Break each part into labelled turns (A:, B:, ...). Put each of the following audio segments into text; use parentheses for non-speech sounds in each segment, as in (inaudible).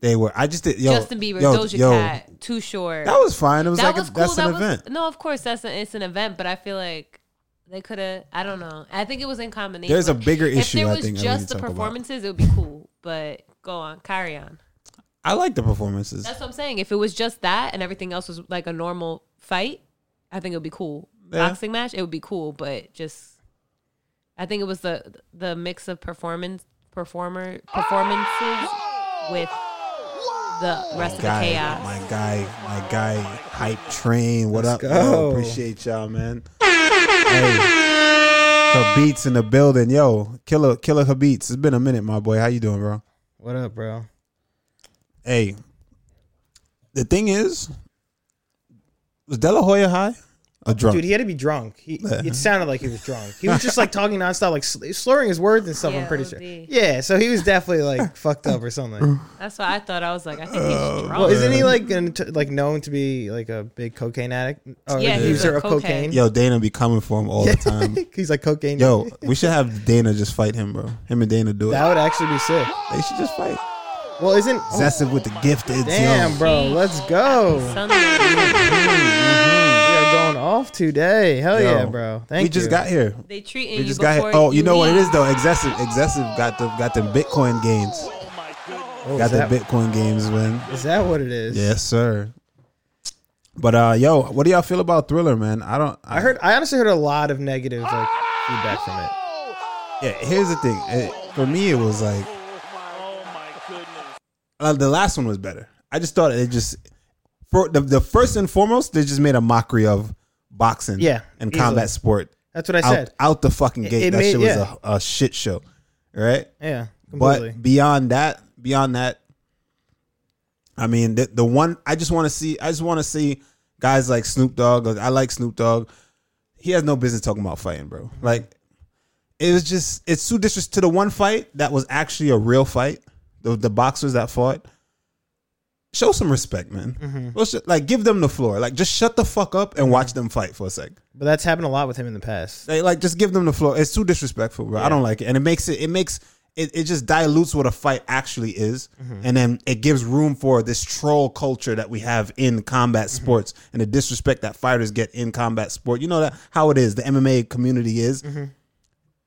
A: They were. I just did. Yo,
B: Justin Bieber,
A: yo,
B: Doja
A: yo,
B: Cat, Too Short.
A: That was fine. It was like a, that's an
B: was,
A: event.
B: No, of course that's an it's an event, but I feel like they could have. I don't know. I think it was in combination.
A: There's a bigger
B: if
A: issue.
B: there
A: I
B: was
A: think that we need
B: just
A: to
B: the
A: talk about.
B: performances, it would be cool. But go on, carry on.
A: I like the performances.
B: That's what I'm saying. If it was just that and everything else was like a normal fight, I think it would be cool.
A: Yeah.
B: Boxing match, it would be cool, but just I think it was the the mix of performance performer performances with the rest of the
A: guy,
B: chaos.
A: my guy, my guy, hype train. What up?
C: go.
A: Yo, appreciate y'all, man. hey, Habits in the building, yo, killer, killer Habits. It's been a minute, my boy. How you doing, bro?
C: What up, bro?
A: Hey, the thing is, was De La Hoya high or drunk?
C: Dude, he had to be drunk. He, it sounded like he was drunk. He was just like talking nonstop, like sl- slurring his words and stuff.
B: Yeah,
C: I'm pretty sure.
B: OD.
C: Yeah, so he was definitely like (laughs) fucked up or something.
B: That's what I thought. I was like, I think he's
A: Oh,
B: drunk.
C: Well, isn't he like gonna t- like known to be like a big cocaine addict or
B: Yeah, he's
C: user
B: a
C: of cocaine?
B: cocaine.
A: yo, Dana be coming for him all the time.
C: (laughs) he's like cocaine.
A: Yo, we should have Dana just fight him, bro. Him and Dana do it.
C: that would actually be sick.
A: they should just fight.
C: Well, isn't oh,
A: Zessa with the gifted.
C: damn, bro? Let's go.
B: Sunday.
C: We are going off today. Hell
A: Yo,
C: Oh, yeah, bro. Thank
A: we
C: you.
A: just got here.
B: They treating
A: We
B: you
A: just got
B: before
A: here. Oh, you know what it
B: leave.
A: is though. Excessive, excessive got the got the Bitcoin gains.
C: Oh,
A: Got
C: is
A: the
C: that-
A: Bitcoin gains, man.
C: Is that what it is?
A: Yes, sir. But uh, yo, what do y'all feel about Thriller, man? I don't.
C: I heard. I honestly heard a lot of negative like feedback from it.
A: Yeah, here's the thing. It- for me, it was like uh, the last one was better. I just thought it just for the, the first and foremost, they just made a mockery of boxing,
C: Yeah,
A: and
C: easily.
A: combat sport
C: That's what I
A: out,
C: said.
A: out the fucking
C: It-
A: gate.
C: it
A: that
C: made-
A: shit was
C: yeah.
A: a, a shit show, right?
C: yeah, completely.
A: But beyond that, beyond that, I mean, the, the one I just want to see, I just want to see guys like Snoop Dogg. Like, I like Snoop Dogg. He has no business talking about fighting, bro. Like, it was just it's too disres to the one fight that was actually a real fight. The the boxers that fought. Show some respect, man.
C: Mm-hmm.
A: Well, sh- Like, give them the floor. Like, just shut the fuck up and watch them fight for a sec.
C: But that's happened a lot with him in the past.
A: They like just give them the floor. It's too disrespectful, bro. I don't like it, and it makes it it makes it, it just dilutes what a fight actually is, and then it gives room for this troll culture that we have in combat sports and the disrespect that fighters get in combat sport. You know that how it is. The MMA community is.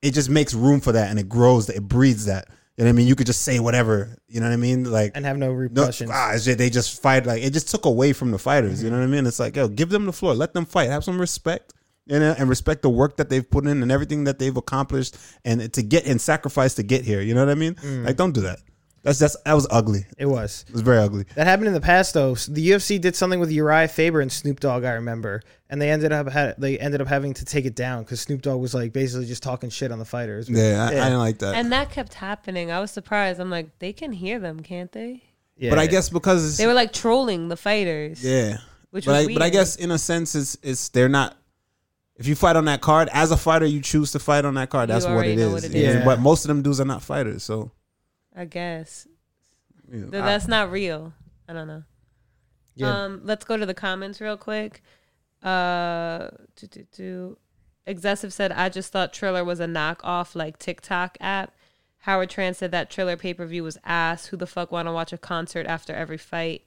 A: It just makes room for that, and it grows. It breeds that. You know what I mean? You could just say whatever. You know what I mean? Like
C: And have no
A: no,
C: repercussions.
A: ah, it's just- they just fight like it just took away from the fighters. You know what I mean? It's like, yo, give them the floor, let them fight, have some respect, you know, and respect the work that they've put in and everything that they've accomplished and to get and sacrifice to get here. You know what I mean?
B: Mm.
A: Like, don't do that. That's that's that was ugly.
C: It was.
A: It was very ugly.
C: That happened in the past though. The UFC did something with Uriah Faber and Snoop Dogg, I remember, and they ended up had, they ended up having to take it down because Snoop Dogg was like basically just talking shit on the fighters.
A: Yeah, I, I didn't like that.
B: And that kept happening. I was surprised. I'm like, they can hear them, can't they?
C: Yeah.
A: but I guess because
B: They were like trolling the fighters.
A: yeah,
B: Which
A: but I,
B: was
A: but I
B: weird.
A: guess in a sense, it's it's they're not. If you fight on that card, as a fighter, you choose to fight on that card.
B: You
A: That's what
B: already
A: it
B: know
A: is.
B: what it
A: You know,
C: is.
A: But most of them dudes are not fighters, so
B: I guess.
A: you know,
B: Th-
A: I-
B: that's not real. I don't know.
C: Yeah.
B: Um, let's go to the comments real quick. Uh, do, do, do. Excessive said, I just thought Triller was a knockoff like TikTok app. Howard Tran said that Triller pay per view was ass. Who the fuck want to watch a concert after every fight?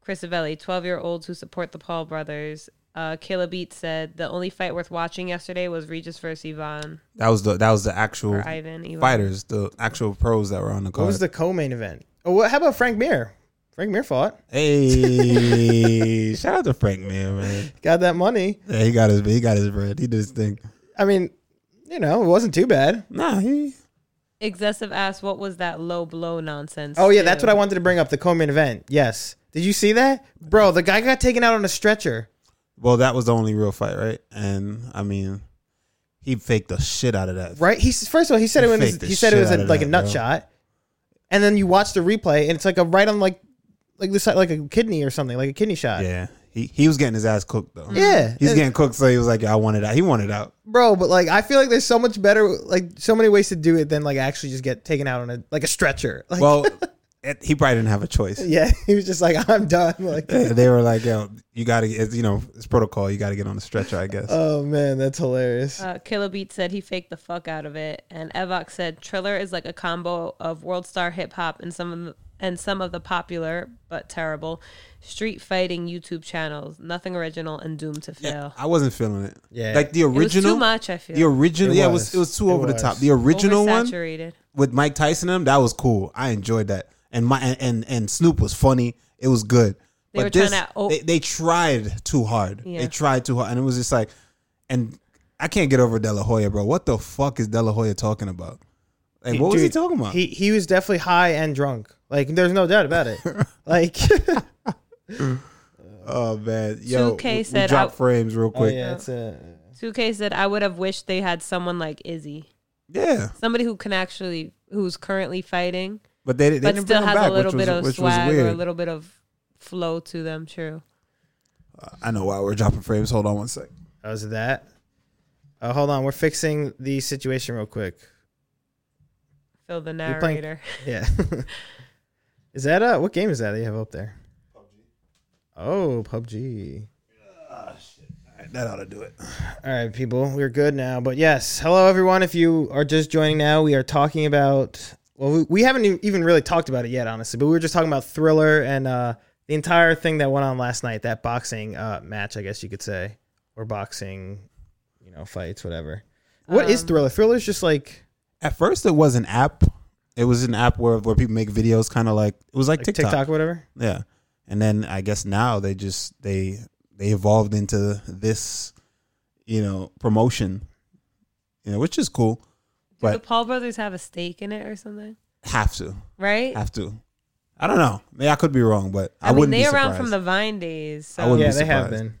B: Chris Avelli, 12 year olds who support the Paul brothers. Uh, Kayla Beat said, the only fight worth watching yesterday was Regis versus Yvonne.
A: That was the that was the actual
B: Or Ivan, Ivan.
A: fighters, the actual pros that were on the
C: what
A: card.
C: was the co-main event? Oh, what, how about Frank Mir? Frank Mir fought, (laughs)
A: hey, shout out to Frank man, man.
C: got that money.
A: Yeah, he got his he got his bread. He did his thing.
C: I mean, you know, it wasn't too bad.
A: Nah, he
B: Excessive asked, what was that low blow nonsense?
C: Oh yeah,
B: too?"
C: that's what I wanted to bring up. The co-main event. Yes. Did you see that, bro? The guy got taken out on a stretcher.
A: well, that was the only real fight, right? And I mean, he faked the shit out of that.
C: Right? He's first of all, he said
A: He
C: it when
A: faked
C: his,
A: the
C: he said it
A: shit
C: was a,
A: out of
C: like a
A: that,
C: nut
A: bro.
C: shot, and then you watch the replay, and it's like a right on like like this like a kidney or something, like a kidney shot.
A: Yeah, he he was getting his ass cooked though.
C: Yeah.
A: he's
C: And-
A: getting cooked, so he was like, "Yeah, I want it out." He wanted
C: (laughs)
A: out.
C: bro. But like, I feel like there's so much better, like so many ways to do it than like actually just get taken out on a like a stretcher. (laughs) Like,
A: Well, it, he probably didn't have a choice.
C: yeah, he was just like, (laughs) I'm done. Like,
A: They were like, "Yo, you got to, you know, it's protocol. You got to get on the stretcher, I guess."
C: oh man, that's hilarious.
B: Uh, Killer Beat said he faked the fuck out of it, and Evox said Triller is like a combo of world star hip hop and some of the, and some of the popular but terrible street fighting YouTube channels. Nothing original and doomed to fail.
A: I wasn't feeling it.
C: Yeah.
A: like the
B: It was
A: original.
B: too much. I feel
A: The original,
C: It
A: yeah, it
C: was.
A: was it was too
C: It
A: over the
C: was.
A: top. The original one
B: Oversaturated.
A: with Mike Tyson in him, that was cool. I enjoyed that, and my and and, and Snoop was funny. It was good.
B: They were
A: but
B: trying
A: this,
B: to o-
A: they, they tried too hard.
B: Yeah.
A: They tried too hard, and it was just like, and I can't get over De La Hoya, bro. What the fuck is De La Hoya talking about? Like, what was he
C: Dude,
A: talking about?
C: He he was definitely high and drunk. Like there's no doubt
A: (laughs)
C: about it. like (laughs)
A: oh man, yo,
B: 2K
A: we- we
B: said
A: drop
B: I-
A: frames real
C: oh
A: quick.
C: yeah, it's a
B: 2K said, I would have wished they had someone like Izzy.
A: yeah,
B: Somebody who can actually, who's currently fighting,
A: but they, they
B: but
A: didn't
B: still
A: bring
B: has
A: him back,
B: a little
A: which was,
B: bit of
A: which
B: swag
A: was
B: or a
A: weird.
B: little bit of flow to them. True.
A: I know why we're dropping frames. Hold on one sec.
C: that was that. Uh, hold on, we're fixing the situation real quick.
B: Phil, the
C: You're playing-
B: narrator.
C: Yeah. (laughs) is that uh what game is that that you have up there? Oh, PUBG.
A: That ought to do it.
C: All right, people, we're good now. But yes, hello everyone. If you are just joining now, we are talking about well, we, we haven't e- even really talked about it yet, honestly. But we were just talking about Thriller and uh, the entire thing that went on last night, that boxing uh, match, I guess you could say, or boxing, you know, fights, whatever. What is
B: Um,
C: Thriller? Thriller is just like
A: At first, it was an app. It was an app where, where people make videos, kind of like it was like,
C: like
A: TikTok.
C: TikTok. or whatever.
A: Yeah, and then I guess now they just they they evolved into this, you know, promotion, you know, which is cool.
B: Do the
A: But-
B: Paul brothers have a stake in it or something?
A: Have to,
B: Right?
A: have to. I don't know. Maybe I could be wrong, but I,
B: I, mean,
A: wouldn't be
B: they
A: surprised.
B: around from the Vine days, so
A: I wouldn't
C: yeah,
A: be
C: they have
A: surprised.
C: been.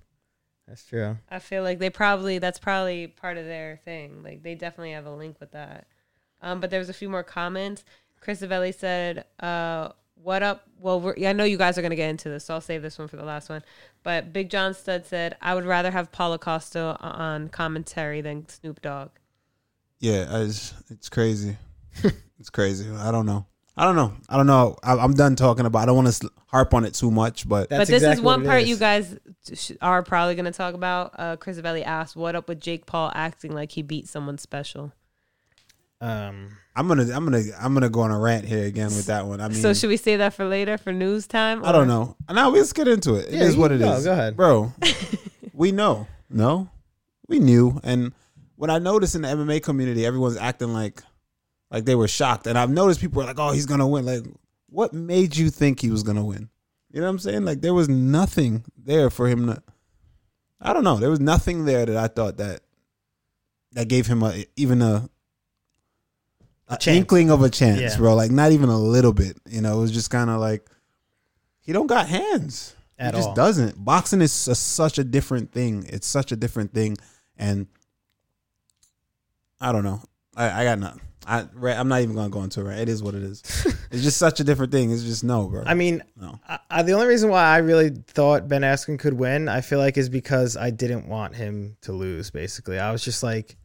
C: That's true.
B: I feel like they probably that's probably part of their thing. Like they definitely have a link with that. Um, but there was a few more comments. Chris Avelli said, uh, "What up?" Well, we're, yeah, I know you guys are gonna get into this, so I'll save this one for the last one. But Big John Stud said, "I would rather have Paulo Costa on commentary than Snoop Dogg."
A: yeah, I just, it's crazy. it's crazy. I don't know. I don't know. I don't know. I, I'm done talking about. I don't want to harp on it too much, but
C: That's
B: but this
C: exactly
B: is one
C: what it
B: part
C: is.
B: you guys sh- are probably gonna talk about. Uh, Chris Avelli asked, "What up with Jake Paul acting like he beat someone special?"
C: Um,
A: I'm gonna I'm gonna I'm gonna go on a rant here again with that one. I mean,
B: So should we save that for later for news time?
A: I don't know. Now let's get into it. It is
C: Yeah, you-
A: what it is,
C: no, go ahead.
A: bro. we know, no, we knew, and when I noticed in the MMA community, everyone's acting like like they were shocked, and I've noticed people are like, "Oh, he's gonna win." Like, what made you think he was gonna win? You know what I'm saying? Like, there was nothing there for him to. I don't know. There was nothing there that I thought that that gave him a even a. a
C: chance.
A: inkling of a chance,
C: Yeah.
A: bro. Like not even a little bit. You know, it was just kind of like he don't got hands.
C: At
A: he just
C: all.
A: doesn't. Boxing is a, such a different thing. It's such a different thing, and I don't know. I, I got nothing. I ra- I'm not even gonna go into it. Right? It is what it
C: (laughs)
A: is. it's just such a different thing. It's just no, bro.
C: I mean,
A: no.
C: I, I, the only reason why I really thought Ben Askren could win, I feel like, is because I didn't want him to lose. Basically, I was just like,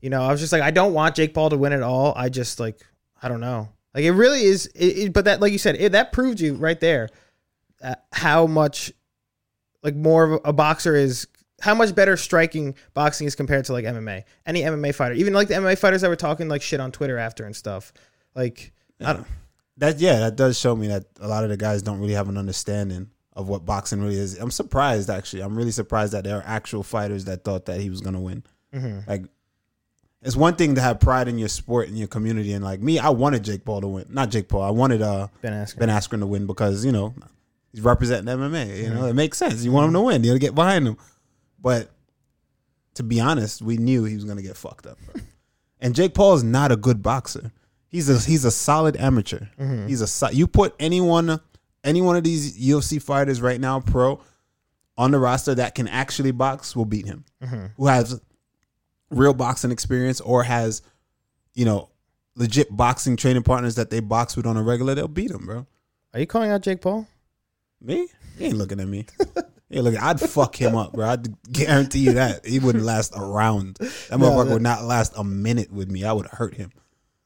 C: you know, I was just like, I don't want Jake Paul to win at all. I just like, I don't know. Like it really is. It, it, but that, like you said, it, that proved you right there uh, how much like more of a boxer is how much better striking boxing is compared to like MMA. Any MMA fighter, even like the MMA fighters that were talking like shit on Twitter after and stuff. Like I don't.
A: That yeah, that does show me that a lot of the guys don't really have an understanding of what boxing really is. I'm surprised actually. I'm really surprised that there are actual fighters that thought that he was gonna win. Like it's one thing to have pride in your sport and your community and like me, I wanted Jake Paul to win. Not Jake Paul. I wanted uh
C: Ben Askren.
A: Ben Askren to win because, you know, he's representing MMA. You know, it makes sense. You want him to win, you'll get behind him. But to be honest, we knew he was gonna get fucked up. bro. and Jake Paul is not a good boxer. He's a he's a solid amateur. He's a so- you put anyone any one of these UFC fighters right now, pro, on the roster that can actually box will beat him. Who has real boxing experience or has, you know, legit boxing training partners that they box with on a regular, they'll beat him, bro.
C: Are you calling out Jake Paul?
A: Me? He ain't looking at me. He ain't looking. I'd fuck him up, bro. I'd guarantee you that he wouldn't last a round. That motherfucker
C: that-
A: would not last a minute with me. I would hurt him.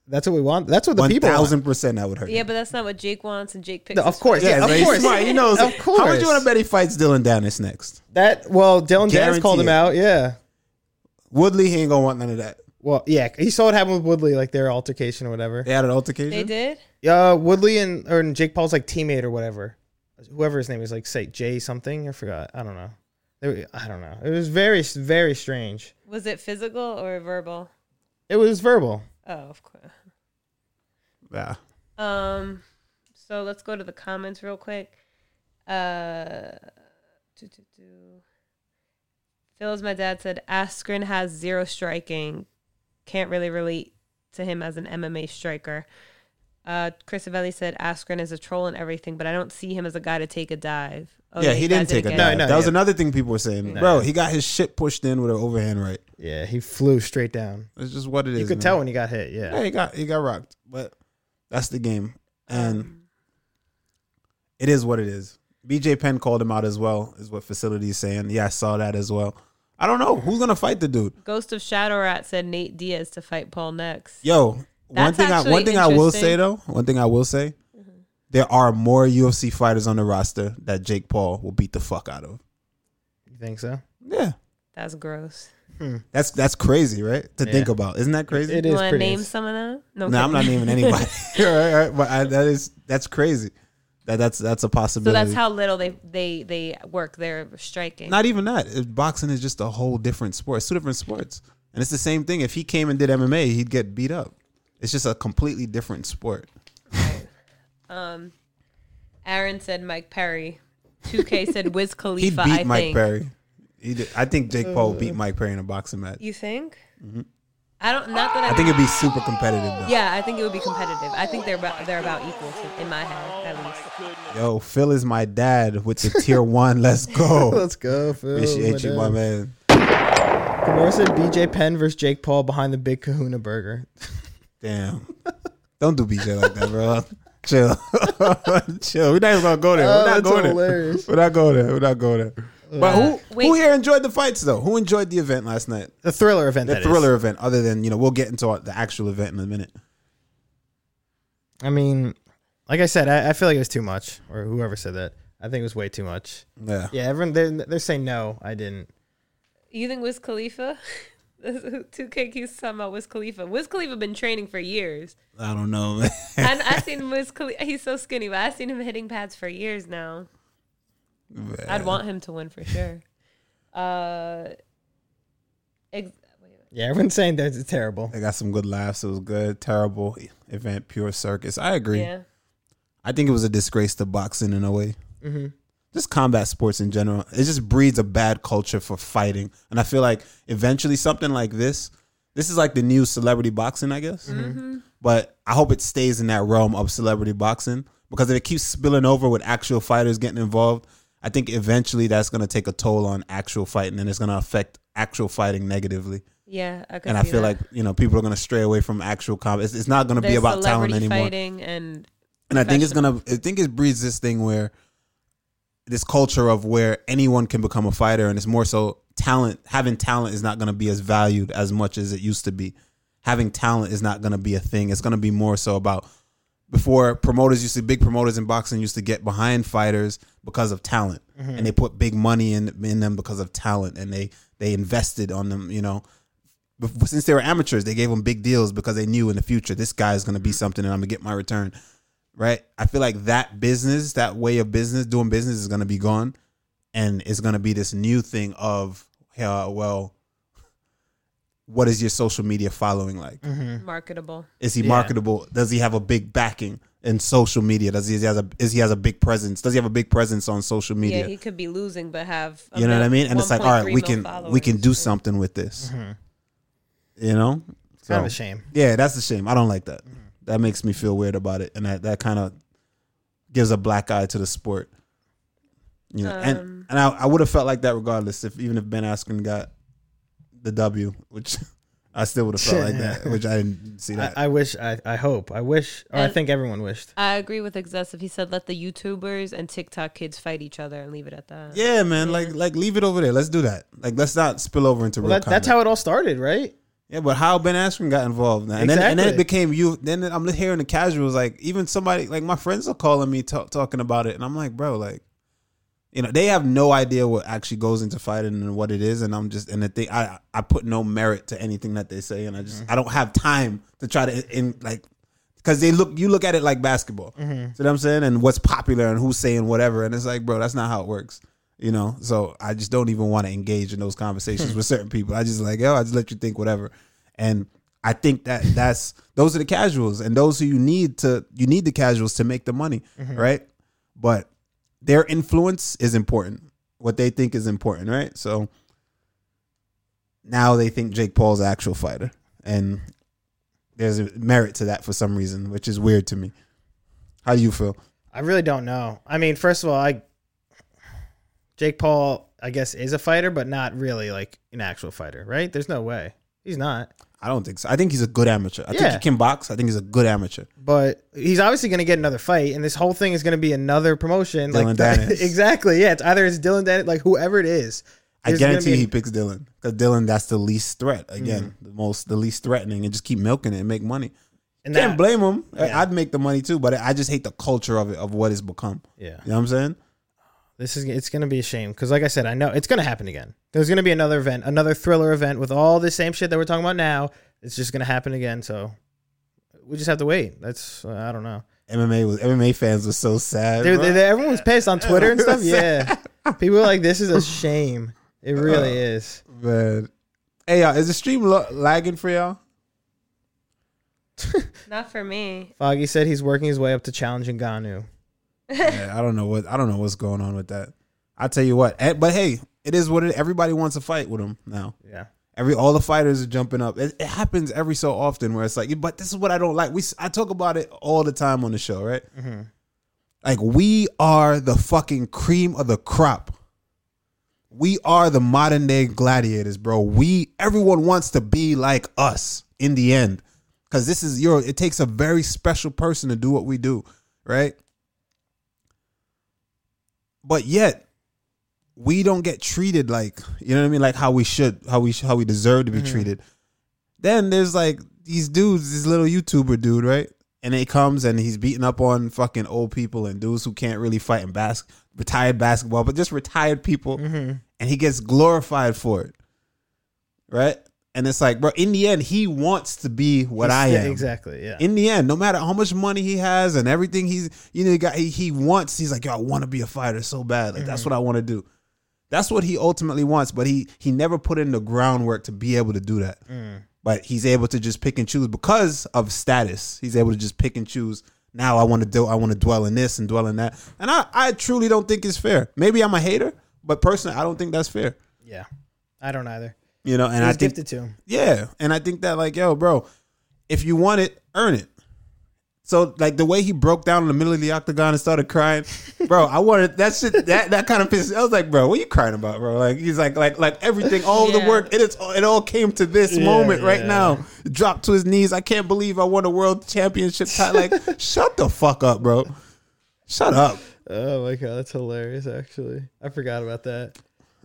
C: That's what we want. That's what the
A: One
C: people want.
A: thousand percent, I would hurt.
B: Yeah,
A: him.
B: but that's not what Jake wants, and Jake picks.
C: No,
B: his
C: of course.
B: fight.
C: Yeah,
A: Yeah,
C: of
A: so he's
C: course.
A: smart. He knows.
C: Of
A: How would
C: course.
A: you want to bet he fights Dylan Dennis next?
C: That well, Dylan Dennis called him
A: Guarantee
C: out. Yeah,
A: Woodley, he ain't gonna want none of that.
C: Well, yeah, he saw it happen with Woodley, like their altercation or whatever.
A: They had an altercation.
B: They did.
C: Yeah, Woodley and or Jake Paul's like teammate or whatever, whoever his name is, like say Jay something. I forgot. I don't know. They were- I don't know. It was very very strange.
B: Was it physical or verbal?
C: It was verbal.
B: Oh, of course.
A: Yeah.
B: Um, so let's go to the comments real quick. Uh, do, do, do. Phil, as my dad said, Askren has zero striking. Can't really relate to him as an MMA striker. Uh, Chris Avelli said Askren is a troll and everything, but I don't see him as a guy to take a dive. Oh,
A: yeah,
B: your
A: he
B: guy
A: didn't take a
B: get
A: dive.
B: it.
C: No, no,
A: that was
C: yeah.
A: another thing people were saying.
C: No.
A: Bro, he got his shit pushed in with an overhand right.
C: Yeah, he flew straight down.
A: That's just what it is.
C: You could
A: man.
C: tell when he got hit. Yeah.
A: Yeah, he got he got rocked, but that's the game, and
B: Um,
A: it is what it is. BJ Penn called him out as well, is what facility is saying. Yeah, I saw that as well. I don't know who's gonna fight the dude.
B: Ghost of Shadow Rat said Nate Diaz to fight Paul next.
A: Yo, one
B: That's
A: thing I one
B: actually
A: thing I will
B: interesting.
A: say
B: Mm-hmm.
A: though, one thing I will say, there are more UFC fighters on the roster that Jake Paul will beat the fuck out of.
C: You think so?
A: Yeah,
B: That's gross.
A: that's that's crazy, right? To think
C: Yeah.
A: about, isn't that crazy?
C: It
B: You
C: is
B: want to
C: pretty.
B: name some of them? No,
A: no,
B: okay.
A: I'm
B: (laughs)
A: not naming anybody. (laughs) all right, all right, but I, that is that's crazy. That that's that's a
B: So
A: possibility.
B: that's how little they they they work their striking.
A: Not even that. It- Boxing is just a whole different sport. It's two different sports. And it's the same thing. If he came and did MMA, he'd get beat up. It's just a completely different sport.
B: um, Aaron said Mike Perry.
A: (laughs)
B: 2K said Wiz
A: He
B: Khalifa.
A: beat
B: I
A: Mike
B: think.
A: Perry. He did, I think Jake Paul beat Mike Perry in a boxing match.
B: You think? I don't. Not that I.
A: Mm-hmm. I think it'd be super competitive though.
B: yeah, I think it would be competitive. I think they're about, they're about equal to, in my head at least.
A: Yo, Phil is my dad with the tier one. Let's
C: (laughs)
A: go.
C: Let's go, Phil. Oh, my
A: Appreciate you, my
C: dad.
A: man.
C: Kimura said BJ Penn versus Jake Paul behind the big Kahuna Burger. (laughs)
A: Damn. (laughs) Don't do BJ like that, bro. (laughs) Chill. Chill. We're not even gonna go there.
C: Oh,
A: We're not
C: that's
A: going there. (laughs)
C: hilarious.
A: We're not going there. We're not going there. But who
B: Wait.
A: who here enjoyed the fights though? Who enjoyed the event last night?
C: The thriller event.
A: the
C: that is.
A: thriller event other than you know we'll get into the actual event in a minute
C: I mean, like I said, I, I feel like it was too much, or whoever said that. I think it was way too much.
A: yeah
C: Yeah, everyone they're, they're saying no. I didn't.
B: You think Wiz Khalifa? (laughs) 2K keeps talking about Wiz Khalifa. Wiz Khalifa been training for years.
A: i don't know man. (laughs)
B: And I've seen Wiz Khalifa. He's so skinny, but I've seen him hitting pads for years now. I'd want him to win for sure. Uh, ex- wait,
C: Yeah, everyone's (laughs) saying that it's terrible.
A: i got some good laughs it was good terrible event pure circus i agree
B: yeah.
A: i think it was a disgrace to boxing in a way
C: Mm-hmm.
A: just combat sports in general it just breeds a bad culture for fighting and i feel like eventually something like this this is like the new celebrity boxing i guess
B: Mm-hmm.
A: but i hope it stays in that realm of celebrity boxing because if it keeps spilling over with actual fighters getting involved i think eventually that's going to take a toll on actual fighting and it's going to affect actual fighting negatively
B: Yeah, I could
A: and i
B: see
A: feel
B: that.
A: like you know people are going to stray away from actual combat it's, it's not going to be
B: There's
A: about talent
B: celebrity
A: anymore
B: Fighting and
A: and I think it's gonna. I think it breeds this thing where this culture of where anyone can become a fighter, and it's more so talent. Having talent is not gonna be as valued as much as it used to be. Having talent is not gonna be a thing. It's gonna be more so about before promoters used to big promoters in boxing used to get behind fighters because of talent and they put big money in in them because of talent and they they invested on them you know Bef- since they were amateurs they gave them big deals because they knew in the future this guy is going to be something and I'm going to get my return right I feel like that business that way of business doing business is going to be gone and it's going to be this new thing of uh, well what is your social media following like
B: marketable.
A: is he
C: Yeah.
A: marketable? Does he have a big backing in social media? Does he has a is he has a big presence? Does he have a big presence on social media?
B: Yeah, he could be losing, but have
A: you know what I mean? And it's like, all right,
B: 1.3
A: we
B: million
A: can we can do
B: followers.
A: something with this. You know,
C: It's kind of a shame.
A: yeah, that's a shame. I don't like that. That makes me feel weird about it, and that that kind of gives a black eye to the sport. You know, and
B: Um,
A: and I, I would have felt like that regardless if even if Ben Askren got the W, which (laughs) I still would have felt like (laughs) that, which I didn't see that.
C: I, I wish. I, I hope. I wish. Or I
B: And-
C: think everyone wished.
B: I agree with excessive. He said, "Let the YouTubers and TikTok kids fight each other and leave it at that."
A: Yeah, man. Like, like leave it over there. Let's do that. Like, let's not spill over into
C: Well,
A: real
C: that, that's how it all started, right?
A: Yeah, but how Ben Askren got involved, now. and then and then it
C: Exactly.
A: became you. Then I'm hearing the casuals, like even somebody, like my friends are calling me ta- talking about it, and I'm like, bro, like You know, they have no idea what actually goes into fighting and what it is, and I'm just and the thing I I put no merit to anything that they say, and I just I don't have time to try to in like because they look you look at it like basketball. See what I'm saying? And what's popular and who's saying whatever, and it's like, bro, that's not how it works. You know, so I just don't even want to engage in those conversations with certain people. I just like, yo, I just let you think whatever, and I think that that's those are the casuals and those who you need to you need the casuals to make the money, right? But their influence is important. What they think is important, right? So now they think Jake Paul's an actual fighter, and there's a merit to that for some reason, which is weird to me. How do you feel?
C: I really don't know. I mean, first of all, I Jake Paul, I guess, is a fighter, but not really like an actual fighter, right? There's no way he's not.
A: I don't think so. I think he's a good amateur. I
C: Yeah.
A: think he can box. I think he's a good amateur.
C: But he's obviously going to get another fight, and this whole thing is going to be another promotion.
A: Dylan
C: like (laughs) that-
A: Dennis.
C: exactly, yeah. It's either it's Dylan Dennis, like whoever it is.
A: I
C: there's gonna
A: guarantee
C: be- Mm.
A: he picks Dylan because Dylan that's the least threat. Again, the most the least threatening, and just keep milking it and make money.
C: and
A: Can't
C: that-
A: blame him. I-
C: Yeah.
A: I'd make the money too, but I just hate the culture of it of what it's become.
C: Yeah,
A: You know what I'm saying?
C: this is it's going to be a shame because, like I said, I know it's going to happen again. There's going to be another event, another thriller event with all the same shit that we're talking about now. It's just going to happen again, so we just have to wait. That's uh, I don't know.
A: MMA was MMA fans were so sad.
C: Dude,
A: bro.
C: they- they- everyone was pissed on Twitter and stuff. Yeah, people were like, "This is a shame." It really
A: Uh.
C: is.
A: Man. Hey y'all, is the stream lo- lagging for y'all?
B: Not for me.
C: Foggy said he's working his way up to challenging Ganu.
A: Yeah, I don't know what I don't know what's going on with that. I tell you what, eh, but hey, it is what it, everybody wants to fight with him now.
C: Yeah,
A: Every all the fighters are jumping up. It, it happens every so often where it's like, but this is what I don't like. We s- I talk about it all the time on the show, right? Like we are the fucking cream of the crop. We are the modern day gladiators, bro. We everyone wants to be like us in the end. Cause this is your it takes a very special person to do what we do, right? But yet, we don't get treated like you know what I mean, like how we should, how we sh- how we deserve to be treated. Then there's like these dudes, this little YouTuber dude, right? And he comes and he's beating up on fucking old people and dudes who can't really fight in bas- retired basketball, but just retired people, and he gets glorified for it, right? And it's like, bro, in the end, he wants to be what I
C: Yeah,
A: am,
C: exactly. Yeah,
A: in the end, no matter how much money he has and everything he's, you know, he got he, he wants. He's like, yo, I want to be a fighter so bad. Like that's what I want to do. That's what he ultimately wants. But he he never put in the groundwork to be able to do that. But he's able to just pick and choose because of status. He's able to just pick and choose. Now I want to do. I want to dwell in this and dwell in that. And I I truly don't think it's fair. Maybe I'm a hater, but personally, I don't think that's fair.
C: yeah. I don't either.
A: You know, and
C: He's
A: I think
C: gifted to him.
A: yeah, and I think that like, yo, bro, if you want it, earn it. So like the way he broke down in the middle of the octagon and started crying, bro, I wanted that shit. That that kind of pissed. I was like, bro, what you crying about, bro? Like he's like, like, like everything, all the
B: Yeah.
A: work, it is, it all came to this moment right
C: yeah.
A: now. Dropped to his knees. I can't believe I won a world championship title. Like, shut the fuck up, bro. Shut up.
C: Oh my god, that's hilarious. Actually, I forgot about that.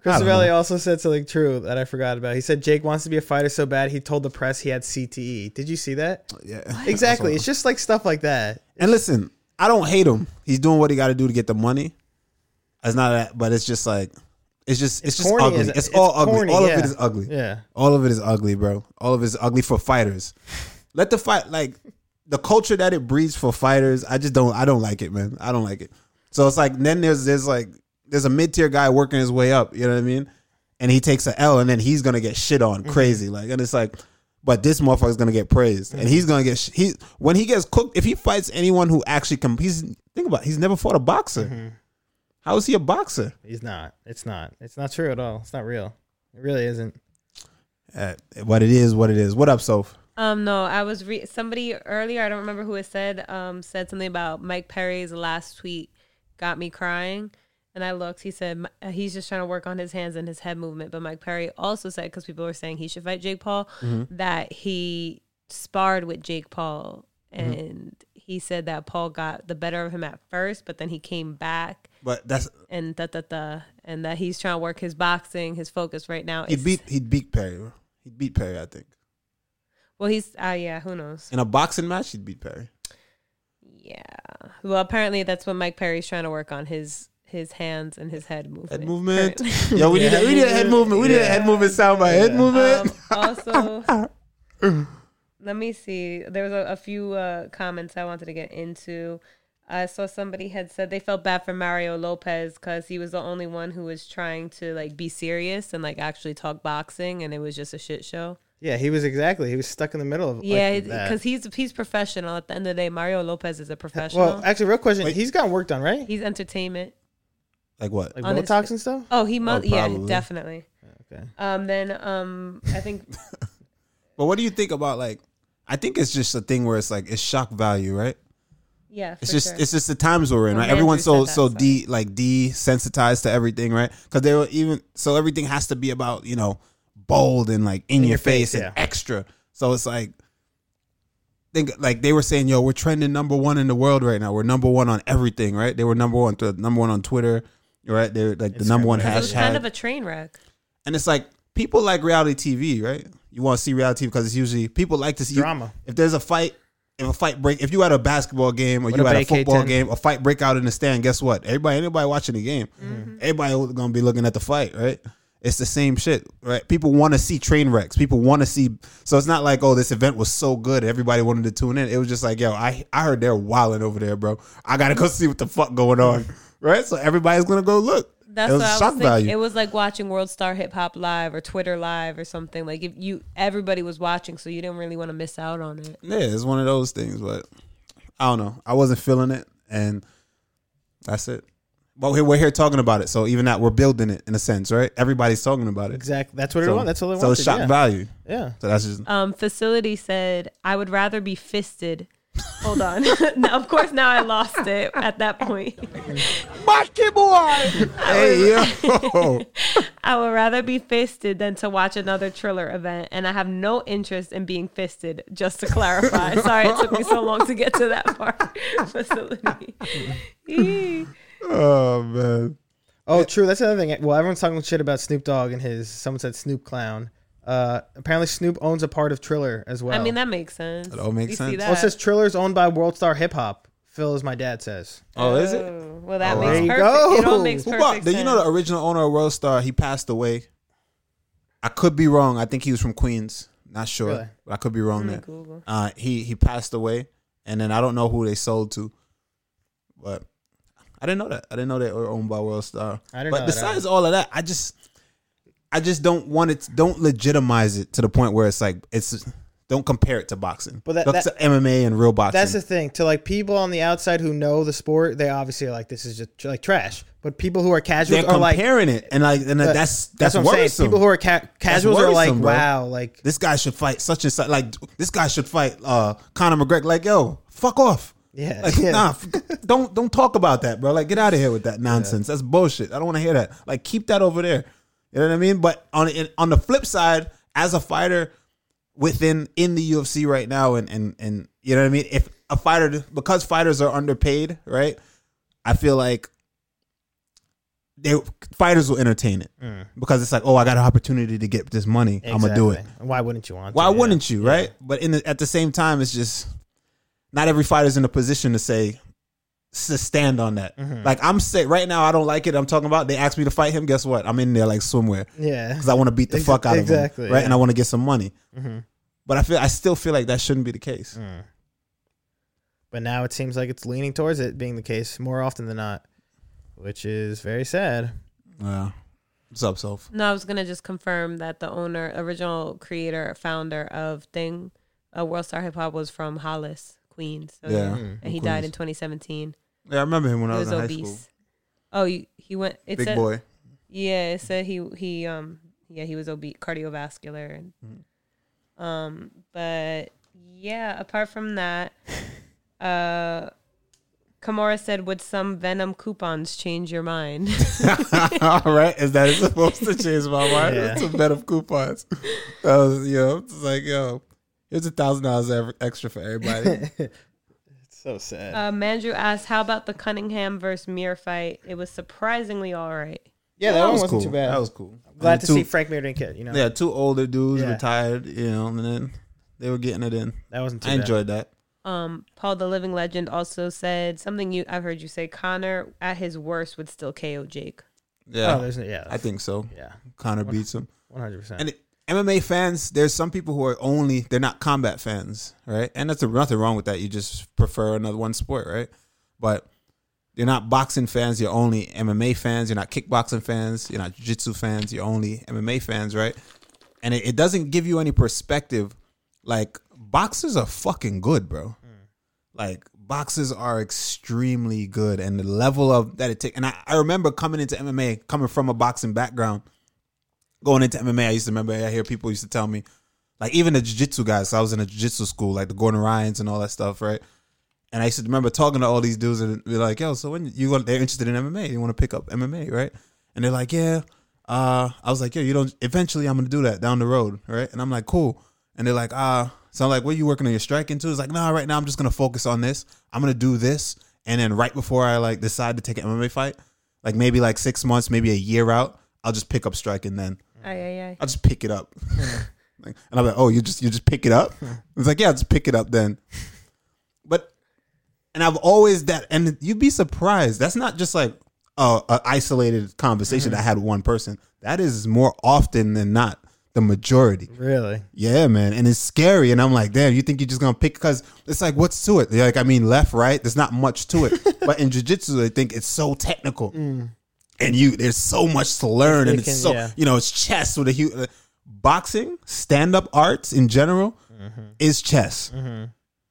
A: I don't
C: Cristovelli also said something true that I forgot about. He said Jake wants to be a fighter so bad he told the press he had CTE. Did you see that?
A: Yeah.
C: Exactly. It's just like stuff like that.
A: And listen, I don't hate him. He's doing what he got to do to get the money. It's not that, but it's just like it's just it's, just
C: corny,
A: ugly.
C: isn't
A: It's,
C: it? It's
A: all ugly.
C: corny,
A: all of
C: yeah.
A: it is ugly.
C: Yeah.
A: All of it is ugly, bro. All of it is ugly for fighters. Let the fight like the culture that it breeds for fighters. I just don't. I don't like it, man. I don't like it. So it's like then there's there's like there's a mid tier guy working his way up. You know what I mean? And he takes a L, and then he's gonna get shit on crazy. Like, and it's like, but this motherfucker's gonna get praised, and he's gonna get sh- he when he gets cooked. If he fights anyone who actually can, he's think about. it, he's never fought a boxer. How is he a boxer?
C: He's not. It's not. It's not true at all. It's not real. It really isn't.
A: Uh, what it is, what it is. What up, Soph?
B: Um, no, I was re- somebody earlier. I don't remember who it said. Um, said something about Mike Perry's last tweet got me crying, and I looked. He said "M- uh, he's just trying to work on his hands and his head movement. But Mike Perry also said because people were saying he should fight Jake Paul
A: Mm-hmm.
B: that he sparred with Jake Paul,
A: Mm-hmm.
B: and he said that Paul got the better of him at first, but then he came back
A: But that's
B: and da da da, and that he's trying to work his boxing, his focus right now.
A: he
B: is-
A: beat he beat Perry. bro. He beat Perry, I think.
B: well, he's ah yeah, who knows.
A: In a boxing match, he'd beat Perry.
B: Yeah. Well, apparently that's what Mike Perry's trying to work on his his hands and his head movement.
A: (laughs) Head movement. Yo, we need a, we need a head
C: Yeah.
A: movement. We need a head movement sound by head
C: Yeah.
A: movement.
B: Um, also, let me see. There was a, a few uh, comments I wanted to get into. I saw somebody had said they felt bad for Mario Lopez because he was the only one who was trying to like be serious and like actually talk boxing, and it was just a shit show.
C: Yeah, he was exactly. He was stuck in the middle of
B: yeah,
C: like, that.
B: because he's he's professional. At the end of the day, Mario Lopez is a professional.
C: well, actually, real question.
A: Wait.
C: He's gotten work done, right?
B: he's entertainment.
A: Like what?
C: Like
B: On his-
C: Botox and stuff.
B: Oh, he must.
A: Oh,
B: yeah,
A: probably.
B: definitely.
C: Okay.
B: Um, then um, I think
A: But what do you think about like? I think it's just a thing where it's like it's shock value, right?
B: yeah,
A: (laughs) It's
B: for
A: just
B: sure.
A: it's just the times we're in,
B: Well,
A: right? Everyone's so
B: Andrew said
A: so
B: that, so-
A: de like desensitized to everything, right? Because they were even so everything has to be about you know bold and like in, your, face, and
C: yeah.
A: extra. So it's like think like they were saying, yo, we're trending number one in the world right now. We're number one on everything, right? They were number one, th- number one on Twitter, right? They're like the number one
C: right?
B: it
A: hashtag,
B: was kind of a train wreck.
A: and it's like people like reality TV, right? You want to see reality because it's usually people like to see
C: Drama.
A: If there's a fight, if a fight break, if you had a basketball game or
C: What
A: you
C: a
A: had a
C: vacay
A: football
C: tent.
A: game, a fight break out in the stand, guess what? Everybody, anybody watching the game, everybody gonna be looking at the fight, right? It's the same shit, right? People want to see train wrecks. People want to see. So it's not like, oh, this event was so good, everybody wanted to tune in. It was just like, yo, I I heard they're wilding over there, bro. I gotta go (laughs) see what the fuck going on, right? So everybody's gonna go look.
B: That's
A: it was
B: what I was
A: shock
B: thinking.
A: value.
B: It was like watching World Star Hip Hop Live or Twitter Live or something. Like if you everybody was watching, so you didn't really want to miss out on it.
A: Yeah, it's one of those things, but I don't know. I wasn't feeling it, and that's it. But we're, we're here talking about it, so even that we're building it in a sense, right? Everybody's talking about it.
C: Exactly. That's what it
A: So,
C: was. That's all it
A: so
C: was.
A: it's shock value.
C: Yeah.
A: So that's just
B: Um, Facility said, "I would rather be fisted." Hold on. (laughs) now, of course, now I lost it at that point.
A: (laughs) hey
C: (laughs)
A: yo. (laughs)
B: I would rather be fisted than to watch another Triller event, and I have no interest in being fisted. Just to
A: (laughs)
B: clarify, sorry it took me so long to get to that part. (laughs)
A: (laughs)
B: Facility. Eee.
A: oh man,
C: Oh, true. That's another thing. Well, everyone's talking shit about Snoop Dogg and his. Someone said Snoop Clown. Uh, apparently Snoop owns a part of Triller as well.
B: I mean, that makes sense. That
A: all makes sense.
C: well, it says Triller's owned by World Star Hip Hop. Phil is my dad says.
A: oh is it?
B: Oh, well, that
A: Oh,
B: makes
A: there
C: you
B: perfect. It all
C: go.
B: makes
A: (laughs) Who
B: perfect
A: bought? Did you know the
B: sense.
A: original owner of World Star? He passed away. I could be wrong. I think he was from Queens. Not sure,
C: Really? Hmm.
A: but I could be wrong
B: Let me
A: there.
B: Google.
A: Uh, he he passed away, and then I don't know who they sold to, but I didn't know that. I didn't know they were owned by World Star.
C: I didn't
A: but
C: know that
A: besides all of that, I just I just don't want it. Don't legitimize it to the point where it's like it's. Don't compare it to boxing.
C: But that-
A: Look
C: that-
A: to MMA and real boxing.
C: That's the thing. To like people on the outside who know the sport, they obviously are like this is just like trash. But people who are casuals
A: They're
C: are like uh,
A: comparing it, and like, and that's that's,
C: that's what I'm
A: worrisome.
C: saying. People who are ca- casuals are like
A: worrisome, bro.
C: wow, like
A: this guy should fight such and such. Like this guy should fight uh Conor McGregor. Like yo, fuck off.
C: Yeah,
A: Like,
C: (laughs) yeah.
A: Nah, f- don't don't talk about that, bro. Like get out of here with that nonsense. That's bullshit. I don't want to hear that. Like keep that over there. You know what I mean? But on in, on the flip side, as a fighter within in the UFC right now, and and and you know what I mean. If a fighter because fighters are underpaid, right? I feel like they fighters will entertain it because it's like, oh, I got an opportunity to get this money. I'm gonna do it.
C: Mm. Exactly. Why wouldn't you want?
A: Why
C: to? Yeah.
A: wouldn't you, right? But in the, at the same time, it's just not every fighter's in a position to say to stand on that.
C: Mm-hmm.
A: Like I'm say right now, I don't like it. I'm talking about. They asked me to fight him. Guess what? I'm in there like swimwear
C: Yeah,
A: because I want to beat the
C: Ex-
A: fuck out
C: exactly,
A: of him, right?
C: yeah. Mm-hmm.
A: And I want to get some money. But I feel I still feel like that shouldn't be the case.
C: Mm. but now it seems like it's leaning towards it being the case more often than not, which is very sad.
A: Yeah. What's up, Soph?
B: No, I was gonna just confirm that the owner, original creator, founder of Thing, uh, World Star Hip Hop, was from Hollis, Queens. So,
A: Yeah,
B: and he died in 2017.
A: Yeah, I remember him when I
B: he
A: was,
B: was
A: in high school.
B: obese. Oh, you, he went. It
A: Big
B: said,
A: boy.
B: Yeah, it said he he um yeah he was obese, cardiovascular, and um but yeah. Apart from that, uh, Kamora said, "Would some Venom coupons change your mind?"
A: (laughs) All right, is that supposed to change my mind?
C: Yeah.
A: It's a bed of coupons. (laughs) I was, you know, it's like, yo, here's a thousand dollars ev- extra for
C: (laughs)
A: everybody.
C: So sad.
B: Uh, Mandrew asked, "How about the Cunningham versus Mir fight? It was surprisingly all right."
C: yeah, that, one wasn't
A: cool.
C: too bad.
A: That was cool.
C: Glad
A: And
C: to
A: two,
C: see Frank Mir didn't get. You know,
A: Yeah, two older dudes
C: Yeah.
A: retired, you know, and then they were getting it in.
C: that wasn't too
A: I
C: bad. Oh,
A: enjoyed that.
B: Um, Paul the Living Legend also said something you I've heard you say. Connor at his worst would still KO Jake.
C: Oh,
A: Yeah,
C: there's no, yeah,
A: I think so.
C: yeah,
A: Connor beats him.
C: one hundred percent.
A: And it, MMA fans, there's some people who are only they're not combat fans, right? And that's nothing wrong with that. You just prefer another one sport, right? But you're not boxing fans. You're only MMA fans. You're not kickboxing fans. You're not jiu-jitsu fans. You're only MMA fans, right? And it, it doesn't give you any perspective. Like boxers are fucking good, bro. Like boxers are extremely good, and the level of that it takes. And I, I remember coming into MMA, coming from a boxing background, going into MMA, I used to remember I hear people used to tell me, like even the jiu-jitsu guys. So I was in a jiu-jitsu school, like the Gordon Ryans and all that stuff, right? And I used to remember talking to all these dudes and be like, "Yo, so when you want, they're interested in MMA, you want to pick up MMA, right?" And they're like, "Yeah." Uh, I was like, "Yo, you don't." Eventually, I'm gonna do that down the road, right? And I'm like, "Cool." And they're like, "Ah." So I'm like, "What are you working on your striking too?" It's like, "Nah, right now I'm just gonna focus on this. I'm gonna do this, and then right before I like decide to take an MMA fight, like maybe like six months, maybe a year out, I'll just pick up striking then."
B: Aye, aye, aye.
A: I just pick it up. (laughs) like, and I'm like, oh, you just you just pick it up. It's like, yeah, just pick it up then. But and I've always that, and you'd be surprised. That's not just like a, a isolated conversation that I had with one person. That is more often than not the majority.
C: Really,
A: Yeah, man, and it's scary. And I'm like, damn, you think you're just gonna pick? Because it's like, what's to it? They're like, I mean, left, right. There's not much to
C: (laughs)
A: it. but in jujitsu, I think it's so technical, and you there's so much to learn, and
C: Mm. They
A: it's
C: can-
A: so
C: yeah.
A: you know, it's chess with a huge boxing, stand up arts in general
C: Mm-hmm.
A: is chess.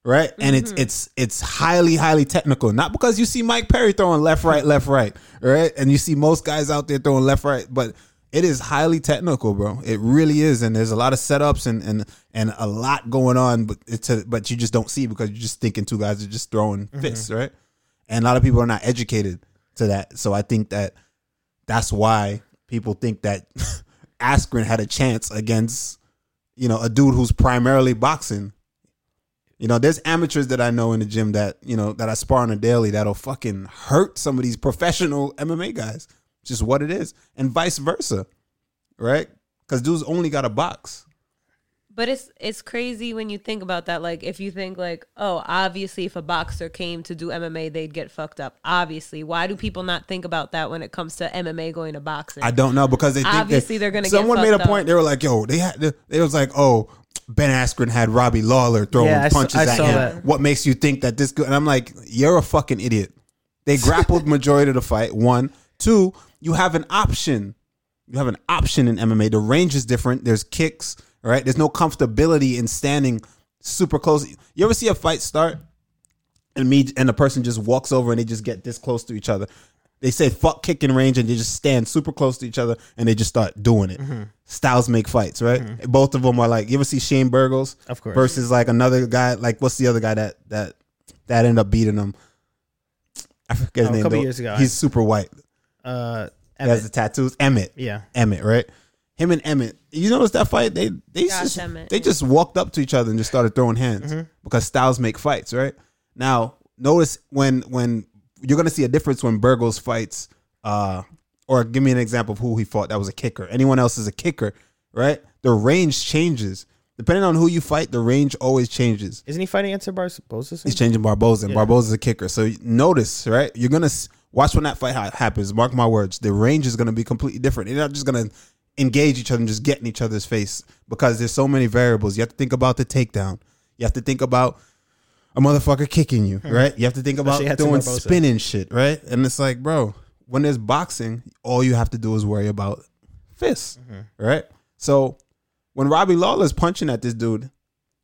A: Right, and it's it's it's highly highly technical. Not because you see Mike Perry throwing left right left right, right, and you see most guys out there throwing left right, but it is highly technical, bro. It really is, and there's a lot of setups and and and a lot going on, but it's a, but you just don't see because you're just thinking two guys are just throwing fists, right? And a lot of people are not educated to that, so I think that that's why people think that (laughs) Askren had a chance against, you know, a dude who's primarily boxing. You know, there's amateurs that I know in the gym that, you know, that I spar on a daily that'll fucking hurt some of these professional MMA guys. Just what it is. And vice versa. Right? Because dudes only got a box.
B: But it's it's crazy when you think about that. Like if you think like, oh, obviously if a boxer came to do MMA, they'd get fucked up. Obviously, why do people not think about that when it comes to MMA going to boxing?
A: I don't know because they think
B: Obviously,
A: they,
B: they're gonna get
A: Someone made a
B: fucked up.
A: point. They were like, "Yo, they had." They, they was like, "Oh, Ben Askren had Robbie Lawler throwing
C: Yeah, I s-
A: punches
C: I
A: at
C: saw
A: him.
C: that.
A: What makes you think that this?" Good? And I'm like, "You're a fucking idiot." They grappled majority of the fight. One, two. You have an option. You have an option in MMA. The range is different. There's kicks. All right. There's no comfortability in standing super close. You ever see a fight start and me and the person just walks over and they just get this close to each other. They say fuck kicking range and they just stand super close to each other and they just start doing it.
C: Mm-hmm.
A: Styles make fights, right? Both of them are like you ever see Shane Burgos
C: Of course.
A: versus like another guy like what's the other guy that that that ended up beating him? I forget his
C: Oh, a
A: name.
C: couple
A: though.
C: years ago.
A: He's super white.
C: uh,
A: He has the
C: Emmett.
A: tattoos. Emmett.
C: yeah,
A: Emmett, right? Him and Emmett. You notice that fight? They they
B: Josh
A: just
B: Emmett,
A: they
B: yeah.
A: just walked up to each other and just started throwing hands because styles make fights, right? Now notice when when you're gonna see a difference when Burgos fights, uh, or give me an example of who he fought that was a kicker. Anyone else is a kicker, right? The range changes depending on who you fight. The range always changes.
C: isn't he fighting against Barbosa?
A: He's changing Barboza, and Barboza's a kicker. So notice, right? You're gonna s- watch when that fight ha- happens. Mark my words, the range is gonna be completely different. You're not just gonna engage each other and just get in each other's face because there's so many variables. You have to think about the takedown. You have to think about a motherfucker kicking you, right? You have to think about
C: Especially Edson
A: doing
C: Barboza.
A: spinning shit, right? And it's like, bro, when there's boxing, all you have to do is worry about fists, right? So when Robbie Lawler's punching at this dude,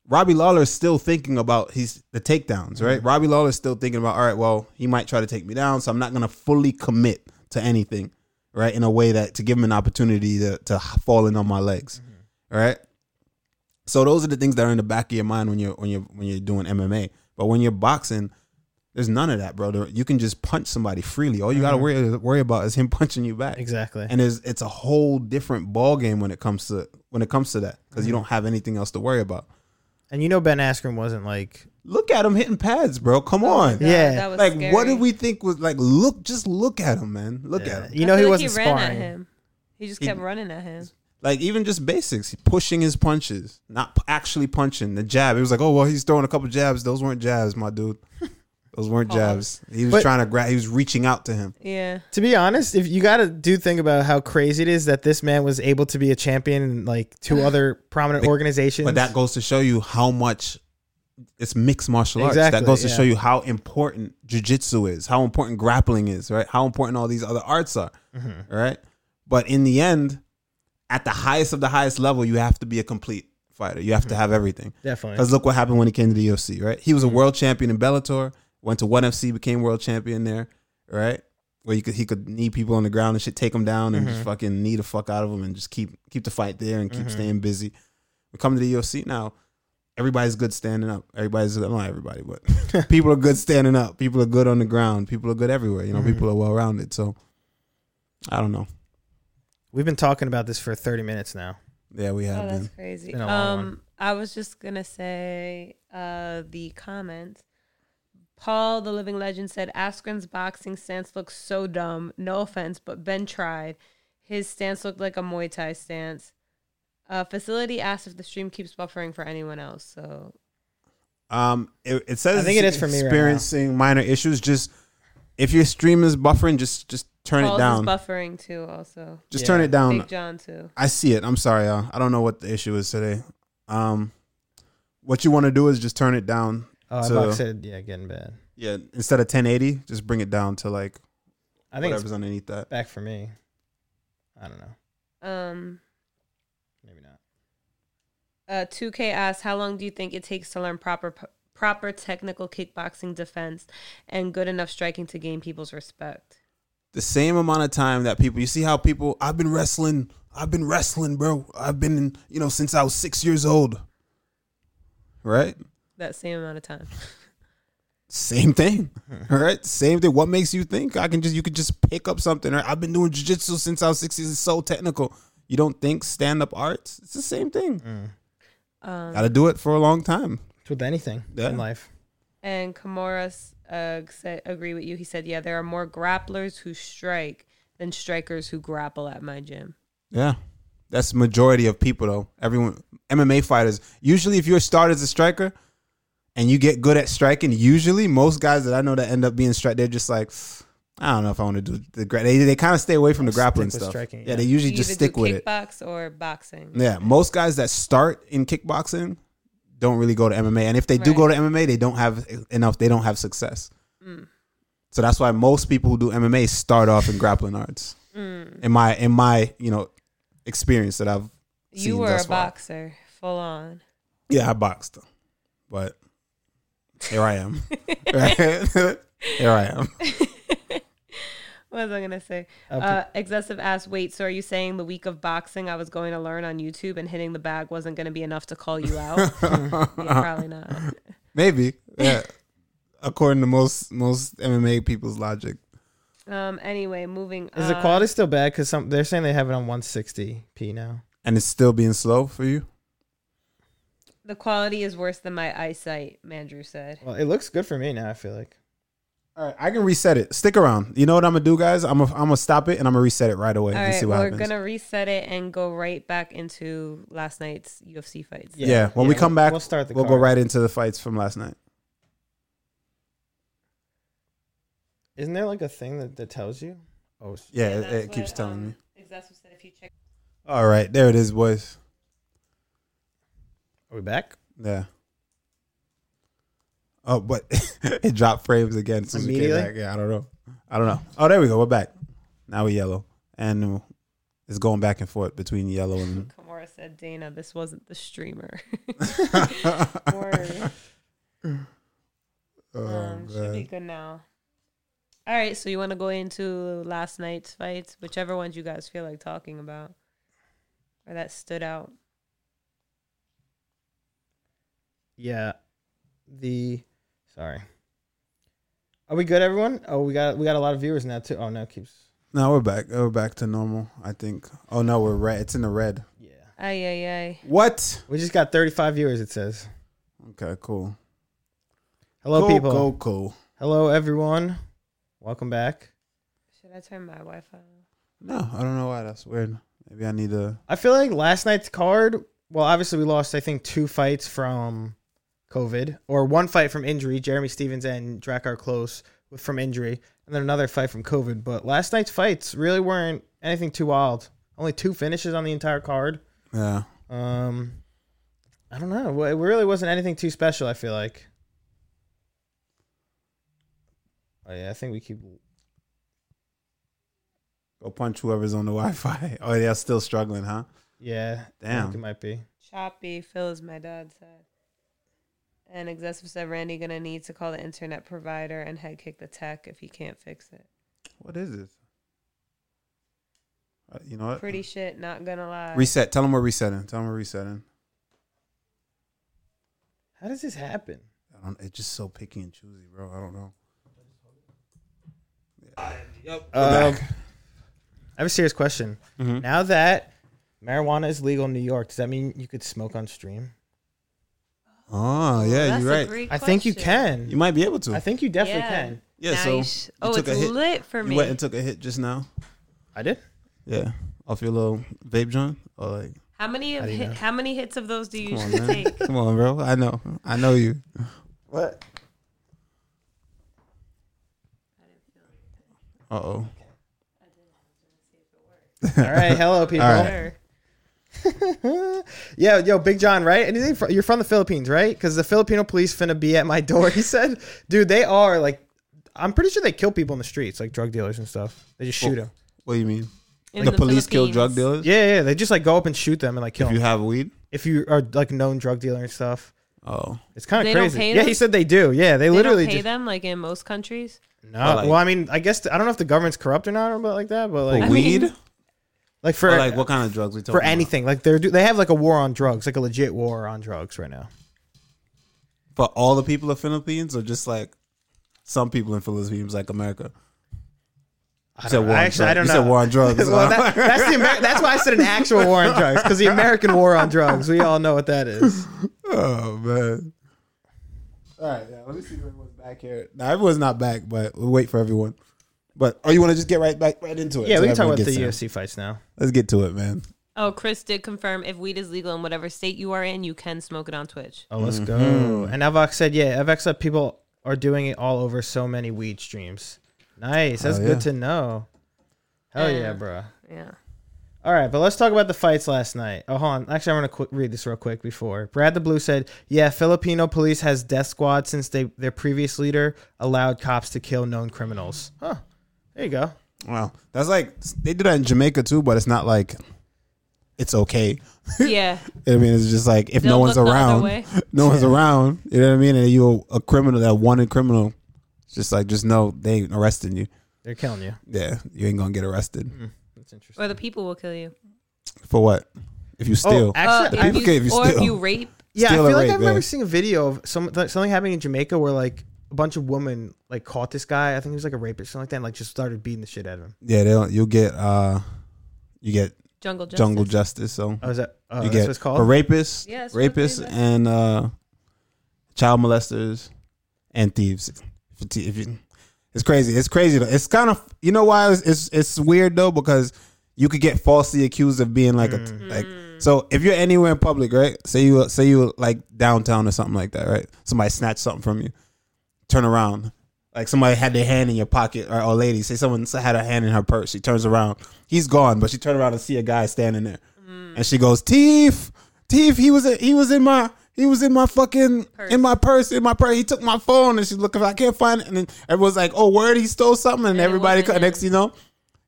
A: Robbie Lawler's still thinking about his the takedowns, right? Robbie Lawler's still thinking about, all right, well, he might try to take me down, so I'm not gonna fully commit to anything, right? In a way that to give him an opportunity to to fall in on my legs, right? So those are the things that are in the back of your mind when you're when you're when you're doing MMA. But when you're boxing, there's none of that, brother. You can just punch somebody freely. All you gotta worry worry about is him (laughs) punching you back
C: Exactly.
A: and it's it's a whole different ball game when it comes to when it comes to that because you don't have anything else to worry about.
C: And you know Ben Askren wasn't like
A: Look at him hitting pads, bro. Come on,
B: God,
C: Yeah.
B: Oh, that was
A: like what
B: scary.
A: did we think was like? Look, just look at him, man. Look
C: Yeah.
A: at him.
C: you know
B: I
C: he
B: feel like
C: wasn't
B: he ran
C: sparring.
B: at him. He just kept running at him.
A: Like even just basics, pushing his punches, not p- actually punching the jab. It was like, oh well, he's throwing a couple jabs. Those weren't jabs, my dude. Those weren't jabs. He was
C: But-
A: trying to grab. He was reaching out to him.
B: Yeah.
C: To be honest, if you gotta do think about how crazy it is that this man was able to be a champion in like two other prominent organizations.
A: But that goes to show you how much it's mixed martial arts. that
C: Exactly,
A: goes to
C: yeah.
A: show you how important jujitsu is, how important grappling is, right? How important all these other arts are,
C: Mm-hmm.
A: right? But in the end, at the highest of the highest level, you have to be a complete fighter. You
C: Mm-hmm.
A: have to have everything.
C: definitely.
A: Because look what happened when he came to the UFC, right? He was a world champion in Bellator, went to ONE FC, became world champion there, right? Where you could he could knee people on the ground and shit, take them down and just fucking knee the fuck out of them and just keep keep the fight there and keep staying busy. We come to the UFC now. Everybody's good standing up. Everybody's well, not everybody, but people are good standing up. People are good on the ground. People are good everywhere. You know, people are well rounded. So I don't know.
C: We've been talking about this for 30 minutes now.
A: Yeah, we have
B: Oh,
A: been.
B: that's crazy.
C: been a long
B: Um, I was just gonna say uh, the comments. Paul, the living legend, said Askren's boxing stance looks so dumb. No offense, but Ben tried. His stance looked like a Muay Thai stance. Uh, facility asked if the stream keeps buffering for anyone else. So
A: Um, it, it says
C: I think it is for me right now.
A: experiencing minor issues. Just if your stream is buffering, just just turn
B: Paul's
A: it
B: is
A: down.
B: buffering too. Also,
A: just
C: Yeah.
A: turn it down.
B: Big John too.
A: I see it. I'm sorry, y'all. I don't know what the issue is today. Um, what you want to do is just turn it down.
C: Oh, I
A: So-
C: box said, yeah, getting bad.
A: Yeah, instead of 1080, just bring it down to like
C: I think
A: whatever's underneath that.
C: it's back for me. I don't know.
B: Um,
C: Maybe not.
B: Uh, 2K asks, how long do you think it takes to learn proper proper technical kickboxing defense and good enough striking to gain people's respect?
A: the same amount of time that people you see how people I've been wrestling, I've been wrestling, bro. I've been in, you know since I was six years old. Right.
B: That same amount of time.
A: Same
C: (laughs)
A: thing. All right. Same thing. What makes you think I can just you could just pick up something? Right? I've been doing jujitsu since I was six years. It's so technical. You don't think stand up arts? It's the same thing.
C: Mm.
B: Um,
A: Gotta do it for a long time.
C: It's with anything
A: Yeah.
C: in life.
B: and Kimura uh, said, agree with you. He said, yeah, there are more grapplers who strike than strikers who grapple at my gym.
A: Yeah. That's majority of people though. Everyone MMA fighters. Usually if you're started as a striker and you get good at striking, usually most guys that I know that end up being strike, they're just like I don't know if I want to do the gra-" they they kind of stay away from the
C: Stick
A: grappling
C: with
A: stuff.
C: striking,
A: yeah.
C: yeah.
A: they usually
B: You
A: just
B: either
A: stick
B: do
A: with it. Mm,
B: kickbox or boxing.
A: Yeah, most guys that start in kickboxing don't really go to MMA, and if they do
B: Right.
A: go to MMA, they don't have enough. They don't have success. So that's why most people who do MMA start off in grappling arts. In my in my you know experience that I've
B: You
A: seen
B: were
A: thus
B: a
A: far.
B: boxer, full on.
A: yeah I boxed, but here I am. (laughs) here I am.
B: What was I gonna say?
C: I'll put-
B: Uh, excessive ass weight. So are you saying the week of boxing I was going to learn on YouTube and hitting the bag wasn't gonna be enough to call you out?
A: (laughs)
B: yeah, probably not.
A: Maybe yeah. According to most most MMA people's logic,
B: Um. Anyway, moving.
C: Is
B: on.
C: the quality still bad? Because some they're saying they have it on 160p now.
A: and it's still being slow for you.
B: The quality is worse than my eyesight. Mandrew said.
C: Well, it looks good for me now. I feel like.
A: All right, I can reset it. Stick around. You know what I'm gonna do, guys? I'm gonna I'm gonna stop it and I'm gonna reset it right away
B: All
A: and
B: right,
A: see what
B: we're
A: happens.
B: gonna reset it and go right back into last night's UFC fights.
A: yeah, when we
C: Yeah,
A: come
C: we'll-
A: back,
C: we'll start the
A: We'll go
C: card.
A: right into the fights from last night.
C: Isn't there like a thing that, that tells you? Oh, s-
A: Yeah, it, it keeps telling me.
B: Excessive um, said if you check.
A: All right, there it is, boys.
C: are we back?
A: Yeah. Oh, but (laughs) it dropped frames again. Since we came
C: Immediately?
A: back. Yeah, I don't know. I don't know. Oh, there we go. We're back. Now we yellow, and it's going back and forth between yellow and.
B: Kamora said, Dana, this wasn't the
A: (laughs)
B: streamer. (laughs)
A: oh,
B: Word. (laughs) Um, should be
A: man.
B: good now. All right, so you want to go into last night's fights, whichever ones you guys feel like talking about, or that stood out.
C: Yeah. The sorry. Are we good, everyone? Oh, we got we got a lot of viewers now too. Oh no, it keeps
A: No, we're back. We're back to normal. I think. Oh no, we're red. It's in the red.
C: yeah.
B: Ay ay ay.
A: What?
C: We just got 35 viewers. It says
A: Okay, cool.
C: hello,
A: cool,
C: people.
A: Cool, cool.
C: Hello, everyone. Welcome back.
B: Should I turn my Wi-Fi? on?
A: No, I don't know why. That's weird. Maybe I need to.
C: I feel like last night's card. Well, obviously we lost. I think two fights from COVID, or one fight from injury. Jeremy Stevens and Drakkar Close with- from injury, and then another fight from COVID. But last night's fights really weren't anything too wild. Only two finishes on the entire card.
A: Yeah.
C: Um, I don't know. Well, It really wasn't anything too special. I feel like. Oh yeah, I think we keep.
A: Go punch whoever's on the (laughs) Wi Fi. Oh, they're still struggling, huh?
C: Yeah, I
A: Damn.
C: think it might be.
B: Choppy, Phil is my dad said. And excessive said Randy gonna need to call the internet provider and head kick the tech if he can't fix it.
A: What is this? Uh, you know what?
B: Pretty shit, not gonna lie.
A: Reset. Tell them we're resetting. Tell them we're resetting.
C: How does this happen?
A: I don't, it's just so picky and choosy, bro. I don't know.
C: Um,
A: back.
C: I have a serious question.
A: Mhm.
C: Now that marijuana is legal in New York, does that mean you could smoke on stream?
A: Oh, yeah,
B: That's
A: you're
B: a
A: right.
B: great
C: I think you
B: question.
C: can.
A: You might be able to.
C: I think you definitely
B: Yeah.
C: can.
A: yeah,
B: Now
A: so
B: you sh- oh, it's lit for
A: you
B: me.
A: went and took a hit just now.
C: I did.
A: Yeah, off your little vape joint. Or like,
B: How many of
C: do you
B: hit,
C: know?
B: how many hits of those do you
A: come on,
B: usually (laughs)
A: man.
B: take?
A: come on, bro. I know. I know you.
C: What?
A: Uh oh.
C: All
A: (laughs)
C: right. Hello, people.
A: All right.
B: Sure.
C: Yeah, yo, Big John, right? And he's fr- you're from the Philippines, right? Because the Filipino police finna be at my (laughs) door. He said, dude, they are like, I'm pretty sure they kill people in the streets, like drug dealers and stuff. They just shoot them.
A: What do you mean?
B: In
A: the, police kill
B: Philippines.
A: drug dealers.
C: Yeah, yeah. They just like go up and shoot them and like kill
A: If you
C: them.
A: have weed.
C: If you are like a known drug dealer and stuff,
A: Oh.
C: it's kind
B: They
C: of
B: don't
C: crazy.
B: pay
C: Yeah,
B: them?
C: he said they do. Yeah, they,
B: They
C: literally
B: don't pay
C: just
B: them like in most countries.
C: no.
A: Or, like-
C: well, I mean, I guess I don't know if the government's corrupt or not or about like that, but like
A: For
B: I
A: weed?
B: mean-
C: like for
A: Or, like what kind of drugs we talking
C: for
A: about?
C: anything, like they're do- they have like a war on drugs, like a legit war on drugs
A: (laughs)
C: right now.
A: For all the people of Philippines, or just like some people in Philippines, like America.
C: I
A: said
C: don't know.
A: war on
C: I actually, I don't
A: drugs.
C: know.
A: You said war on drugs.
C: (laughs) well, that, that's the Amer- that's why I said an actual war on drugs because the American war on drugs. We all know what that is.
A: (laughs) Oh man. All right, yeah, let me see if everyone's back here. Now everyone's not back, but we'll wait for everyone. But oh, you want to just get right back right into it?
C: (laughs) Yeah,
A: so
C: we can talk
A: everyone
C: about the
A: gets in.
C: UFC fights now.
A: Let's get to it, man.
B: Oh, Chris did confirm if weed is legal in whatever state you are in, you can smoke it on Twitch.
C: Oh, let's
A: Mm-hmm.
C: go. And Avax said, yeah, Avax said people are doing it all over so many weed streams. Nice. That's
A: Hell yeah.
C: good to know. Hell yeah,
B: Yeah.
C: bro.
B: Yeah.
C: All right, but let's talk about the fights last night. Oh, hold on. Actually, I'm going to qu- read this real quick before. Brad the Blue said, Yeah, Filipino police has death squad since they their previous leader allowed cops to kill known criminals. Huh. There you go.
A: Wow, that's like they do that in Jamaica too, but it's not like it's okay.
B: Yeah.
A: I mean, it's just like if (laughs) no
B: They'll
A: one's
B: look the other
A: around,
B: way.
A: no one's around. You know what I mean? And you a criminal, that wanted criminal. It's just like just know they ain't arresting you.
C: They're killing you.
A: Yeah, you ain't gonna get arrested
C: That's interesting. Oh,
B: Or the people will kill you.
A: for what? If you steal,
B: Uh,
C: actually,
A: The
C: I,
B: if
A: people
B: you,
A: gave you
B: or if
A: still.
B: you rape.
C: yeah, I
A: steal
C: feel
A: or
C: like
A: rape,
C: I remember
A: yeah.
C: seeing a video of some th- something happening in Jamaica where like a bunch of women like caught this guy. I think he was like a rapist, something like that, and like just started beating the shit out of him.
A: yeah, they don't. You'll get uh, you get
B: Jungle justice.
A: jungle justice. So
C: Oh, is that? Oh,
A: you
C: that's
A: get
C: what it's
A: for
C: called.
A: rapists,
B: Yeah, that's what they
A: rapists,
B: said.
A: and uh, child molesters, and thieves. If you- if you- it's crazy. It's crazy. though. It's kind of you know why it's it's, it's weird though because you could get falsely accused of being like a like. So if you're anywhere in public, right? Say you say you like downtown or something like that, right? Somebody snatched something from you. Turn around. Like somebody had their hand in your pocket, or, or lady, say someone had her hand in her purse. She turns around, he's gone, but she turned around and see a guy standing there,
B: Mm.
A: and she goes, "Thief, thief! He was in, he was in my he was in my fucking in my purse in my purse. He took my phone." And she's looking, "I can't find it." And then everyone's like, "Oh, word! He stole something!" And,
B: it
A: everybody
B: wasn't
A: everybody, next thing you know,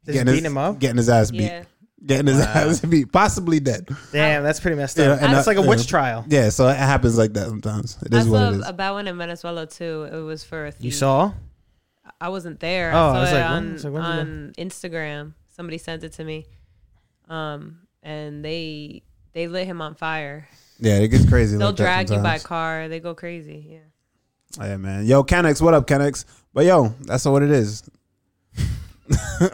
C: Just
A: his,
C: beating him up?
A: getting his ass beat,
B: Yeah.
A: getting his ass (laughs) beat, possibly dead.
C: Damn, that's pretty messed
A: Yeah,
C: up.
A: and
C: that's
A: I-
C: like a
A: yeah.
C: witch trial.
A: Yeah, so it happens like that sometimes. It
B: I
A: is what
B: saw
A: it is.
B: about one in Venezuela too. It was for a thief.
C: You saw?
B: I wasn't there.
C: Oh,
B: I
C: I
B: saw
C: was
B: it
C: like, when- I
B: on,
C: was like, when did
B: on Instagram. Somebody sent it to me. Um, and they they lit him on fire.
A: Yeah, it gets crazy.
B: They'll
A: like
B: drag
A: that
B: you by
A: sometimes.
B: car. They go crazy.
A: (laughs)
B: Yeah.
A: Oh, yeah, man. Yo, Kennex, what up, Kennex? But yo, that's what it is. (laughs) that's what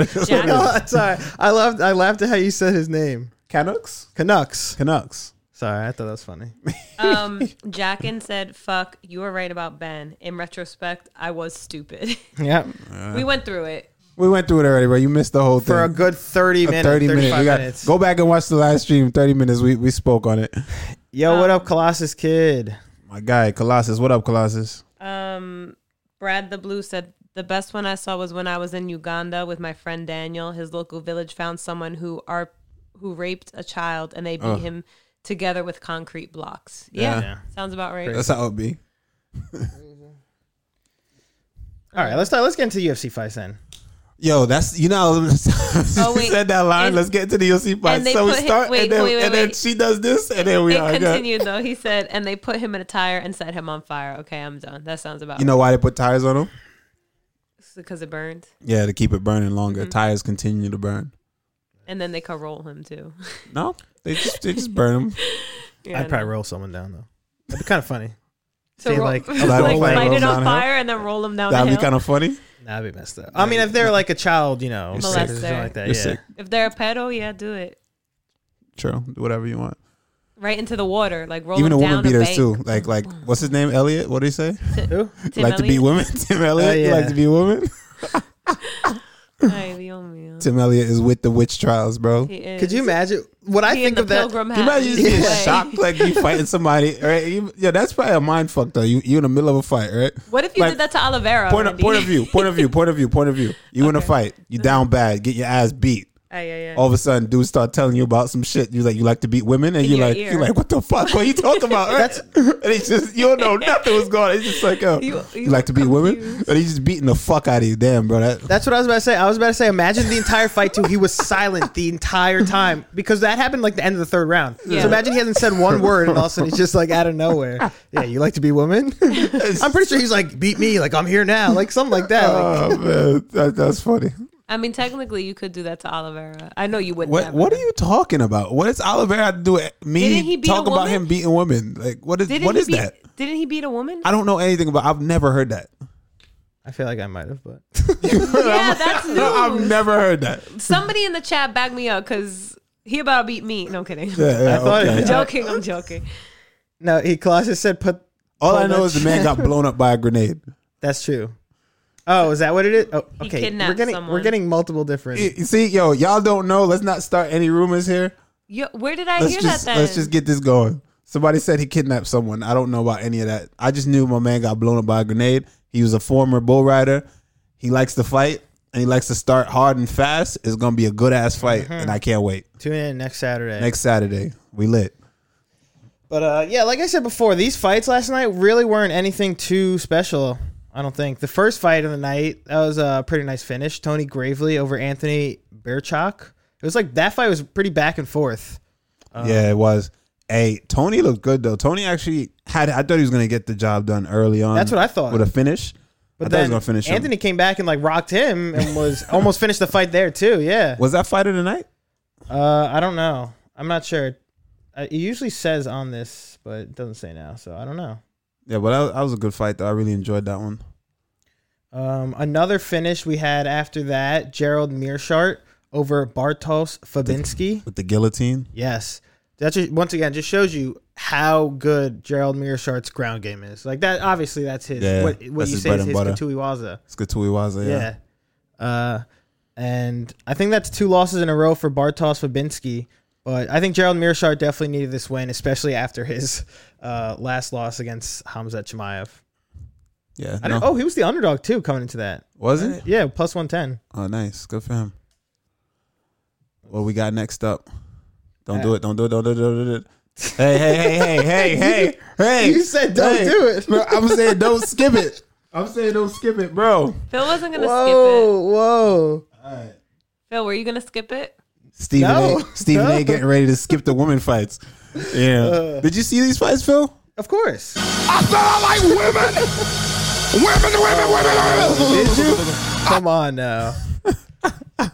A: it is.
B: Um,
C: (laughs)
B: Jack-
C: No, Oh, sorry. I loved. I laughed at how you said his name.
A: Canucks?
C: Canucks.
A: Canucks.
C: Sorry, I thought that was funny.
B: Um, Jackin said, "Fuck, you were right about Ben. In retrospect, I was stupid.
C: (laughs)
B: (laughs)
C: yeah.
A: Uh.
B: we went through it.
A: We went through it already, bro. You missed the whole thing.
C: for a good 30 minutes, 30
A: 30 minutes. We got,
C: minutes.
A: Go back and watch the live stream. 30 minutes. We, we spoke on it.
C: Yo, what up, Colossus Kid?
A: My guy, Colossus. What up, Colossus?
B: Um, Brad the Blue said the best one I saw was when I was in Uganda with my friend Daniel. His local village found someone who are who raped a child, and they beat him together with concrete blocks. Yeah,
A: Yeah.
B: sounds about right.
A: That's how it be.
C: All right, let's start, let's get into UFC fights then.
A: Yo, that's you know. (laughs) Oh,
B: Oh, wait.
A: said that line.
B: And-
A: let's get to the UFC fight.
B: and they
A: So we
B: put him-
A: start,
B: wait,
A: and then,
B: wait, wait,
A: and then
B: wait.
A: she does this, and then we
B: It
A: are. good.
B: continued though. He said, and they put him in a tire and set him on fire. Okay, I'm done. That sounds about
A: You know why they put tires on them?
B: because it burned,
A: Yeah, to keep it burning longer.
B: Mm-hmm.
A: Tires continue to burn.
B: and then they could roll him too.
A: No, they just they just
B: (laughs)
A: burn them.
B: Yeah,
C: I'd probably roll someone down though. That'd be kind of funny.
B: (laughs) So
C: saying,
B: roll, (laughs)
C: like,
B: like,
C: a
A: lot of
B: like
A: fire
B: light
A: rolls
B: it on
A: downhill.
B: fire and then roll him down the
A: That'd
B: hill.
A: be kind of funny.
C: That'd be messed up. I mean, if they're like a child, you know,
A: You're
C: or
A: sick.
C: something like that.
A: You're
C: yeah.
A: sick.
B: if they're a pedo, yeah, do it
A: True. Do whatever you want.
B: right into the water, like roll
A: Even the
B: him
A: woman
B: down a
A: beaters
B: bank.
A: too. Like like what's his name? Elliot. What do you say?
C: Who?
B: Tim
A: like to beat
B: Elliott?
A: women. (laughs) Tim Elliot.
C: Oh,
A: You like
C: yeah.
A: to beat women. (laughs)
B: Ay, Dios mío.
A: Tim Elliot is with the witch trials, bro.
B: He is.
C: Could you imagine? What I
B: He in
C: think
B: the
C: of that.
B: pilgrim
A: Can you
B: hat.
A: imagine just being
B: Way.
A: shocked like you fighting somebody? Right? You, yeah, that's probably a mind fuck though. You you in the middle of a fight, right?
B: What if you
A: Like,
B: did that to Oliveira?
A: Point of,
B: Randy?
A: point of view, point of view, point of view, point of view. You in a fight, you down bad, get your ass beat.
B: (laughs) Ay, ay, ay.
A: All of a sudden, dudes start telling you about some shit. You like, you like to beat women, and
B: In
A: you
B: your
A: like,
B: ear.
A: you like, what the fuck? What are you
B: (laughs)
A: talking about? That's and it's just you don't know nothing was going. on. It's just like, oh, you,
B: You- you
A: like to beat women,
B: confused.
A: but he's just beating the fuck out of you, damn, bro. That
C: That's what I was about to say. I was about to say, imagine the entire fight too. He was silent the entire time because that happened like the end of the third round.
B: Yeah.
C: So imagine he hasn't said one word, and all of a sudden he's just like out of nowhere. Yeah, you like to be woman? (laughs) I'm pretty sure he's like beat me, like I'm here now, like something like that.
A: (laughs)
C: Like,
A: oh man, that, that's funny.
B: I mean, technically, you could do that to Oliveira. I know you would.
A: What
B: never.
A: What are you talking about? What does Oliveira have to do with
B: Didn't
A: me
B: he beat
A: talk
B: a
A: about
B: woman?
A: him beating women? Like, what is
B: Didn't
A: what
B: he
A: is
B: beat,
A: that?
B: Didn't he beat a woman?
A: I don't know anything about. I've never heard that.
C: I feel like I might have, but (laughs)
B: yeah,
A: (laughs)
B: that's new.
A: I've never heard that.
B: Somebody in the chat back me up because he about to beat me. No I'm kidding.
A: Yeah, yeah,
C: I thought
A: okay.
B: I'm (laughs) joking. I'm joking.
C: no, he Colossus said put.
A: All I
C: pull
A: know is the man got blown up by a grenade.
C: (laughs) That's true. Oh, is that what it is? Oh,
B: He
C: okay. we're
B: kidnapped
C: getting we're
B: someone.
C: getting multiple different.
A: Y- you See, yo, y'all don't know. Let's not start any rumors here.
B: Yo, where did I
A: Let's
B: hear
A: just
B: that then?
A: let's just get this going. Somebody said he kidnapped someone. I don't know about any of that. I just knew my man got blown up by a grenade. He was a former bull rider. He likes to fight and he likes to start hard and fast. It's gonna be a good ass fight,
C: Uh-huh.
A: and I can't wait.
C: Tune in next Saturday.
A: Next Saturday, we lit.
C: But uh, yeah, like I said before, these fights last night really weren't anything too special. I don't think the first fight of the night that was a pretty nice finish. Tony Gravely over Anthony Berchak. It was like that fight was pretty back and forth. Uh-huh.
A: yeah, it was. Hey, Tony looked good though. Tony actually had. I thought he was gonna get the job done early on.
C: That's what I thought.
A: with a finish.
C: But
A: I thought he was
C: then
A: gonna finish him.
C: Anthony came back and like rocked him
A: (laughs)
C: and was almost finished the fight there too. Yeah.
A: Was that fight of the night?
C: Uh, I don't know. I'm not sure. Uh, It usually says on this, but it doesn't say now, so I don't know.
A: Yeah, but that, that was a good fight though. I really enjoyed that one.
C: Um, another finish we had after that: Gerald Mearshart over Bartosz Fabinski.
A: With the guillotine.
C: Yes. That just, once again just shows you how good Gerald Mearshart's ground game is. Like that, obviously, that's his.
A: Yeah,
C: what what
A: that's
C: you
A: his
C: say
A: bread
C: is
A: and
C: his
A: butter.
C: Katuiwaza.
A: Skatui Waza, yeah.
C: Yeah. Uh, and I think that's two losses in a row for Bartosz Fabinski. But I think Gerald Mearshart definitely needed this win, especially after his uh, last loss against Hamzat Chimaev.
A: Yeah.
C: I
A: no.
C: don't, Oh, he was the underdog too coming into that.
A: Was it?
C: Yeah, plus one ten.
A: Oh, nice. Good for him. What we got next up? Don't
C: Uh,
A: do it. Don't do it. Don't do it. Don't do it. Hey, hey, hey,
C: (laughs)
A: hey, hey, hey, hey.
C: You said don't
A: hey.
C: do it.
A: Bro, I'm saying don't skip it. I'm saying don't skip it, bro.
B: Phil wasn't gonna skip it.
C: Whoa, whoa!
B: Phil, were you gonna skip it?
A: Stephen
C: No.
A: A. Stephen A.
C: No. Uh.
A: getting ready to skip the women fights. Yeah. Did you see these fights, Phil?
C: Of course.
D: I said I like women. women, women, women, women.
C: Did you? Come on now.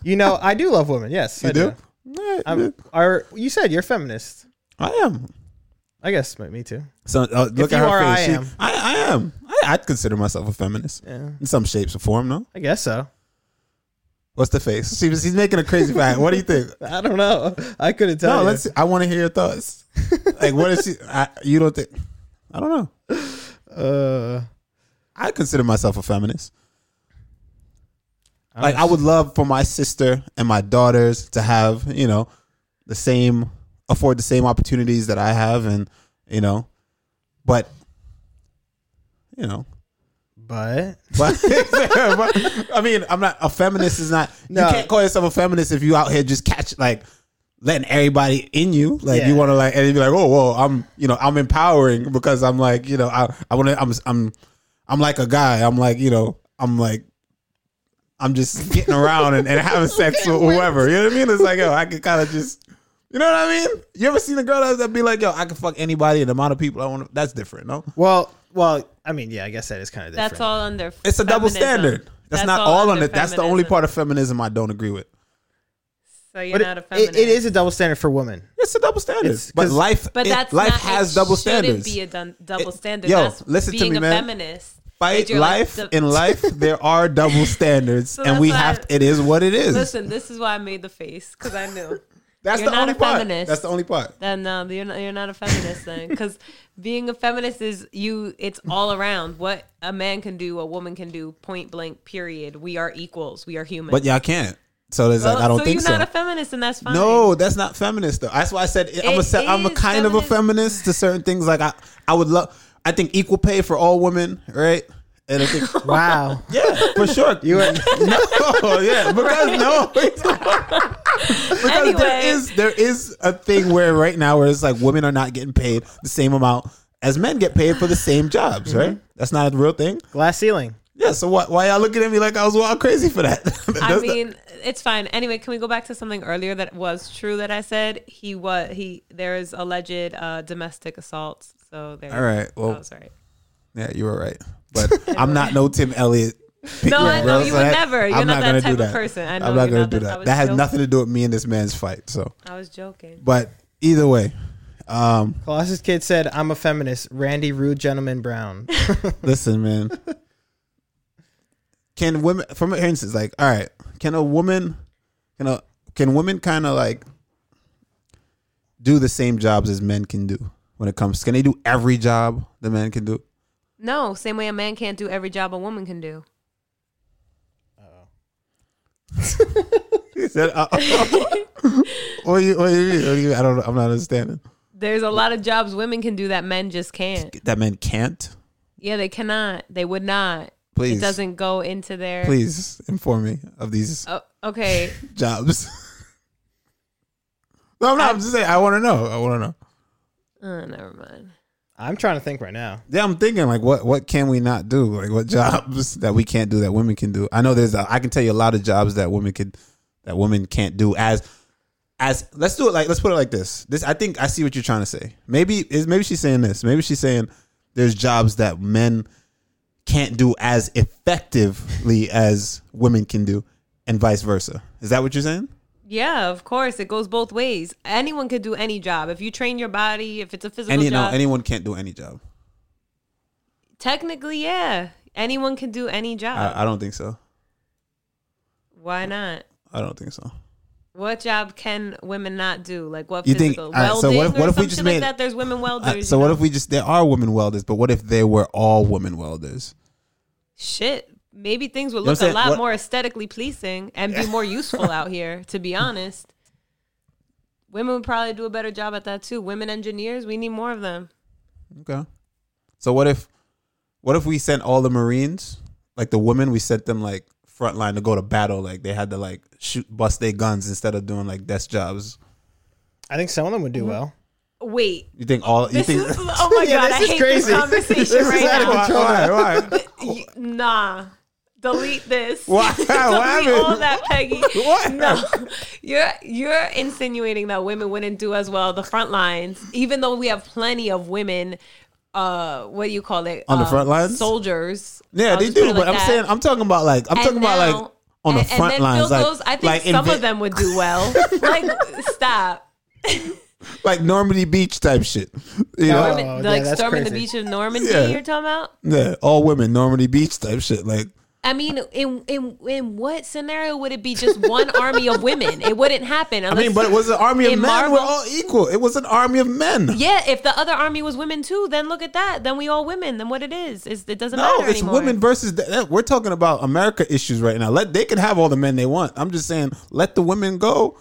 C: You know, I do love women. Yes, (laughs) I do.
A: Alright,
C: I'm, are you said you're feminist?
A: I am.
C: I guess m- me too.
A: So uh, look at
C: you
A: her
C: are,
A: face.
C: I
A: She-
C: am.
A: I, I am. I, I'd consider myself a feminist in some shapes or form. No,
C: I guess so.
A: what's the face? She, was- she's making a crazy face. What do you think?
C: I don't know. I couldn't (laughs) tell.
A: No,
C: you.
A: let's. I want to hear your thoughts. Like, what is she?
C: (laughs)
A: I, you don't think? I don't know.
C: Uh,
A: I consider myself a feminist.
C: I
A: Like I would love for my sister and my daughters to have, you know, the same afford the same opportunities that I have and, you know, but you know,
C: But
A: but, (laughs) but, I mean, I'm not a feminist is not
C: No.
A: you can't call yourself a feminist if you out here just catch like letting everybody in you. Like
C: Yeah.
A: you wanna like and you be like, oh whoa, I'm you know, I'm empowering because I'm like, you know, I, I wanna I'm I'm I'm like a guy. I'm like, you know, I'm like I'm just getting around and, and having sex with whoever. You know what I mean? It's like, yo, I can kind of just you know what I mean? You ever seen a girl that that be like, yo, I can fuck anybody and the amount of people I want that's different, no?
C: well, well, I mean, yeah, I guess that is kind of different.
B: That's all under.
A: It's a double
B: feminism.
A: standard. That's, not all, on it. That's the only
B: feminism.
A: part of feminism I don't agree with.
B: So you're
C: But
B: not a
C: it,
B: feminist.
C: it is a double standard for women.
A: It's a double standard.
C: It's-
A: but
C: 'cause-
A: life,
B: But
A: it-
B: that's
A: life
B: not,
A: has
B: it
A: double
B: shouldn't
A: standards.
B: be a dun- double
A: It-
B: standard.
A: yo,
B: That's
A: listen to
B: being
A: me,
B: a
A: man.
B: feminist.
A: Fight
B: That you're like
A: life
B: the-
A: in life. There are double standards,
B: So
A: and
B: that's
A: we
B: why I-
A: have. it is what it
B: (laughs)
A: is. (laughs)
B: Listen, this is why I made the face because I knew.
A: that's
B: you're
A: the
B: not
A: only
B: a
A: part.
B: feminist.
A: That's the only part.
B: Then no, you're not, you're not a feminist then, because being a feminist is you. It's all around what a man can do, a woman can do. Point blank. Period. We are equals. We are human.
A: But y'all can't. So there's like, I don't
B: so
A: think
B: you're
A: so.
B: not a feminist, and that's fine.
A: No, that's not feminist though. That's why I said it- I'm a
B: It
A: se- I'm a
B: is
A: kind of a
B: feminist.
A: feminist to certain things. Like I, I would love. I think equal pay for all women, right? And
B: (laughs)
A: I think
C: (laughs) Wow.
A: Yeah, for sure. You
C: were-
A: no, (laughs) yeah, because no, because
B: Anyway.
A: there is there is a thing where right now where it's like women are not getting paid the same amount as men get paid for the same jobs,
B: Mm-hmm.
A: right? That's not a real thing.
C: Glass ceiling.
A: Yeah, so why why y'all looking at me like I was wild crazy for that? (laughs)
B: I
A: That's the-
B: mean, it's fine. Anyway, can we go back to something earlier that was true that I said? He was he. There is alleged uh, domestic assaults. So there.
A: all right, well,
B: Oh, sorry.
A: yeah, you were right, but I'm not no Tim Elliott.
B: (laughs) No, I know
A: bro,
B: you
A: so
B: would
A: that-
B: never. You're
A: I'm
B: not,
A: not
B: that
A: gonna
B: type
A: do
B: of
A: that.
B: person. I know
A: I'm not
B: you're
A: gonna do
B: that. I
A: that.
B: was
A: That has
B: joking.
A: nothing to do with me and this man's fight. So,
B: I was joking.
A: but either way, um,
C: Colossus Kid said, I'm a feminist. Randy Rude
B: (laughs)
C: Gentleman Brown.
A: Listen, (laughs) man. Can women, from for instance, like, all right, can a woman, can a, can women kind of like do the same jobs as men can do when it comes? Can they do every job the men can do?
B: No, same way a man can't do every job a woman can do.
A: He said, uh, (laughs) what do you, what do you mean? What do you, I don't, I'm not understanding.
B: There's a lot of jobs women can do that men just can't.
A: That men can't.
B: Yeah, they cannot. They would not.
A: Please,
B: It doesn't go into their.
A: please inform me of these
B: Oh,
A: (laughs)
B: okay.
A: jobs. no, I'm not. I'm just saying. I want to know. I want to know.
B: Oh, never mind.
C: I'm trying to think right now.
A: Yeah, I'm thinking like what what can we not do? Like what (laughs) jobs that we can't do that women can do? I know there's a, I can tell you a lot of jobs that women could that women can't do as as let's do it like let's put it like this. This I think I see what you're trying to say. Maybe is maybe she's saying this. Maybe she's saying there's jobs that men can't do as effectively as women can do and vice versa. Is that what you're saying?
B: Yeah, of course. It goes both ways. Anyone could do any job. If you train your body, if it's a physical
A: Any no,
B: job.
A: anyone can't do any job.
B: technically, yeah. Anyone can do any job.
A: I, I don't think so.
B: Why not?
A: I don't think so.
B: What job can women not do? Like what
A: You think-
B: physical
A: all right, so
B: welding
A: what if- what
B: or
A: if we
B: some
A: just
B: shit
A: made-
B: like that? There's women welders.
A: Uh, so
B: you
A: what
B: know?
A: if we just there are women welders, but what if they were all women welders?
B: shit? Maybe things would
A: know
B: look
A: what I'm
B: a
A: saying?
B: lot
A: What-
B: more aesthetically pleasing and be more useful out here. To be honest, women would probably do a better job at that too. Women engineers, we need more of them.
A: Okay. So what if what if we sent all the Marines, like the women, we sent them like frontline to go to battle, like they had to like shoot bust their guns instead of doing like desk jobs.
C: I think some of them would do well.
B: Mm-hmm. Wait,
A: You think all you
B: this
A: think (laughs)
B: is (laughs) oh my
C: Yeah,
B: god,
C: this
B: I
C: is
B: hate
C: crazy.
B: this conversation
C: This is
B: right
C: out of
B: now.
A: why, why,
B: (laughs)
A: why?
B: Y- nah, delete this. (laughs)
A: Why?
B: delete
A: What happened?
B: all that, Peggy.
A: (laughs) What?
B: No, you're you're insinuating that women wouldn't do as well the front lines, even though we have plenty of women. Uh, what do you call it?
A: On the
B: Uh,
A: front lines?
B: soldiers.
A: Yeah,
B: I'll
A: they
B: just put
A: do,
B: it
A: but
B: like
A: I'm
B: that.
A: saying I'm talking about like I'm
B: And
A: talking about
B: now-
A: like on the
B: and- and
A: front
B: then
A: lines,
B: build
A: like
B: those- I think
A: like
B: some
A: inva-
B: of them would do
A: (laughs)
B: well. (laughs) like, stop.
A: like Normandy Beach type shit. You know,
B: Norman,
C: Oh, yeah,
B: like
C: that's
B: storming the
C: crazy.
B: beach of Normandy.
A: Yeah.
B: You're talking about.
A: yeah, all women Normandy Beach type shit. Like
B: I mean, in in in what scenario would it be just one army of women? It wouldn't happen.
A: (laughs) I
B: Unless,
A: mean, but it was an army of
B: In
A: men. We're
B: Marvel-
A: all equal. It was an army of men.
B: yeah, if the other army was women too, then look at that. Then we all women. Then what it is is it doesn't
A: No,
B: matter
A: it's
B: anymore.
A: women versus. th- that- We're talking about America issues right now. Let they can have all the men they want. I'm just saying, let the women go,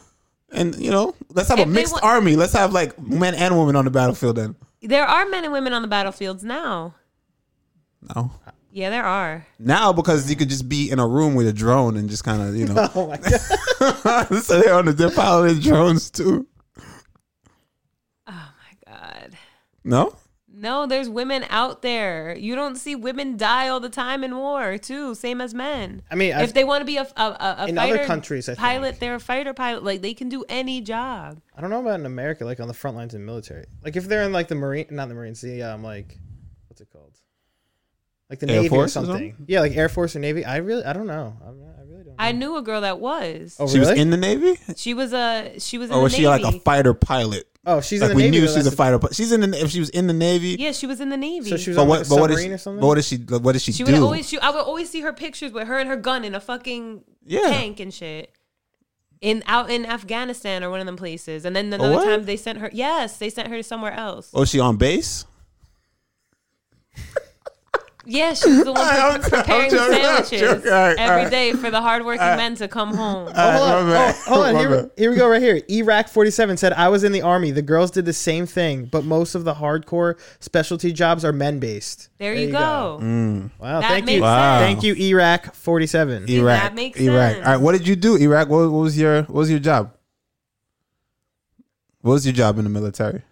A: and you know, let's have
B: If
A: a
B: they
A: mixed
B: want-
A: army. Let's have like men and women on the battlefield. Then
B: There are men and women on the battlefields now.
A: no,
B: Yeah, there are.
A: now because you could just be in a room with a drone and just kind of you know. (laughs)
C: (laughs) Oh my god.
A: so they're on the they're piloting drones too.
B: Oh my god.
A: No,
B: No, there's women out there. You don't see women die all the time in war, too. Same as men.
C: I mean, I've-
B: if they want to be a a, a, a
C: In other
B: fighter
C: countries, I think.
B: pilot, they're a fighter pilot. Like they can do any job.
C: I don't know about in America, like on the front lines in military. Like if they're in like the Marine, not the Marines, the um, like what's it called? Like the
A: Air
C: Navy
A: Force or
C: or something.
A: something?
C: yeah, like Air Force or Navy. I really, I don't know. I'm not, I really don't. Know.
B: I knew a girl that was.
C: oh,
A: she was
C: really?
A: in the navy,
B: She was a she was in
A: or
B: the
A: was
B: Navy.
A: she like a fighter pilot?
C: Oh, she's
A: like
C: in the
A: we
C: Navy.
A: knew
C: though,
A: she was a
C: that's the-
A: fighter. But she's in the if she was in the navy.
B: yeah, she was in the Navy.
C: So she was
A: But
C: on
A: what?
C: like a
A: but what
C: submarine
A: is?
C: or something.
A: But what does she? What does she,
B: She
A: do?
B: would always shoot. I would always see her pictures with her and her gun and a fucking
A: Yeah.
B: tank and shit. In out in Afghanistan or one of them places, and then another
A: what?
B: time they sent her. Yes, they sent her to somewhere else.
A: oh, she on base?
B: Yeah, she was the one
A: Alright,
B: pre-
A: (laughs) I'm-
B: preparing
A: I'm joking, I'm
B: sandwiches every
A: joking.
B: day
A: Alright, alright.
B: for the hardworking
A: Uh,
B: men to come home.
C: Oh,
A: (laughs)
C: hold on,
A: my
C: oh,
A: bad.
C: hold on.
A: My
C: Here,
A: bad.
C: we- here we go,
A: (laughs)
C: right here. Iraq 47 said, I was in the army. The girls did the same thing, but most of the hardcore specialty jobs are men based.
B: there, you go.
C: Wow,
B: That
C: thank
B: makes
C: you.
A: Mm. Wow.
B: sense.
C: Thank you, Iraq 47.
B: See,
A: Iraq.
B: that makes
A: Iraq.
B: sense.
A: All right. What did you do, Iraq? What, what was your What was your job? What was your job in
B: (laughs)
A: the military?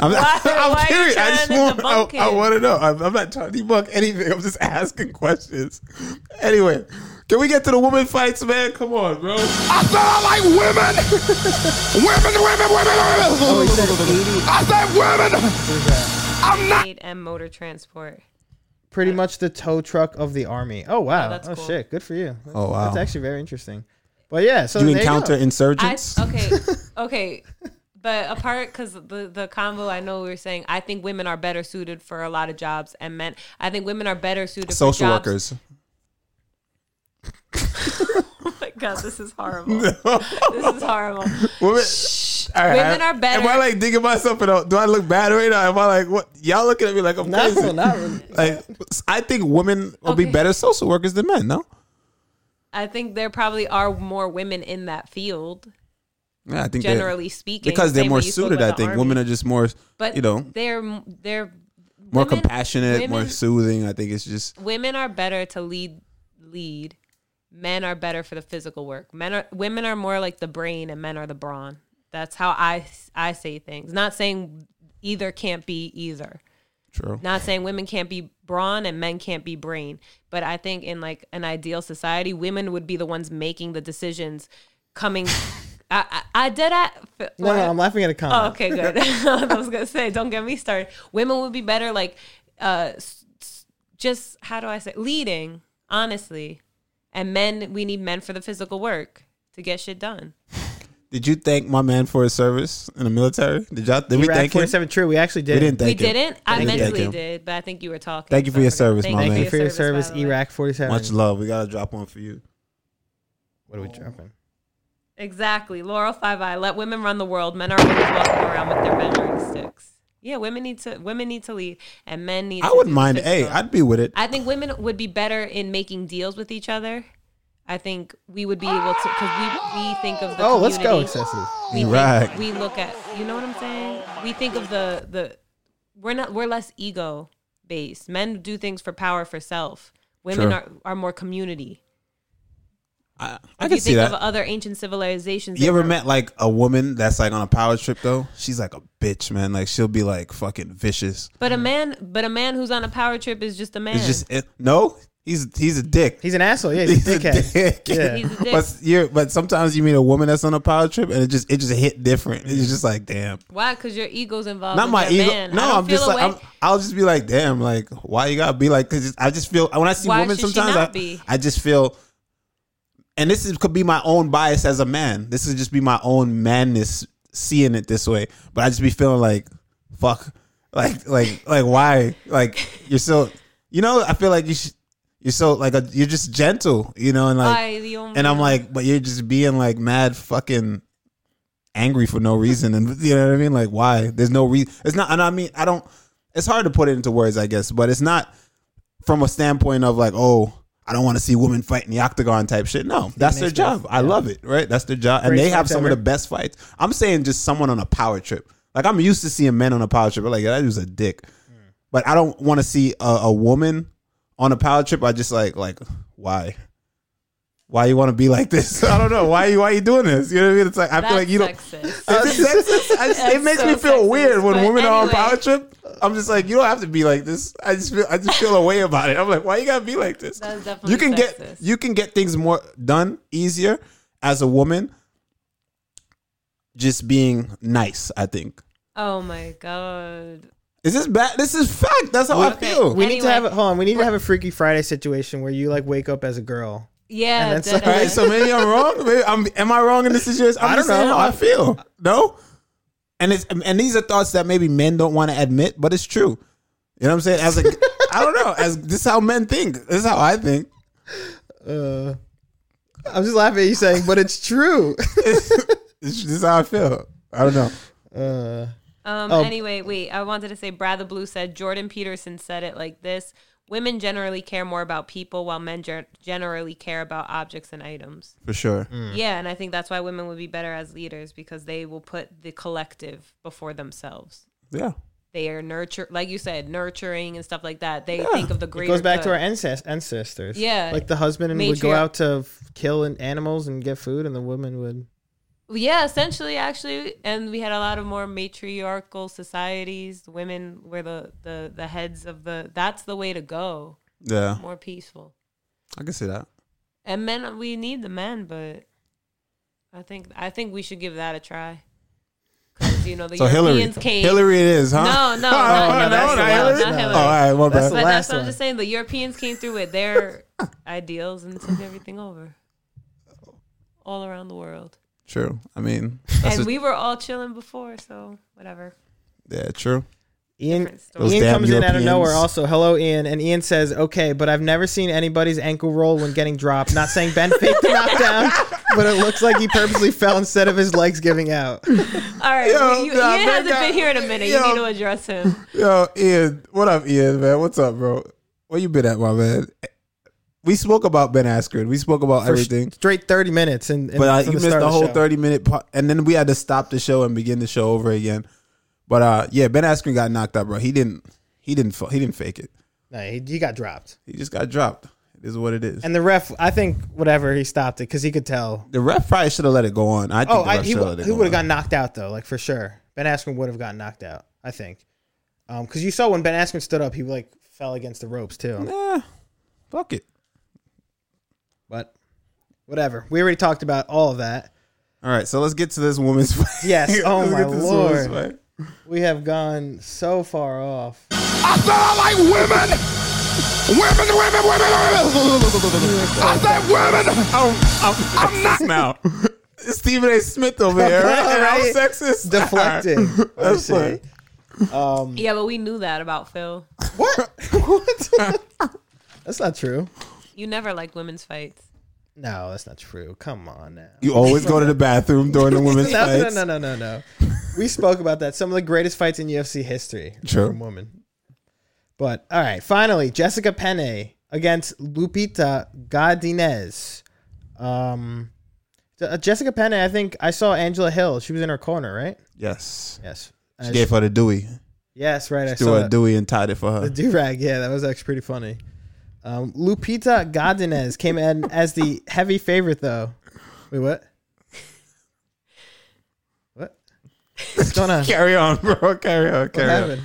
A: I'm, (laughs)
B: Why- why are you trying to
A: want.
B: debunk
A: I,
B: it?
A: want to know. I'm, I'm not trying to debunk anything. I'm just asking questions. Anyway, can we get to the woman fights, man? Come on, bro.
D: I said I like women.
A: (laughs)
D: women, women, women,
A: Oh,
D: women. I said women. I'm not.
B: Aid and motor transport.
C: Pretty much the tow truck of the army. Oh, wow. Oh,
B: that's cool.
C: shit. Good for you.
A: Oh, wow.
C: That's actually very interesting. But yeah, so
A: Do you
C: there
A: encounter
C: you go.
B: I
A: insurgents?
B: okay,
A: (laughs)
B: okay, but apart because the the combo I know we were saying I think women are better suited for a lot of jobs and men. I think women are better suited for
A: Social
B: jobs.
A: workers.
B: Oh (laughs) my god, this is
A: (laughs)
B: horrible. This is horrible.
A: Women, all right,
B: Women are better.
A: Am I like digging myself in? A, do I look bad right now? Am I like what? Y'all looking at me like I'm
C: No,
A: crazy?
C: (laughs) not really.
A: Like I think women will be
B: Okay.
A: better social workers than men. No,
B: I think there probably are more women in that field,
A: yeah, I think they-
B: generally speaking,
A: because they're
B: same
A: more
B: way you spoke
A: suited.
B: about
A: I
B: the
A: think
B: army.
A: women are just more,
B: but
A: you know,
B: they're they're
A: more
B: women-
A: compassionate, more
B: women-
A: soothing. I think it's just
B: women are better to lead lead men are better for the physical work men are women are more like the brain and men are the brawn that's how i i say things not saying either can't be either
A: true.
B: not saying women can't be brawn and men can't be brain but i think in like an ideal society women would be the ones making the decisions coming I, I, I did I
C: No, no, I'm laughing at a
B: Oh,
C: comment.
B: okay, good. (laughs) I was gonna say, don't get me started. Women would be better, like, uh, s- s- just how do I say, leading, honestly. And men, we need men for the physical work to get shit done.
A: Did you thank my man for his service in the military? Did y'all? Did we
C: Iraq
A: thank him?
C: 47 true. We actually did.
A: We didn't
B: We
A: thank him.
B: didn't. I
A: Thank you.
B: mentally
A: Thank you.
B: did, but I think you were talking.
A: Thank you
B: so
A: for
B: I
A: your
B: forgot.
A: service, my
C: Thank
A: man.
C: you for your
B: by
C: service,
B: the way.
C: Iraq 47.
A: Much love. We gotta drop one for you.
C: What are we dropping?
B: Exactly, Laurel Five Eye. Let women run the world. Men are always walking around with their measuring sticks. Yeah, women need to. Women need to lead, and men need.
A: I
B: to
A: wouldn't
B: do the
A: mind. Hey,
B: physical.
A: I'd be with it.
B: I think women would be better in making deals with each other. I think we would be able to because we, we think of the
C: Oh, let's go,
B: community.
C: excessive.
B: We think-
A: Right.
B: we look at you know what I'm saying. We think of the the we're not we're less ego based. Men do things for power for self. Women
A: Sure.
B: are are more community.
A: I,
B: If
A: I can
B: you
A: see
B: think of
A: that.
B: other ancient civilizations.
A: You
B: they
A: ever
B: were-
A: met like a woman that's like on a power trip though? She's like a bitch, man. Like she'll be like fucking vicious.
B: But a man, but a man who's on a power trip is just a man.
A: It's just it, no. He's he's a dick.
C: He's an asshole. Yeah, he's a dickhead.
A: dick.
C: Yeah.
B: He's a dick.
A: (laughs) But you but sometimes you meet a woman that's on a power trip and it just it just hit different. It's just like damn.
B: Why? Because your ego's involved.
A: Not
B: with
A: my
B: that
A: ego.
B: Man. I
A: No,
B: don't
A: I'm just
B: feel a
A: like
B: way-
A: I'm, I'll just be like damn. Like why you gotta be like? Cause I just feel when I see
B: Why
A: women
B: should she
A: sometimes
B: not
A: I
B: be?
A: I just feel. And this is, could be my own bias as a man. This could just be my own madness seeing it this way. But I just be feeling like, fuck, like like like why? Like you're so, you know. I feel like you should. You're so like a, you're just gentle, you know, and like
B: Ay, Dios
A: and I'm
B: mío.
A: like, but you're just being like mad fucking angry for no reason. And you know what I mean? Like why? There's no reason. It's not, and I mean, I don't, it's hard to put it into words, I guess, but it's not from a standpoint of like, oh, I don't want to see women fight in the octagon type shit. No, that's their job. I love it, right? That's their job. And
C: Great
A: they have
C: fights
A: some
C: ever.
A: of the best fights. I'm saying just someone on a power trip. Like I'm used to seeing men on a power trip. but, Like that dude's a dick. But I don't want to see a, a woman on a power trip. I just like like why? Why you want to be like this? (laughs) I don't know. Why you why you doing this? You know what I mean? It's like I feel like you don't.
B: sexist.
A: (laughs) It's just sexist. I just- it
B: That's
A: makes
B: so
A: me feel
B: sexist,
A: weird when
B: but
A: women are on
B: anyway.
A: power trip. I'm just like you don't have to be like this. I just feel I just feel a way about it. I'm like why you gotta be like this?
B: That's definitely
A: You can
B: sexist.
A: get you can get things more done easier as a woman. Just being nice, I think.
B: Oh my god.
A: Is this bad? This is fact. That's how I
B: Okay.
A: feel.
C: We need to
B: Anyway.
C: have a, hold on. We need to have a Freaky Friday situation where you like wake up as a girl.
B: Yeah.
C: And then
B: dead
A: All right,
B: ass.
A: so maybe I'm wrong. Maybe I'm. Am I wrong in this situation? I'm
C: I
A: just
C: don't
A: saying
C: know.
A: how I feel. No, and it's and these are thoughts that maybe men don't want to admit, but it's true. You know what I'm saying? As a, I don't know. As this is how men think. This is how I think.
C: Uh, I'm just laughing at you saying, but it's true. (laughs)
A: This is how I feel. I don't know.
C: Uh,
B: Um, anyway, wait. I wanted to say Brad the Blue said Jordan Peterson said it like this: Women generally care more about people, while men ger- generally care about objects and items.
A: For sure.
C: Hmm.
B: Yeah, and I think that's why women would be better as leaders because they will put the collective before themselves.
A: Yeah.
B: They are nurture, like you said, nurturing and stuff like that. They think of the
C: it
B: greater.
C: goes back to
B: good.
C: our ancest- ancestors.
B: Yeah.
C: like the husband would go
B: Matriarch-
C: out to f- kill an- animals and get food, and the woman would.
B: Yeah, essentially, actually, and we had a lot of more matriarchal societies. Women were the the the heads of the. That's the way to go.
A: Yeah.
B: More peaceful,
A: I can see that.
B: and men. We need the men, but I think I think we should give that a try. Because you know the
A: So Hillary.
B: Europeans came.
A: Hillary, it is, huh?
B: No, no,
A: (laughs) Oh,
B: not Hillary.
A: that's
B: No,
A: not
B: not
A: Hillary?
B: Hillary.
A: Oh, all right, my bad.
C: That's
B: But
C: The
B: that's
C: last
B: what I'm
C: one.
B: just saying. The Europeans came through with
A: (laughs)
B: their ideals and took everything over, all around the world.
A: True. I mean, that's
B: and
A: what-
B: we were all chilling before, so whatever.
A: yeah, true.
C: Ian,
B: Different story.
A: Those
C: Ian
A: damn
C: comes in out of
A: Europeans.
C: nowhere. Also, hello, Ian. And Ian says, "Okay, but I've never seen anybody's ankle roll when getting dropped. Not saying Ben
B: (laughs)
C: faked the knockdown, but it looks like he purposely fell instead of his legs giving out."
B: All right,
A: Yo,
B: well, you,
A: nah,
B: Ian
A: that
B: hasn't
A: guy-
B: been here in a minute.
A: yo.
B: You need to address him.
A: Yo, Ian, what up, Ian, man? What's up, bro? Where you been at, my man? We spoke about Ben Askren. We spoke about everything.
C: Straight thirty minutes, and, and
A: but uh,
C: from
A: you missed
C: start
A: the
C: of
A: whole
C: show.
A: 30 minute part. And then we had to stop the show and begin the show over again. But uh, yeah, Ben Askren got knocked out, bro. He didn't, he didn't, fu- he didn't fake it.
C: No, he, he got dropped,
A: He just got dropped. It is what it is.
C: and the ref. I think whatever he stopped it because he could tell.
A: the ref probably should have let it go on. I think
C: Oh,
A: the
C: I,
A: ref
C: he,
A: should
C: wa-
A: have let it
C: he
A: go
C: would have
A: on.
C: gotten knocked out though, like for sure. Ben Askren would have gotten knocked out. I think, because you saw when Ben Askren stood up, he like fell against the ropes too.
A: Yeah, Eh, fuck it.
C: But whatever, we already talked about all of that.
A: All right, so let's get to this woman's (laughs) fight.
C: Yes, oh
A: Let's
C: my
A: get to this woman's
C: lord.
A: fight.
C: We have gone so
A: (laughs)
C: far off.
D: I said I like women. Women, women, women, women. I said women.
A: I'm, I'm, I'm not now. Stephen A. Smith over here, right? And I'm
C: Right?
A: sexist.
C: Deflecting.
A: (laughs)
C: I
A: That's
C: see.
A: fine.
B: (laughs)
C: Um,
B: Yeah, but we knew that about Phil.
C: what? what? that's not true.
B: You never liked women's fights.
C: No, that's not true. Come on now.
A: You always go to the bathroom (laughs) during the women's
C: No, no,
A: fights.
C: no, no, no, no. We spoke about that. Some of the greatest fights in UFC history
A: True.
C: from women. But all right, finally, Jessica Penne against Lupita Godinez. Um, uh, Jessica Penne, I think I saw Angela Hill. She was in her corner, right?
A: Yes.
C: Yes.
A: She
C: Uh,
A: gave her the Dewey.
C: yes, right. I
A: Threw
C: saw
A: her a
C: it.
A: Dewey and tied it for her.
C: The do rag, yeah, that was actually pretty funny. Um, Lupita Godinez came in as the heavy favorite, though. Wait, what? What? What's going (laughs) on?
A: Carry on, bro. Carry on.
C: What
A: Carry on.
C: happened?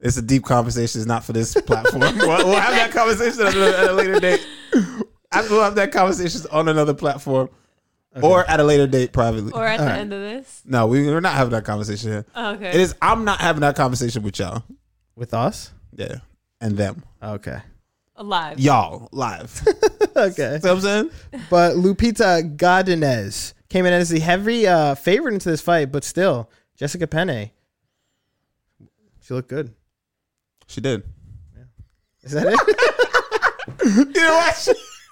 A: It's a deep conversation. It's not for this platform. (laughs) we'll, we'll have that conversation at a, at a later date. I- (laughs) We'll have that conversation on another platform or at a later date privately.
B: Or at the end of this.
A: no, we, we're not having that conversation here.
B: Oh, Okay.
A: It is. I'm not having that conversation with y'all.
C: With us?
A: Yeah. And them.
C: Okay.
B: Alive.
A: Y'all live. (laughs)
C: Okay.
A: See what I'm saying?
C: But Lupita Godinez came in as the heavy uh, favorite into this fight, but still, Jessica Penne. She looked good.
A: She did.
C: Is that it?
A: (laughs) You know what?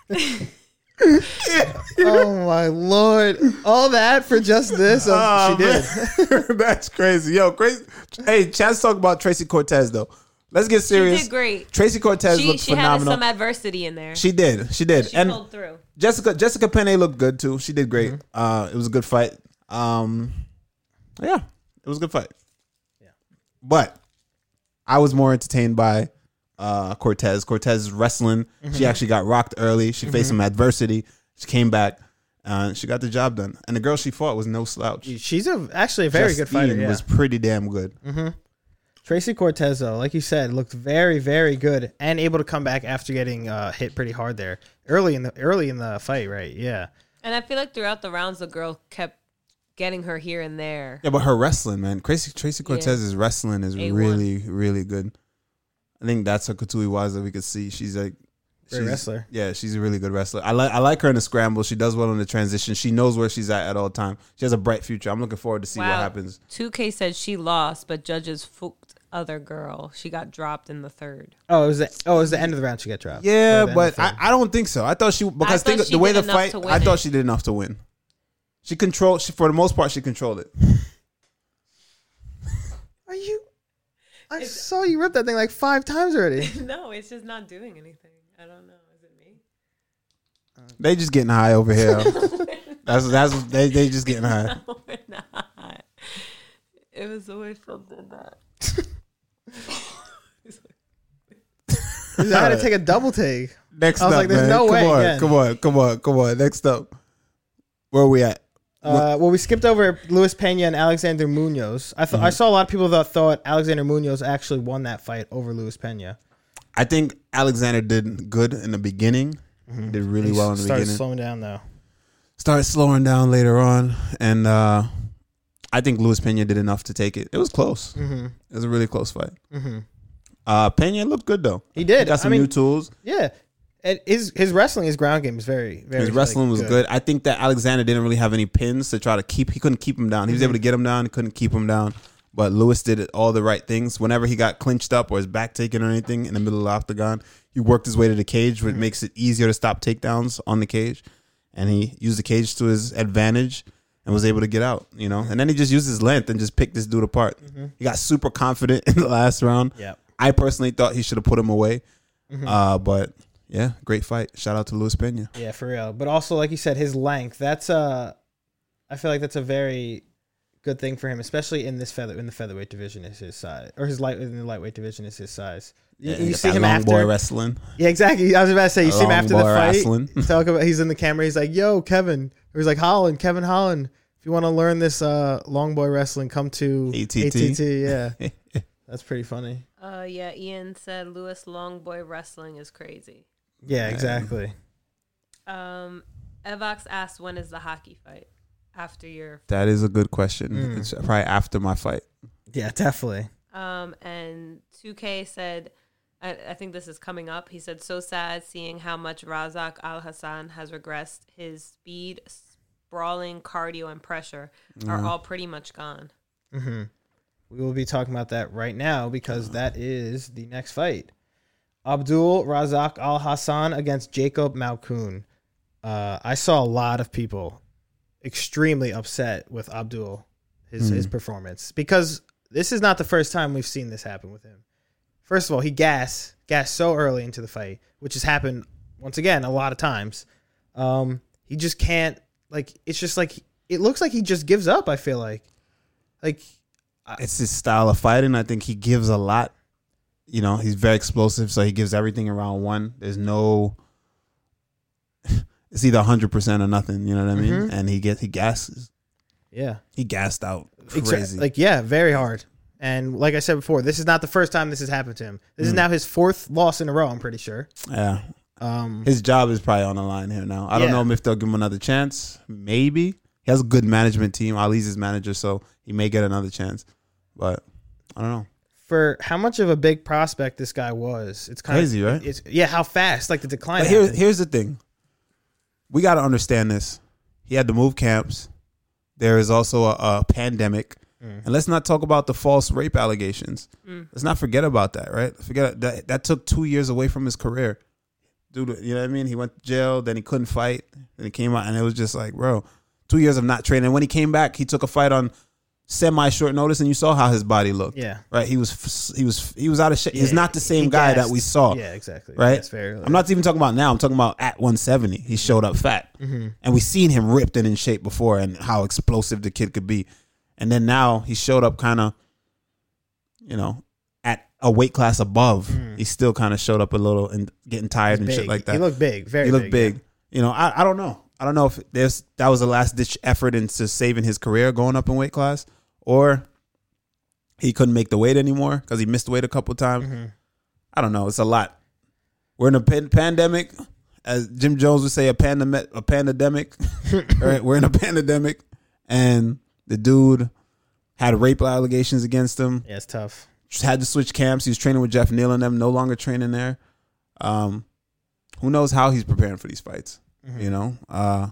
C: (laughs) Oh my lord! All that for just this? Oh,
A: Oh,
C: she did.
A: man. (laughs) That's crazy. Yo, crazy. Hey, Chad's talking about Tracy Cortez though. Let's get serious.
B: did great.
A: Tracy Cortez
B: She
A: looked
B: she had
A: phenomenal.
B: some adversity in there. She,
A: she did. She did. and
B: pulled through.
A: Jessica Jessica Penne looked good too. She did great.
C: Mm-hmm.
A: Uh, it was a good fight. Um, yeah, it was a good fight. But I was more entertained by uh, Cortez. Cortez is wrestling.
C: Mm-hmm.
A: She actually got rocked early. She faced some adversity. She came back. Uh, she got the job done. And the girl she fought was no slouch.
C: She's a, actually a very good
A: Justine
C: fighter. Yeah.
A: Was pretty damn good.
C: Tracy Cortez, though, like you said, looked very, very good and able to come back after getting uh, hit pretty hard there early in the early in the fight. Right? Yeah.
B: And I feel like throughout the rounds, the girl kept getting her here and there.
A: Yeah, but her wrestling, man, Tracy Tracy Cortez's wrestling is
B: A1.
A: really really good. I think that's her Katui Wise that we could see. She's like
C: Great
A: she's-
C: wrestler.
A: Yeah, she's a really good wrestler. I like I like her in the scramble. She does well in the transition. She knows where she's at at all time. She has a bright future. I'm looking forward to see what
B: Wow.
A: happens.
B: 2K said she lost, but judges fucked other girl. She got dropped in the third.
C: Oh, it was the oh, it was the end of the round she got dropped. Or
A: Yeah,
C: the end of
A: but
C: the
A: I,
C: third.
A: I don't think so. I thought she because
B: thought
A: think of
B: she
A: the way
B: did
A: the
B: enough
A: fight.
B: to win
A: I
B: it.
A: thought she did enough to win. She controlled. She for the most part she controlled it.
C: are you? I saw you rip that thing like five times (laughs) already.
B: (laughs) No, it's just not doing anything. I don't know. Is it me? (laughs)
A: They just getting high over here. that's that's they they just getting high.
B: No, we're not. It was the way Phil did that.
C: I had to take a
A: (laughs)
C: double take.
A: Next
C: I was
A: up,
C: like, there's
A: man.
C: no
A: come
C: way
A: on,
C: again.
A: come on, come on, come on. Next up, where are we at?
C: Uh, well, we skipped over Luis Pena and Alexander Munoz. I thought I
A: Mm-hmm.
C: saw a lot of people that thought Alexander Munoz actually won that fight over Luis Pena.
A: I think Alexander did good in the beginning. Did really well in the
C: Mm-hmm. Started
A: beginning.
C: slowing down though.
A: Started slowing down later on, and uh, I think Luis Pena did enough to take it. It was close.
C: Mm-hmm.
A: It was a really close fight. Uh, Pena looked good though.
C: He did.
A: got some
C: I mean-
A: new tools.
C: Yeah, and his his wrestling, his ground game is very very.
A: His
C: like,
A: wrestling was good. I think that Alexander didn't really have any pins to try to keep. He couldn't keep him down. He was able to get him down. He couldn't keep him down. But Lewis did all the right things. Whenever he got clinched up or his back taken or anything in the middle of the octagon, he worked his way to the cage, which makes it easier to stop takedowns on the cage. And he used the cage to his advantage and was able to get out, you know. And then he just used his length and just picked this dude apart. He got super confident (laughs) in the last round.
C: Yep.
A: I personally thought he should have put him away. Uh, but yeah, great fight. Shout out to Luis Pena.
C: Yeah, for real. But also, like you said, his length. That's a. I feel like that's a very good thing for him, especially in this feather in the featherweight division is his size, or his light in the lightweight division is his size. You,
A: Yeah,
C: you
A: he got
C: see
A: that
C: him
A: long boy
C: after.
A: wrestling.
C: yeah, exactly. I was about to say you see him
A: Long
C: after the
A: boy
C: fight.
A: wrestling.
C: Talk about he's in the camera. He's like, "Yo, Kevin." Or he's like, "Holland, Kevin Holland. If you want to learn this uh, long boy wrestling, come to
A: ATT. (laughs)
C: Yeah, that's pretty funny.
B: Uh, yeah, Ian said Lewis Longboy wrestling is crazy.
C: Yeah, exactly.
B: Um, Evox asked, when is the hockey fight? After your.
A: That is a good question.
C: Hmm.
A: It's probably after my fight.
C: Yeah, definitely.
B: Um, and 2K said, I, I think this is coming up. He said, so sad seeing how much Razak Al Hassan has regressed. His speed, sprawling, cardio, and pressure are all pretty much gone.
C: We will be talking about that right now because that is the next fight. Abdul Razak Al Hassan against Jacob Malkoun. Uh, I saw a lot of people extremely upset with Abdul, his, his performance, because this is not the first time we've seen this happen with him. First of all, he gas gassed so early into the fight, which has happened once again a lot of times. Um, he just can't like. It's just like it looks like he just gives up. I feel like, like
A: It's his style of fighting. I think he gives a lot. You know, he's very explosive, so he gives everything around one. There's no. (laughs) It's either hundred percent or nothing. You know what I mean?
C: Mm-hmm.
A: And he gets he gasses.
C: yeah.
A: He gassed out
C: Exa-
A: crazy.
C: Like yeah, very hard. And like I said before, this is not the first time this has happened to him. This
A: Mm.
C: is now his fourth loss in a row. I'm pretty sure.
A: yeah,
C: Um,
A: his job is probably on the line here now. I don't
C: Yeah.
A: know if they'll give him another chance. Maybe he has a good management team. Ali's his manager, so he may get another chance. But I don't know.
C: for how much of a big prospect this guy was, it's kind
A: Crazy,
C: of,
A: right?
C: It's yeah, how fast like the decline.
A: But here,
C: happened.
A: here's the thing. We got to understand this. He had to move camps. There is also a, a pandemic.
C: Mm.
A: And let's not talk about the false rape allegations. Let's not forget about that, right? Forget that that took 2 years away from his career. due to you know what I mean. He went to jail, then he couldn't fight, then he came out, and it was just like, bro, two years of not training. And when he came back, he took a fight on semi short notice, and you saw how his body looked.
C: Yeah.
A: right. He was he was he was out of shape. He's
C: Yeah,
A: not the same
C: he
A: guy that
C: gassed.
A: we saw.
C: Yeah, exactly.
A: Right,
C: That's fair.
A: I'm not even talking about now. I'm talking about at 170. He showed up fat,
C: Mm-hmm.
A: and we seen him ripped and in shape before, and how explosive the kid could be. And then now he showed up kind of, you know, at a weight class above. He still kind of showed up a little and getting tired and
C: Mm. big.
A: shit like that.
C: He looked big. Very.
A: He looked
C: yeah.
A: big. You know, I, I don't know. I don't know if there's that was a last ditch effort into saving his career going up in weight class, or he couldn't make the weight anymore because he missed weight a couple times.
C: Mm-hmm.
A: I don't know. It's a lot. We're in a pan- pandemic, as Jim Jones would say, a pandemic. A
C: (laughs)
A: pandemic. All right, we're in a pandemic, and the dude had rape allegations against him
C: Yeah, it's tough.
A: had to switch camps. He was training with Jeff Neal and them, no longer training there. Um, who knows how he's preparing for these fights? You know, uh,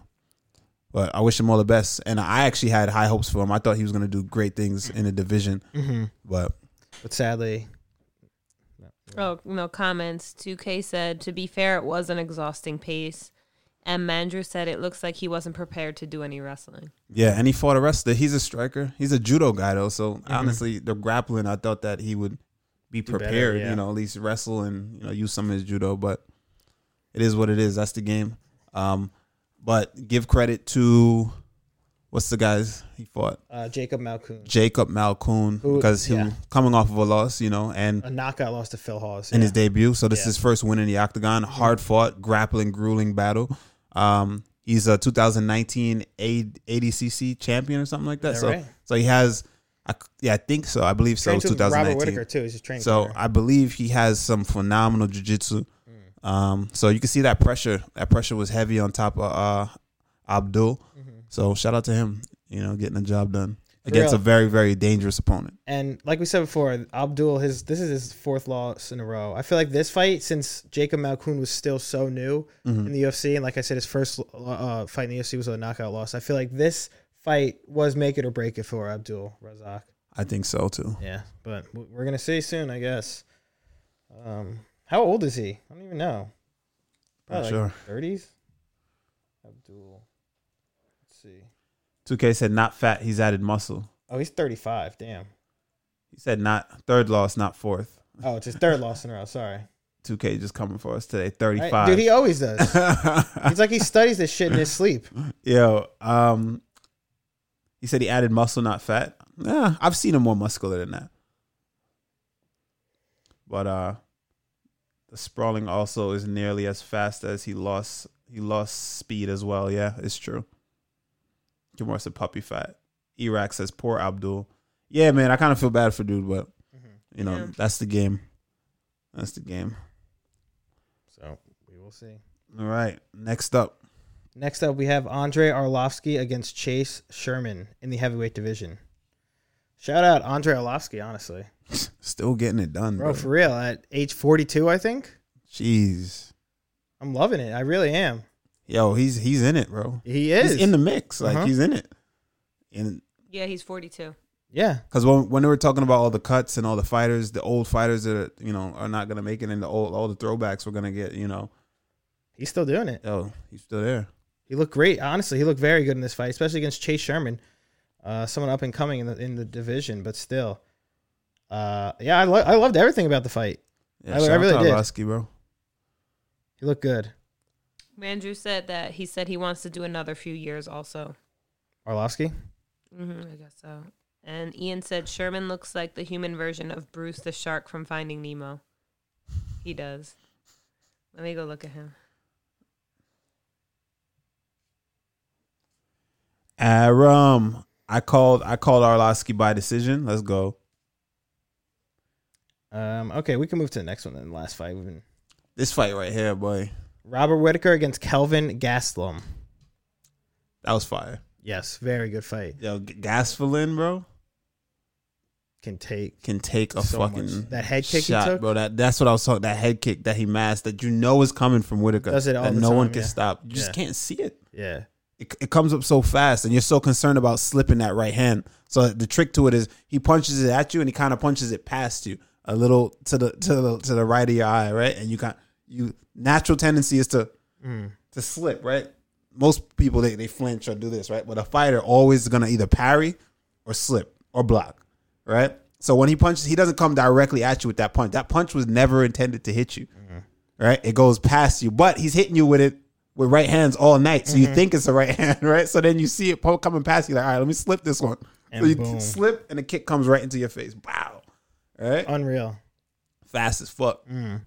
A: but I wish him all the best. And I actually had high hopes for him. I thought he was going to do great things in the division, but
C: But sadly,
B: Oh, no comments. 2K said, to be fair, it was an exhausting pace. And Mandrew said it looks like he wasn't prepared to do any wrestling.
A: yeah. And he fought a wrestler. He's a striker. He's a judo guy though. So honestly, the grappling, I thought that he would be
C: Mm-hmm. better,
A: prepared.
C: yeah.
A: You know, at least wrestle and you know use some of his judo. But it is what it is. That's the game. Um, but give credit to what's the guys he fought.
C: uh, Jacob Malcoon,
A: Jacob Malcoon
C: Who-
A: because he
C: yeah.
A: coming off of a loss, you know, and
C: a knockout loss to Phil Hawes.
A: in
C: yeah.
A: his debut. So this
C: Yeah.
A: is his first win in the octagon. Hard fought, grappling, grueling battle. Um, he's a 2019 A- ADCC champion or something like that.
C: Is that
A: so
C: right?
A: so he has, I, yeah, I think so. I believe so. It
C: Trained
A: was
C: with Robert
A: 2019.
C: Whitaker too. He's just training.
A: So I believe he has some phenomenal jujitsu.
C: Mm.
A: Um, so you can see that pressure. That pressure was heavy on top of uh, Abdul.
C: Mm-hmm.
A: So shout out to him. You know, getting the job done against
C: real.
A: a very very dangerous opponent.
C: And like we said before, Abdul his this is his fourth loss in a row. I feel like this fight, since Jacob Malcoon was still so new
A: Mm-hmm.
C: in the UFC, and like I said, his first uh, fight in the UFC was a knockout loss. I feel like this fight was make it or break it for Abdul Razak.
A: I think so too.
C: Yeah, but w- we're gonna see soon, I guess. Um, how old is he? I don't even know.
A: Not sure.
C: Thirties. Abdul. Let's see.
A: Two K said not fat. He's added muscle.
C: Oh, he's thirty-five. Damn.
A: He said not third loss, not fourth.
C: Oh, it's his third loss in a row. Sorry.
A: Two K just coming for us today.
C: Right?
A: Thirty
C: Dude,
A: five.
C: he
A: (laughs)
C: always does. It's (laughs) like he studies this shit in his sleep.
A: Yo, um, he said he added muscle, not fat. Yeah, I've seen him more muscular than that. But uh, the sprawling also is nearly as fast as he lost. He lost speed as well. Yeah, it's true. Jamar said puppy fat. Iraq says poor Abdul. Yeah, man, I kind of feel bad for dude, but
C: Mm-hmm.
A: you know
B: Yeah.
A: that's the game. That's the game.
C: So we will see.
A: All right, next up.
C: Next up, we have Andre Arlovsky against Chase Sherman in the heavyweight division. Shout out Andre Arlovsky, honestly,
A: Still getting it done, bro.
C: bro, for real. At age forty-two, I think
A: Jeez.
C: I'm loving it. I really am.
A: Yo, he's he's in it, bro.
C: He is
A: He's in the mix. Like
C: Uh-huh.
A: he's in it. And
B: Yeah, he's 42.
C: yeah.
A: because when when they were talking about all the cuts and all the fighters, the old fighters that are, you know are not gonna make it, and the old all the throwbacks were gonna get you know.
C: He's still doing it.
A: Yo, he's still there.
C: He looked great. Honestly, he looked very good in this fight, especially against Chase Sherman, uh, someone up and coming in the in the division. But still, uh, yeah, I, lo- I loved everything about the fight.
A: Yeah,
C: I- I
A: shout out
C: really
A: to
C: did.
A: Arlovski, bro.
C: He looked good.
B: Mandrew said that he said he wants to do another few years also.
C: Arlovsky.
B: hmm I guess so. And Ian said Sherman looks like the human version of Bruce the shark from Finding Nemo. He does. Let me go look at him.
A: Aram, I called I called Arlovsky by decision. Let's go.
C: Um, okay, we can move to the next one. Then the last fight, we've been
A: This fight right here, boy,
C: Robert Whitaker against Kelvin Gastelum.
A: that was fire.
C: Yes, very good fight.
A: Yo, G- Gastelum, bro,
C: Can take.
A: can take a
C: So much.
A: fucking
C: That head kick he
A: shot,
C: took?
A: bro. That that's what I was talking. That head kick that he masked that you know is coming from Whitaker.
C: Does it all
A: that
C: the
A: no one
C: time,
A: can
C: yeah.
A: stop. You just
C: Yeah.
A: can't see it.
C: Yeah.
A: it, it comes up so fast and you're so concerned about slipping that right hand so the trick to it is he punches it at you and he kind of punches it past you a little to the to the to the right of your eye right and you kind you natural tendency is to to slip, right? Most people they, they flinch or do this, right? But a fighter always gonna either parry or slip or block, right? So when he punches, he doesn't come directly at you with that punch. That punch was never intended to hit you,
C: Mm-hmm.
A: right? It goes past you, but he's hitting you with it with right hands all night. So
C: Mm-hmm.
A: you think it's a right (laughs) hand, right? So then you see it po- coming past you, like, all right, let me slip this one.
C: And
A: so you
C: boom.
A: slip, and the kick comes right into your face. Wow, right?
C: Unreal.
A: Fast as fuck.
C: mm.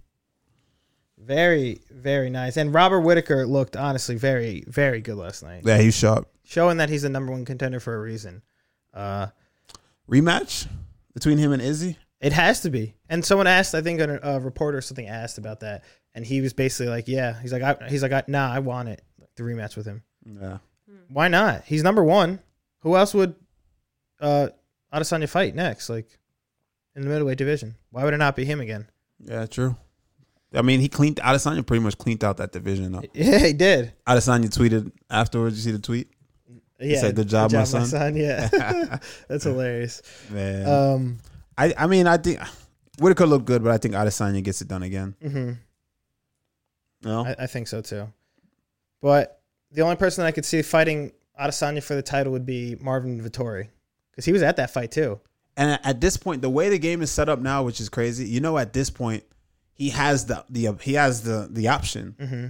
C: Very, very nice. And Robert Whitaker looked honestly very, very good last night,
A: Yeah, he's sharp.
C: showing that he's the number one contender for a reason. Uh,
A: Rematch between him and Izzy.
C: It has to be. And someone asked, I think a, a reporter or something asked about that, and he was basically like, "Yeah." He's like, I, "He's like, I, nah, I want it." The rematch with him.
A: Yeah.
C: Why not? He's number one. Who else would uh Adesanya fight next? Like in the middleweight division. Why would it not be him again? (laughs)
A: Yeah, true. I mean, he cleaned Adesanya pretty much cleaned out that division. Though.
C: Yeah, he did.
A: Adesanya tweeted afterwards. You see the tweet?
C: Yeah,
A: said, "Good job, my son." (laughs)
C: Yeah, (laughs) that's hilarious.
A: Man,
C: Um,
A: I I mean, I think Whitaker looked good, but I think Adesanya gets it done again.
C: mhm.
A: No,
C: I, I think so too. But the only person that I could see fighting Adesanya for the title would be Marvin Vittori because he was at that fight too.
A: and at this point, the way the game is set up now, which is crazy, you know, at this point, he has the the he has the the option.
C: Mm-hmm.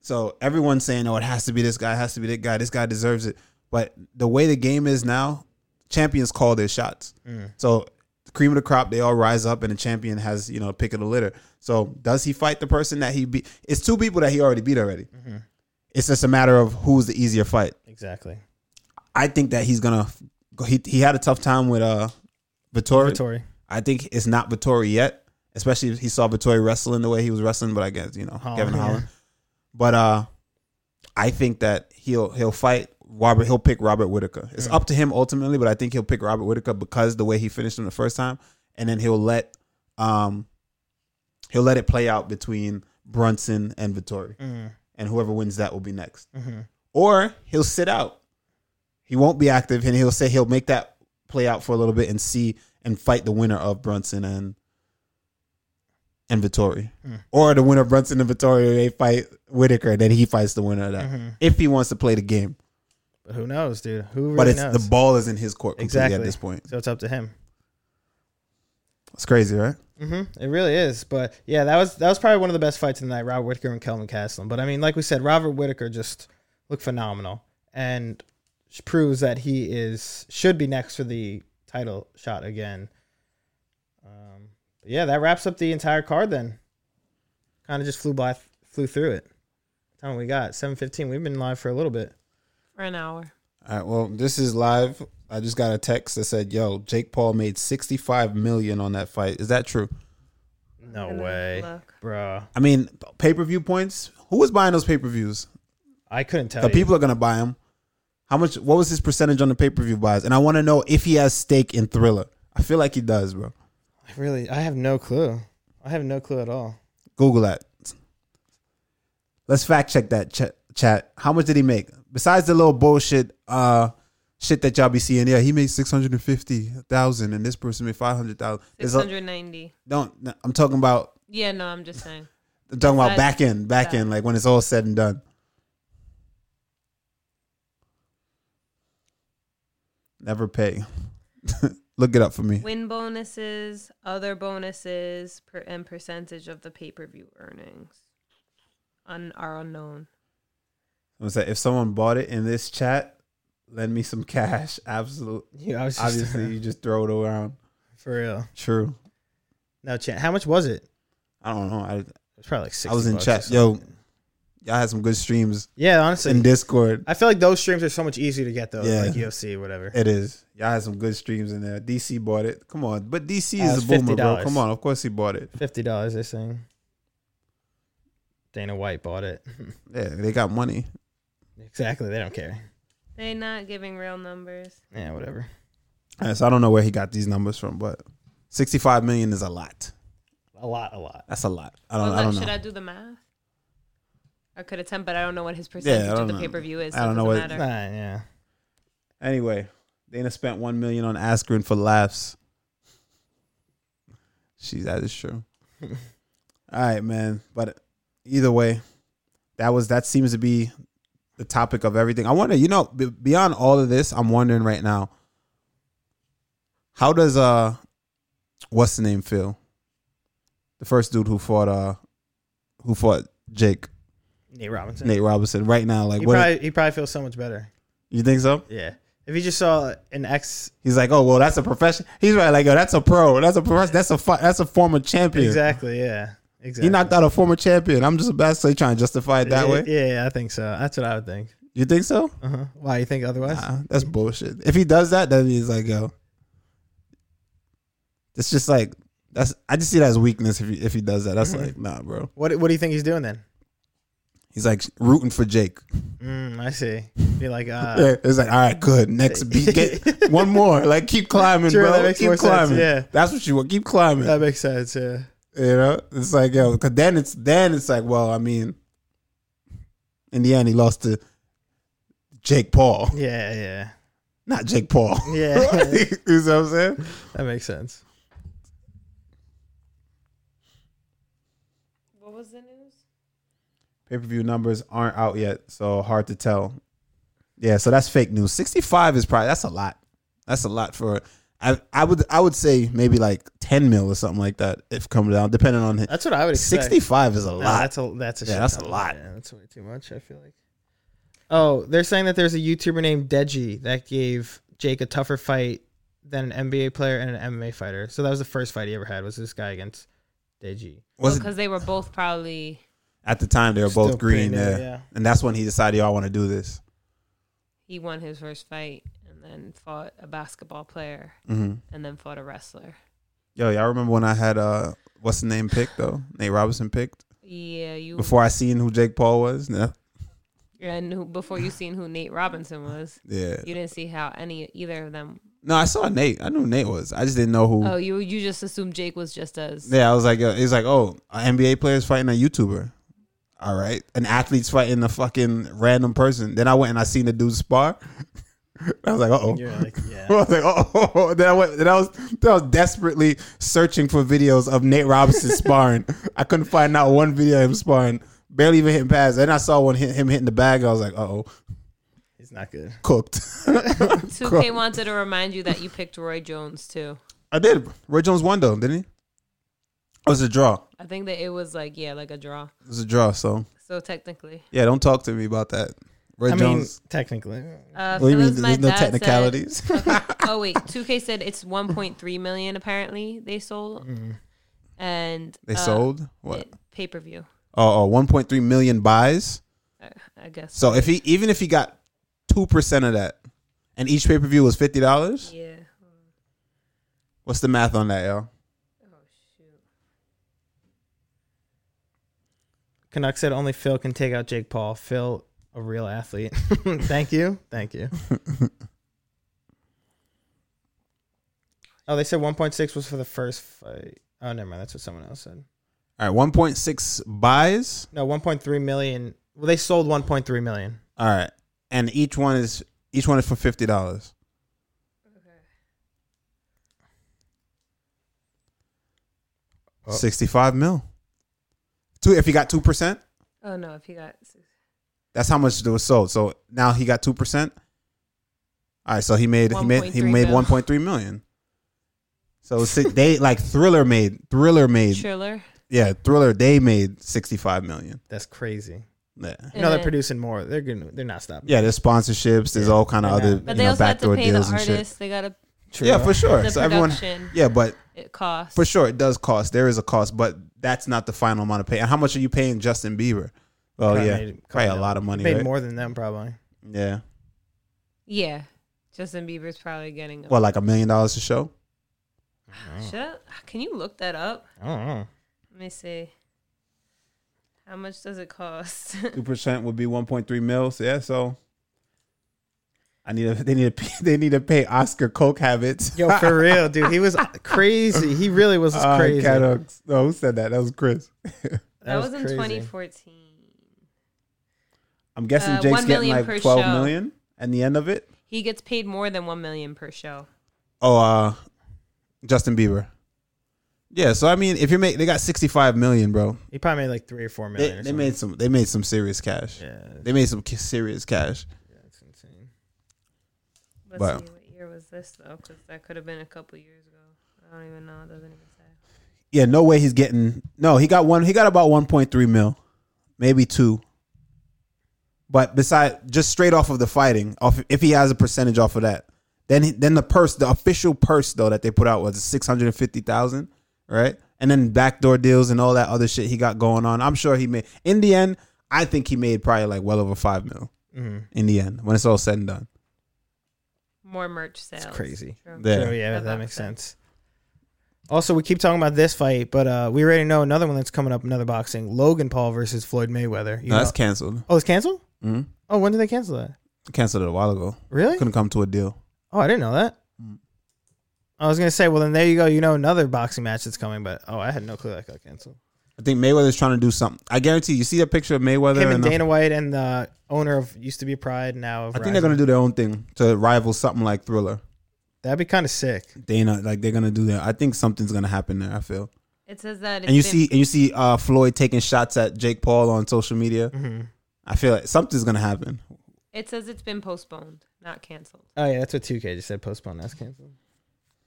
A: So everyone's saying, "Oh, it has to be this guy, it has to be that guy. This guy deserves it." But the way the game is now, champions call their shots. So the cream of the crop, they all rise up, and the champion has you know pick of the litter. So does he fight the person that he beat? It's two people that he already beat already. It's just a matter of who's the easier fight.
C: Exactly.
A: I think that he's gonna. He he had a tough time with uh Vittori.
C: Vittori.
A: I think it's not Vittori yet, especially if he saw Vittori wrestling the way he was wrestling. But I guess you know
C: Holland,
A: Kevin
C: yeah.
A: Holland. But uh, I think that he'll he'll fight Robert. He'll pick Robert Whitaker. It's up to him ultimately, but I think he'll pick Robert Whitaker because the way he finished him the first time, and then he'll let um he'll let it play out between Brunson and Vittori, and whoever wins that will be next. Or he'll sit out. He won't be active, and he'll say he'll make that play out for a little bit and see and fight the winner of Brunson and and Vittori,
C: Hmm.
A: or the winner of Brunson and Vittori. They fight Whitaker, and then he fights the winner of that
C: Mm-hmm.
A: if he wants to play the game.
C: But who knows, dude? Who really
A: But it's
C: knows?
A: the ball is in his court completely
C: exactly
A: at this point.
C: So it's up to him.
A: It's crazy, right?
C: hmm It really is. But yeah, that was that was probably one of the best fights of the night, Robert Whitaker and Kelvin Gastelum. But I mean, like we said, Robert Whitaker just looked phenomenal and proves that he is should be next for the title shot again. Um, but yeah, that wraps up the entire card. Then kind of just flew by, flew through it. Time we got seven fifteen. We've been live for a little bit.
B: for an hour.
A: All right. Well, this is live. I just got a text that said, "Yo, Jake Paul made sixty-five million on that fight. Is that true?"
C: No
B: And then
C: way,
B: look.
C: bruh.
A: I mean, pay-per-view points. Who was buying those pay-per-views?
C: I couldn't tell.
A: The
C: you.
A: people are gonna buy him. How much? What was his percentage on the pay per view buys? And I want to know if he has stake in Thriller. I feel like he does, bro.
C: I really, I have no clue. I have no clue at all.
A: Google that. Let's fact check that ch- chat. How much did he make? Besides the little bullshit, uh, shit that y'all be seeing. Yeah, he made six hundred and fifty thousand, and this person made five hundred thousand.
B: Six hundred ninety.
A: Don't. no, I'm talking about.
B: Yeah, no, I'm just saying.
A: I'm talking about
B: Besides
A: back end, back
B: that.
A: end, like when it's all said and done. Never pay. (laughs) Look it up for me.
B: Win bonuses, other bonuses, per, and percentage of the pay per view earnings Un, are unknown.
A: I'm gonna say if someone bought it in this chat, lend me some cash. Absolute.
C: Yeah, I was just,
A: Obviously, you just throw it around.
C: (laughs) for real.
A: True.
C: No chance. How much was it? It
A: I don't know. I,
C: was probably like six.
A: I was in chat. Yo, y'all had some good streams
C: Yeah, honestly,
A: in Discord.
C: I feel like those streams are so much easier to get though,
A: Yeah.
C: like UFC or whatever.
A: It is. Y'all had some good streams in there. DC bought it. Come on, but DC
C: Uh,
A: is
C: it's
A: a boomer, bro.
C: $50.
A: Come on, of course he bought it.
C: Fifty dollars. This thing. Dana White bought it. (laughs)
A: Yeah, they got money.
C: exactly. They don't care.
B: They not giving real numbers.
C: Yeah, whatever.
A: All right, so I don't know where he got these numbers from, but 65 million is a lot.
C: A lot, a lot.
A: That's a lot. I don't.
B: Well,
A: Oh, I
B: look,
A: don't
B: should
A: know.
B: I do the math? I could attempt, but I don't know what his
A: I
B: percentage
A: don't
B: of the
A: know.
B: pay per view is.
A: I
B: so it
A: don't know
B: doesn't
A: what-
B: matter.
C: Nah, yeah.
A: Anyway, Dana spent one million on
C: (laughs)
A: Askren for laughs. She that is true. All right, man. But either way, that was that seems to be the topic of everything. I wonder, you know, b- beyond all of this, I'm wondering right now, how does uh, what's the name feel? The first dude who fought uh, who fought Jake
C: Nate Robinson.
A: Nate Robinson right now, like
C: he
A: what
C: probably he probably feels so much better.
A: you think so?
C: Yeah. If he just saw an ex
A: He's like, oh well, that's a profession. He's right, like, yo, that's a pro. That's a pro. That's a fi- that's a former champion.
C: Exactly. Yeah. Exactly.
A: He knocked out a former champion. I'm just basically trying to justify it that
C: yeah,
A: way.
C: Yeah, I think so. That's what I would think.
A: You think so?
C: Uh-huh. Why you think otherwise?
A: Nah, that's bullshit. If he does that, then he's like, yo, it's just like that's. I just see that as weakness. If he, if he does that, that's like, nah, bro.
C: What What do you think he's doing then?
A: He's like rooting for Jake.
C: Mm, I see.
A: (laughs)
C: Be like, uh,
A: Yeah, it's like, all right, good. Next beat,
C: (laughs)
A: get one more. Like, keep climbing,
C: True,
A: bro.
C: that makes
A: keep
C: more sense,
A: climbing.
C: yeah.
A: that's what you want. Keep climbing.
C: that makes sense. Yeah.
A: You know, it's like yo, because then it's then it's like, well, I mean, in the end, he lost to Jake Paul, (laughs)
C: Yeah. Yeah.
A: not Jake Paul.
C: Yeah.
A: (laughs) you know what I'm saying?
C: That makes sense.
B: What was the news?
A: Pay per view numbers aren't out yet, so hard to tell. Yeah, so that's fake news. 65 is probably that's a lot. That's a lot for. I, I would I would say maybe like 10 mil or something like that if coming down, depending on him.
C: That's what I would expect.
A: 65 is a
C: No,
A: lot.
C: That's a that's a
A: Yeah,
C: shit
A: that's a
C: ton.
A: lot.
C: Yeah, that's way too much. I feel like. Oh, they're saying that there's a YouTuber named Deji that gave Jake a tougher fight than an NBA player and an MMA fighter. So that was the first fight he ever had was this guy against Deji.
A: Was it-
B: Because they were both probably.
A: at the time they were
C: Still
A: both green,
C: pretty new,
A: yeah.
C: yeah.
A: and that's when he decided, "Yo, I want to do this."
B: He won his first fight and then fought a basketball player
A: Mm-hmm.
B: and then fought a wrestler.
A: Yo, y'all remember when I had uh what's the name picked though? Nate Robinson picked
B: Yeah, you
A: before I seen who Jake Paul was. No,
B: and who, before you seen who Nate Robinson was,
A: yeah,
B: you didn't see how any either of them.
A: no, I saw Nate. I knew Nate was. I just didn't know who.
B: Oh, you you just assumed Jake was just as
A: Yeah, I was like, uh, he's like, oh, an NBA player's fighting a YouTuber. All right, an athlete's fighting a fucking random person. Then I went and I seen the dude spar. (laughs) I was like, uh oh.
C: You're like, yeah.
A: (laughs) I was like, oh, oh, oh, (laughs) oh. Then I went. Then I was. Then I was desperately searching for videos of Nate Robinson sparring. I couldn't find not one video of him sparring. Barely even hitting pads. Then I saw one hit, him hitting the bag. I was like, uh oh,
C: He's not good.
A: cooked. (laughs)
B: 2K wanted to remind you that you picked Roy Jones too.
A: I did. Roy Jones won though, didn't he? It was a draw.
B: I think that it was like yeah, like a draw.
A: It was a draw. So
B: So technically,
A: yeah, don't talk to me about that. Roy
C: I mean,
A: Jones.
C: technically,
B: uh,
A: what do you
B: Phillips,
A: mean?
B: my
A: There's no
B: dad said-
A: technicalities.
B: (laughs) oh wait, 2K said it's 1.3 million. Apparently, they sold and
A: Mm-hmm. they
B: uh,
A: sold what?
B: pay per view.
A: Oh, oh, 1.3 million buys.
B: I guess.
A: So if he, even if he got two percent of that, and each pay per view was fifty dollars.
B: yeah.
A: What's the math on that, y'all?
C: Canuck said only Phil can take out Jake Paul. Phil, a real athlete. (laughs) Thank you.
A: (laughs)
C: Thank you. oh, they said 1.6 was for the first fight. Oh, never mind. That's what someone else said.
A: All right, 1.6 buys.
C: No, 1.3 million. Well, they sold 1.3 million.
A: All right, and each one is each one is for fifty dollars.
C: Oh.
A: Sixty-five mil. Two. If he got two percent,
B: Oh no, if he got
A: that's how much it was sold. So now he got two percent. All right, so he made he made he
B: 1.3
A: made
B: mil.
A: one point three million. (laughs) So si- they like Thriller made Thriller made
B: Triller,
A: yeah Thriller they made sixty five million.
C: That's crazy.
A: Yeah.
C: You know,
B: And
C: they're
B: then-
C: producing more. They're gonna, They're not stopping.
A: Yeah, there's sponsorships. There's
C: Yeah,
A: all kind of
C: why not?
A: other
B: but
A: you
B: they
A: know,
B: also had to
A: backdoor
B: pay the
A: deals and shit.
B: artists. They got to
C: True.
A: Yeah, for sure.
B: the
A: so everyone,
B: production.
A: yeah, but
B: it costs.
A: for sure it does cost. There is a cost, but that's not the final amount of pay. And how much are you paying Justin Bieber? Well,
C: Probably
A: Oh, yeah,
C: made-
A: probably a
C: probably
A: lot of money.
C: Made
A: right?
C: more than them probably.
A: Yeah,
B: Yeah, Justin Bieber's probably getting.
A: well, like a million dollars a show.
B: (laughs) Shut, can you look that up?
C: I don't know.
B: Let me see. How much does it cost? (laughs)
A: Two percent would be one point three mil. So yeah, so I need a (laughs) they need to pay, they need to pay Oscar coke habits.
C: Yo,
A: (laughs)
C: for real, dude. He was crazy. He really was
A: Uh,
C: crazy.
A: Cat Hux. no, who said that? That was Chris. (laughs)
B: that was, in
C: crazy.
B: 2014.
A: I'm guessing
B: Uh,
A: Jake's
B: one
A: getting
B: million
A: like
B: per
A: twelve million
B: show.
A: at the end of it.
B: He gets paid more than one million per show.
A: Oh, uh, Justin Bieber. Yeah, so I mean, if you make, they got sixty five million, bro.
C: He probably made like three or four
A: They,
C: million. or
A: they
C: something.
A: made some. They made some serious cash.
C: Yeah,
A: They made some ki- serious cash.
C: that's insane.
B: Let's
A: Wow.
B: see, what year was this though? Because that could have been a couple years ago. I don't even know. It doesn't even say.
A: Yeah, no way he's getting. No, he got one. He got about one point three mil, maybe two. But beside, just straight off of the fighting, off if he has a percentage off of that, then he, then the purse, the official purse though that they put out was six hundred and fifty thousand, right? And then backdoor deals and all that other shit he got going on. I'm sure he made. In the end, I think he made probably like well over five mil.
C: Mhm.
A: In the end, when it's all said and done,
B: More merch sales.
C: crazy.
B: True.
A: Yeah.
C: Oh yeah,
B: That
C: that
B: makes
C: makes
B: sense.
C: sense. Also, we keep talking about this fight, but uh, we already know another one that's coming up. Another boxing: Logan Paul versus Floyd Mayweather. You
A: no,
C: know-
A: that's canceled.
C: oh, it's canceled.
A: Mhm.
C: Oh, when did they cancel that?
A: Canceled it a while ago.
C: Really?
A: Couldn't Mm. come to a deal.
C: Oh, I didn't know that. I was gonna say, well, then there you go. You know another boxing match that's coming, but oh, I had no clue that got canceled.
A: I think Mayweather's trying to do something. I guarantee you see that picture of Mayweather
C: Him and
A: the-
C: Dana White and the owner of used to be Pride now. Of
A: I think they're gonna do their own thing to rival something like Thriller.
C: That'd be kind of sick.
A: Dana, like they're gonna do that. I think something's gonna happen there. I feel.
B: It says that.
A: And you see, and you see uh, Floyd taking shots at Jake Paul on social media.
C: Mm-hmm.
A: I feel like something's gonna happen.
B: It says it's been postponed, not canceled.
C: Oh yeah, that's what 2K just said. Postpone. That's canceled.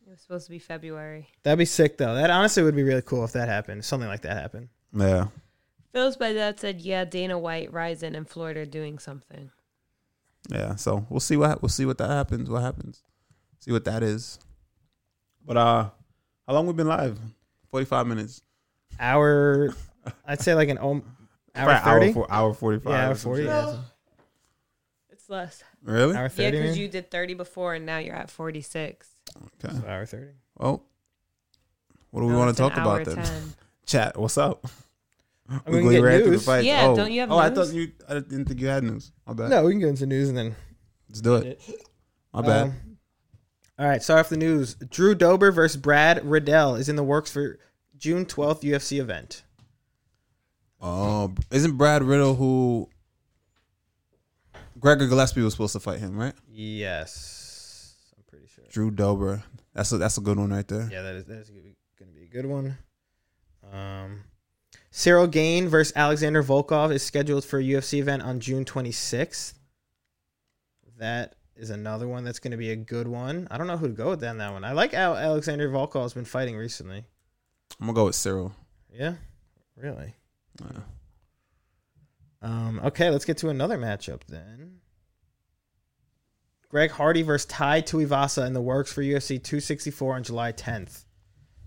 B: It was supposed to be February.
C: That'd be sick though. That honestly would be really cool if that happened. if Something like that happened.
A: Yeah,
B: Phil's by that said, yeah, Dana White, Ryzen, and Floyd are doing something.
A: yeah. So we'll see what we'll see what that happens. What happens? See what that is. But uh, how long we been live? Forty five minutes.
C: Hour, I'd say like an om-
A: Probably
C: hour thirty.
A: hour four, hour forty five.
C: yeah, hour forty. Yeah.
B: It's less.
A: Really?
C: Hour
B: Yeah,
C: thirty.
B: because
C: maybe?
B: you did 30 before and now you're at 46.
A: Okay.
C: So hour thirty.
A: Well, what do we
B: No,
A: want
B: Oh, it's
A: to
B: an
A: talk about
B: hour
A: then?
B: 10.
A: Chat, what's up?
C: I mean, we can get news.
A: fight.
B: Yeah, don't you have
A: Oh, I
B: news?
A: thought you. I didn't think you had news. My bad.
C: No, we can go into news and then.
A: Let's do it. My bad.
C: Um, all right, sorry for the news. Drew Dober versus Brad Riddell is in the works for June twelfth UFC event. Um,
A: oh, isn't Brad Riddle who? Gregor Gillespie was supposed to fight him, right?
C: Yes, I'm pretty sure.
A: Drew Dober. That's a that's a good one right there.
C: Yeah, that is that is going to be a good one. Um, Cyril Gain versus Alexander Volkov is scheduled for a UFC event on June 26th. That is another one that's going to be a good one. I don't know who to go with on that one. I like how Alexander Volkov has been fighting recently.
A: I'm gonna go with Cyril.
C: Yeah, really.
A: Yeah.
C: Um, okay, let's get to another matchup then. Greg Hardy versus Tai Tuivasa in the works for UFC 264 on July 10th.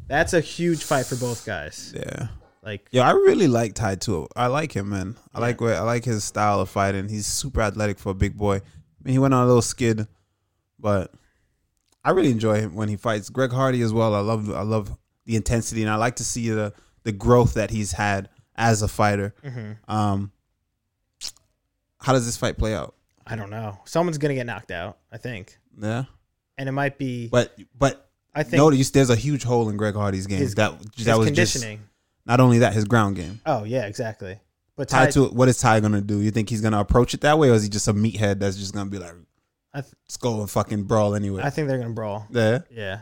C: That's a huge fight for both guys.
A: Yeah.
C: Like,
A: Yo, I really like Tai too. I like him, man. I like where I like his style of fighting. He's super athletic for a big boy. I mean, he went on a little skid, but I really enjoy him when he fights. Greg Hardy as well. I love I love the intensity, and I like to see the the growth that he's had as a fighter.
C: Mm-hmm.
A: Um, how does this fight play out?
C: I don't know. Someone's gonna get knocked out, I think,
A: Yeah,
C: and it might be.
A: but but
C: I think
A: notice there's a huge hole in Greg Hardy's game.
C: His-
A: that
C: his
A: that was
C: conditioning.
A: just not only that his ground game.
C: oh yeah, exactly. But
A: Ty,
C: Tai,
A: to what is Ty gonna do? You think he's gonna approach it that way, or is he just a meathead that's just gonna be like,
C: I, th-
A: let's go and fucking brawl anyway?
C: I think they're gonna brawl.
A: yeah,
C: Yeah,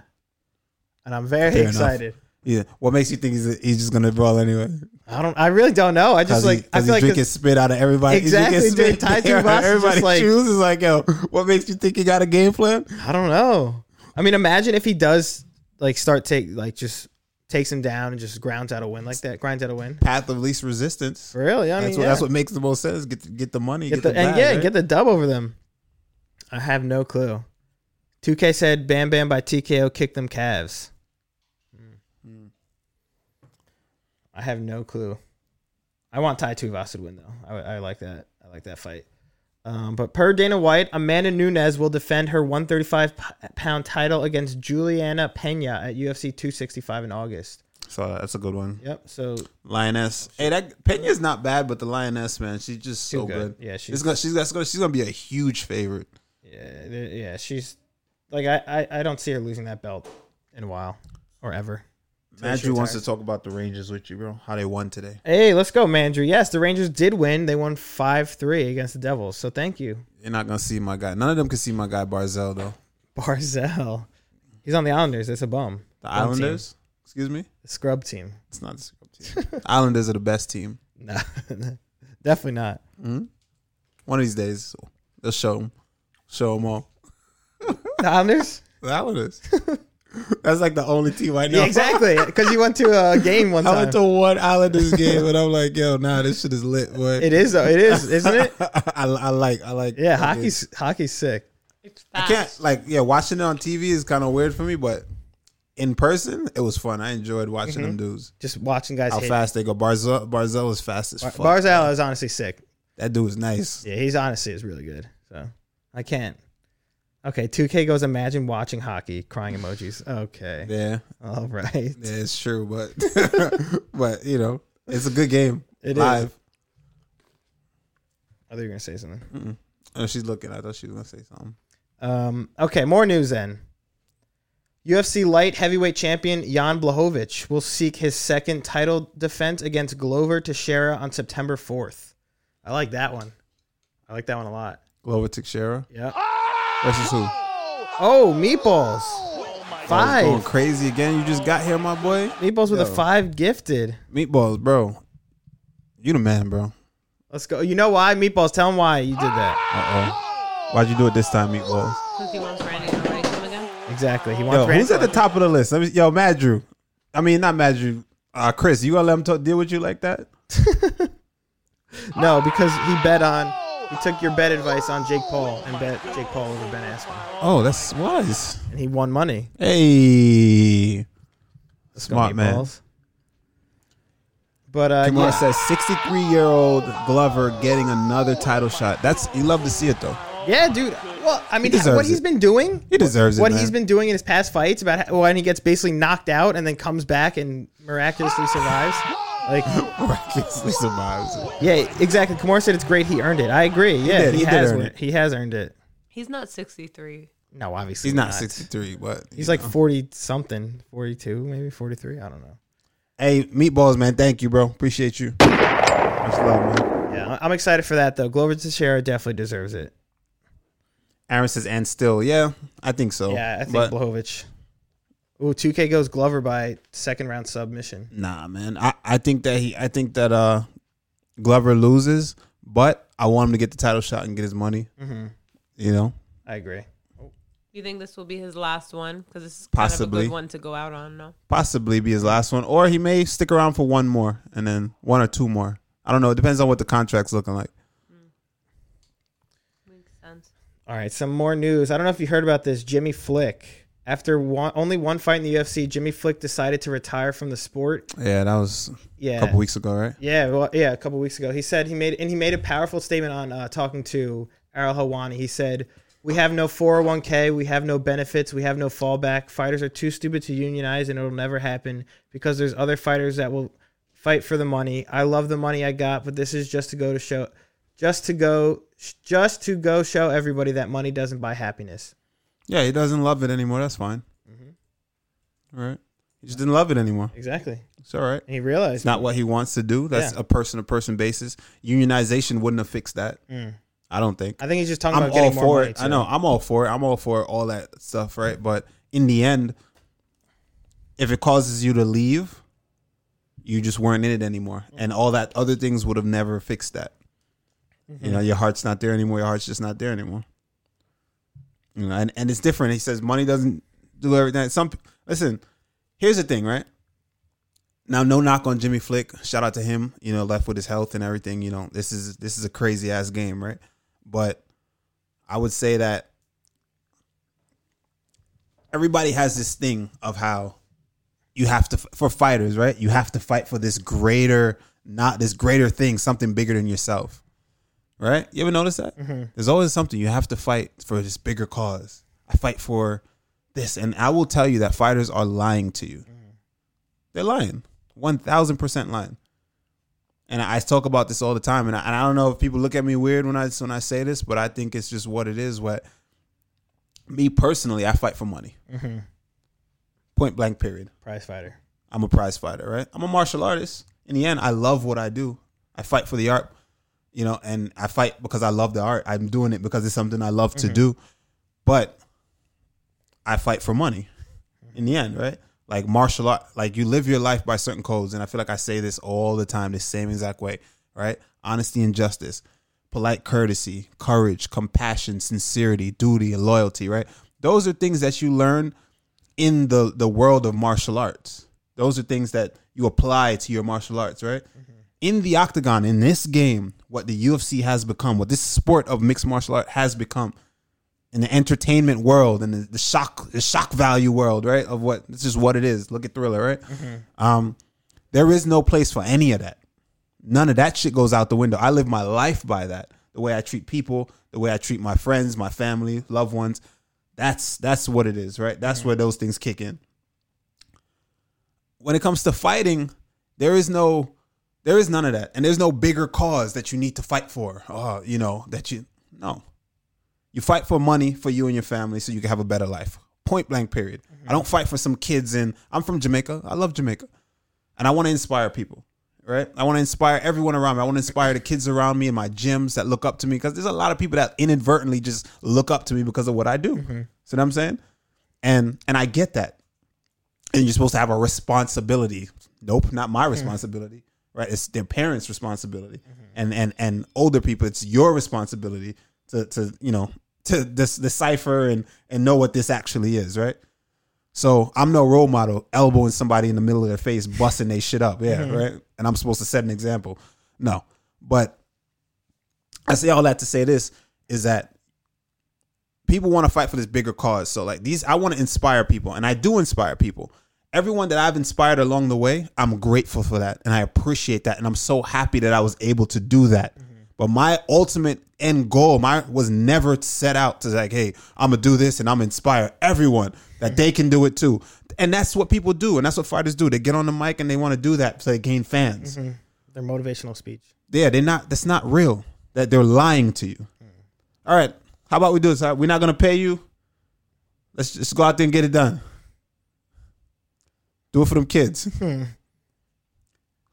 C: and I'm very
A: Fair enough.
C: excited.
A: yeah. What makes you think he's he's just gonna brawl anyway?
C: I don't. I really don't know. I
A: Cause
C: just
A: he-
C: like. I
A: cause
C: feel
A: he
C: like
A: drinking
C: it's-
A: spit out of everybody. He's drinking
C: Exactly,
A: (laughs)
C: dude. Ty
A: spit out of
C: Tuivasa just
A: everybody's
C: like-
A: shoes. It's like, yo, what makes you think he got a game plan?
C: I don't know. I mean, imagine if he does like start take like just takes him down and just grounds out a win like that, grinds out a win.
A: Path of least resistance.
C: Really, I
A: That's
C: mean,
A: what
C: yeah.
A: that's what makes the most sense. Get the, get the money.
C: get the, and yeah, get the dub over them. I have no clue. 2K said Bam Bam by TKO kick them Cavs. Hmm. I have no clue. I want Tai Tuivasa to win though. I, I like that. I like that fight. Um, but per Dana White, Amanda Nunes will defend her 135 p- pound title against Juliana Pena at UFC 265 in August.
A: So uh, that's a good one.
C: Yep. So
A: Lioness. Hey, that Pena's not bad, but the lioness man, she's just so
C: Too good.
A: good.
C: Yeah,
A: she's
C: she's-
A: gonna, she's that's gonna she's gonna be a huge favorite.
C: Yeah, th- yeah, she's like I, I, I don't see her losing that belt in a while or ever. Till she
A: Andrew wants to
C: retires.
A: talk about the Rangers with you, bro. How they won today.
C: Hey, let's go, Mandrew. Yes, the Rangers did win. They won five three against the Devils. So thank you, (laughs)
A: You're not gonna see my guy. None of them can see my guy Barzell though.
C: Barzell. He's on the Islanders. That's a bum.
A: The
C: Bum team.
A: Islanders. Excuse me.
C: The scrub team. (laughs)
A: It's not the scrub team. Islanders are the best team.
C: No, (laughs) definitely not.
A: One of these days, they'll show them, show them all.
C: The Islanders.
A: The Islanders. (laughs) That's like the only team I know.
C: Yeah, (laughs) exactly. Because you went to a game (laughs) one
A: I
C: time.
A: went to one Islanders game and I'm like, yo, nah, this shit is lit, boy.
C: it is though. It is, isn't (laughs) it?
A: (laughs) I, I like, I like.
C: Yeah,
A: I like it.
C: hockey's hockey's sick.
B: It's
A: I
B: fast.
A: can't like yeah, watching it on TV is kind of weird for me, but in person it was fun. I enjoyed watching them
C: Mm-hmm.
A: dudes.
C: Just watching guys
A: How
C: hit.
A: fast they go. Barzell Barzell is fast as fuck.
C: Barzal is honestly sick.
A: that dude was nice.
C: Yeah, he's honestly is really good. So I can't. Okay, 2K goes. Imagine watching hockey, crying emojis. Okay,
A: Yeah,
C: all right. (laughs)
A: yeah it's true, but (laughs) but you know it's a good game.
C: It is.
A: Live.
C: I thought you were gonna say something.
A: Oh, she's looking. I thought she was gonna say something.
C: Um, okay, more news then. UFC light heavyweight champion Jan Blahovic will seek his second title defense against Glover Teixeira on September 4th. I like that one. I like that one a lot.
A: Glover Teixeira
C: Yeah.
A: versus who?
C: Oh, meatballs.
A: Going
C: Five.
A: crazy again. You just got here, my boy.
C: Meatballs with a
A: Yo.
C: five gifted.
A: Meatballs, bro. You the man, bro.
C: Let's go. You know why? Meatballs, tell him why you did that.
A: Uh oh. Why'd you do it this time, Meatballs?
B: 'Cause he wants Randy to write him again.
C: Exactly. He wants
A: Yo, who's at
C: Randy-
A: the top of the list? Let me, yo, Mad Drew. I mean, not Mad Drew. Uh, Chris, you gonna let him talk, deal with you like that?
C: No, because he bet on he took your bet advice on Jake Paul and bet Jake Paul over Ben Askren.
A: Oh, that's wise.
C: And he won money.
A: Hey,
C: Let's
A: Smart man.
C: Meatballs. But uh,
A: Kimura
C: yeah,
A: says sixty-three-year-old Glover getting another title shot. That's you love to see it though.
C: yeah, dude. Well, I mean,
A: He deserves
C: what he's
A: it.
C: been doing,
A: He deserves
C: what
A: it.
C: he's
A: man. (laughs)
C: been doing in his past fights about how, when he gets basically knocked out and then comes back and miraculously survives. Like,
A: (laughs) miraculously survives. it.
C: yeah, exactly. Kamora said it's great. He earned it. I agree. Yeah, he,
A: did. He did
C: has.
A: earn
C: wor-
A: it.
C: He has earned it.
B: He's not 63.
C: No, obviously
A: He's not sixty-three, but
C: He's like forty something, forty two, maybe forty three. I don't know.
A: hey, Meatballs, man. Thank you, bro. Appreciate you. Much love, man.
C: Yeah, I- I'm excited for that though. Glover Teixeira definitely deserves it.
A: Aaron says, and still, yeah, I think so.
C: Yeah, I think
A: But-
C: Blahovic. Ooh, 2K goes Glover by second round submission.
A: Nah, man. I, I think that he I think that uh Glover loses, but I want him to get the title shot and get his money.
C: Mm-hmm.
A: You know,
C: I agree.
B: You think this will be his last one? Because this is kind of a
A: Possibly.
B: good one to go out on. No,
A: possibly be his last one, or he may stick around for one more and then one or two more. I don't know. It depends on what the contract's looking like.
B: makes sense.
C: All right, some more news. I don't know if you heard about this. Jimmy Flick. After one, only one fight in the UFC, Jimmy Flick decided to retire from the sport.
A: Yeah, that was
C: Yeah.
A: a couple weeks ago, right?
C: Yeah, well, yeah, a couple weeks ago, he said he made and he made a powerful statement on uh, talking to Errol Hawani. He said, "We have no 401k, we have no benefits, we have no fallback. Fighters are too stupid to unionize, and it'll never happen because there's other fighters that will fight for the money. I love the money I got, but this is just to go to show, just to go, just to go show everybody that money doesn't buy happiness."
A: Yeah, he doesn't love it anymore. That's fine.
C: Mm-hmm.
A: All right. He just didn't love it anymore.
C: Exactly,
A: It's all right.
C: and he realized.
A: It's not what he wants to do. That's
C: Yeah.
A: a person to person basis. Unionization wouldn't have fixed that.
C: Mm.
A: I don't think.
C: I think he's just talking
A: I'm
C: about getting
A: all
C: more
A: for
C: money.
A: it. I know. I'm all for it. I'm all for all that stuff, right? But in the end, if it causes you to leave, you just weren't in it anymore,
C: Mm-hmm.
A: and all that other things would have never fixed that.
C: Mm-hmm.
A: You know, your heart's not there anymore. Your heart's just not there anymore. You know, and and it's different. He says money doesn't do everything. Some listen. Here's the thing, right? Now, no knock on Jimmy Flick. Shout out to him. You know, left with his health and everything. You know, this is this is a crazy ass game, right? But I would say that everybody has this thing of how you have to for fighters, right? You have to fight for this greater, not this greater thing, something bigger than yourself, right? You ever notice that? There's always something you have to fight for this bigger cause. I fight for this, and I will tell you that fighters are lying to you. They're lying, one thousand percent lying. And I talk about this all the time, and I, and I don't know if people look at me weird when I when I say this, but I think it's just what it is. What me personally, I fight for money. Point blank. Period.
C: Prize fighter.
A: I'm a prize fighter, right? I'm a martial artist. In the end, I love what I do. I fight for the art, you know, and I fight because I love the art. I'm doing it because it's something I love to do. But I fight for money in the end, right? like martial art like you live your life by certain codes and i feel like i say this all the time the same exact way right honesty and justice polite courtesy courage compassion sincerity duty and loyalty right those are things that you learn in the the world of martial arts those are things that you apply to your martial arts right in the octagon in this game what the ufc has become what this sport of mixed martial art has become in the entertainment world and the, the shock the shock value world, right? Of what this is what it is. Look at Thriller, right? Um, there is no place for any of that. None of that shit goes out the window. I live my life by that. The way I treat people, the way I treat my friends, my family, loved ones. That's that's what it is, right? That's where those things kick in. When it comes to fighting, there is no there is none of that. And there's no bigger cause that you need to fight for. Oh, you know, that you no. You fight for money for you and your family so you can have a better life. Point blank, period. I don't fight for some kids in, I'm from Jamaica. I love Jamaica. And I want to inspire people, right? I want to inspire everyone around me. I want to inspire the kids around me in my gyms that look up to me because there's a lot of people that inadvertently just look up to me because of what I do. See what I'm saying? And and I get that. And you're supposed to have a responsibility. Nope, not my responsibility. Right? It's their parents' responsibility. And and and older people, it's your responsibility to to, you know, to this decipher and and know what this actually is, right? So I'm no role model elbowing somebody in the middle of their face, busting they shit up. Yeah, right. And I'm supposed to set an example. No. But I say all that to say this is that people want to fight for this bigger cause. So like these I want to inspire people and I do inspire people. Everyone that I've inspired along the way, I'm grateful for that and I appreciate that and I'm so happy that I was able to do that. But my ultimate end goal, my was never set out to like, hey, I'm gonna do this and I'm inspire everyone that they can do it too. And that's what people do, and that's what fighters do. They get on the mic and they want to do that so they gain fans.
C: Their motivational speech.
A: Yeah, they're not. That's not real. That they're lying to you.
C: Hmm.
A: All right, how about we do this? All right, We're not gonna pay you. Let's just go out there and get it done. Do it for them
C: (laughs)
A: kids.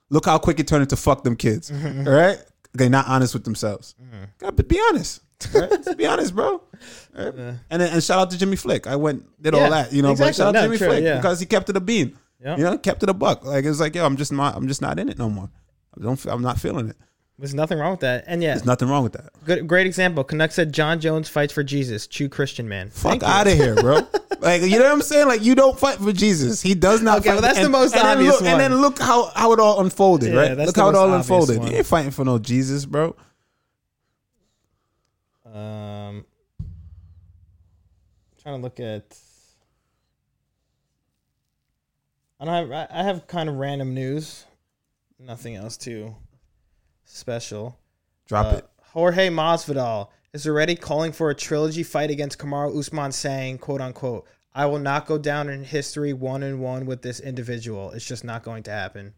A: Look how quick it turned into fuck them
C: (laughs)
A: kids. All right, they're not honest with themselves.
C: Hmm.
A: God, but be honest. All right? Just be honest, bro. All right? And then, and shout out to Jimmy Flick. I went did
C: Yeah,
A: all that, you know. But
C: exactly.
A: shout out
C: No,
A: to Jimmy
C: true,
A: Flick
C: yeah.
A: because he kept it a bean.
C: Yeah.
A: You know, kept it a buck. Like it was like, yo, I'm just not, I'm just not in it no more. I don't, feel- I'm not feeling it.
C: There's nothing wrong with that. And yeah,
A: There's nothing wrong with that.
C: good, great example. Canuck said John Jones fights for Jesus. True Christian man.
A: Fuck out of here, (laughs) bro. like you know what I'm saying? Like you don't fight for Jesus. He does not.
C: Okay,
A: fight
C: well, that's
A: and-
C: the most
A: and then
C: obvious
A: look- And
C: one.
A: then look how how it all unfolded,
C: Yeah,
A: right?
C: that's
A: Look
C: the
A: how it
C: most
A: all
C: obvious
A: unfolded.
C: one.
A: You ain't fighting for no Jesus, bro.
C: Um, trying to look at. I don't have. I- I have kind of random news. Nothing else too special.
A: Drop
C: Uh,
A: it.
C: Jorge Masvidal is already calling for a trilogy fight against Kamaru Usman, saying, "quote unquote." I will not go down in history one and one with this individual. It's just not going to happen.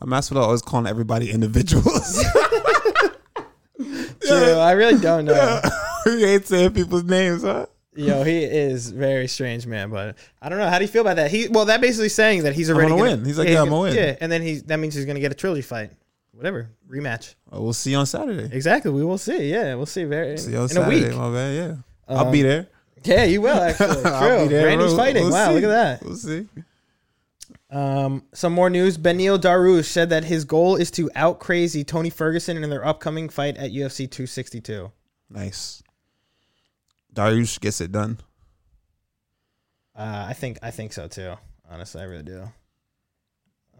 A: Masvidal always calling everybody individuals.
C: (laughs)
A: (laughs)
C: True, I really don't know.
A: you ain't saying people's names, huh?
C: Yo, he is very strange, man. But I don't know. How do you feel about that? He well, that basically saying that he's already
A: gonna win. He's like, yeah, I'm gonna win.
C: Yeah, and then he's that means he's gonna get a trilogy fight, whatever rematch.
A: Well, Oh, we'll see you on Saturday.
C: Exactly. We will see. Yeah, we'll see. Very
A: See you on
C: in a
A: Saturday,
C: week. Um,
A: my man. Yeah, I'll be
C: (laughs)
A: there.
C: Yeah,
A: (laughs)
C: you will actually.
A: I'll be
C: True.
A: there.
C: Randy's
A: We'll-
C: fighting.
A: we'll
C: wow,
A: see.
C: look at
A: We'll see.
C: that. Um, some more news. Benil Darush said that his goal is to out crazy Tony Ferguson in their upcoming fight at UFC 262.
A: Nice. Darius gets it done.
C: Uh, I think I think so too. Honestly, I really do.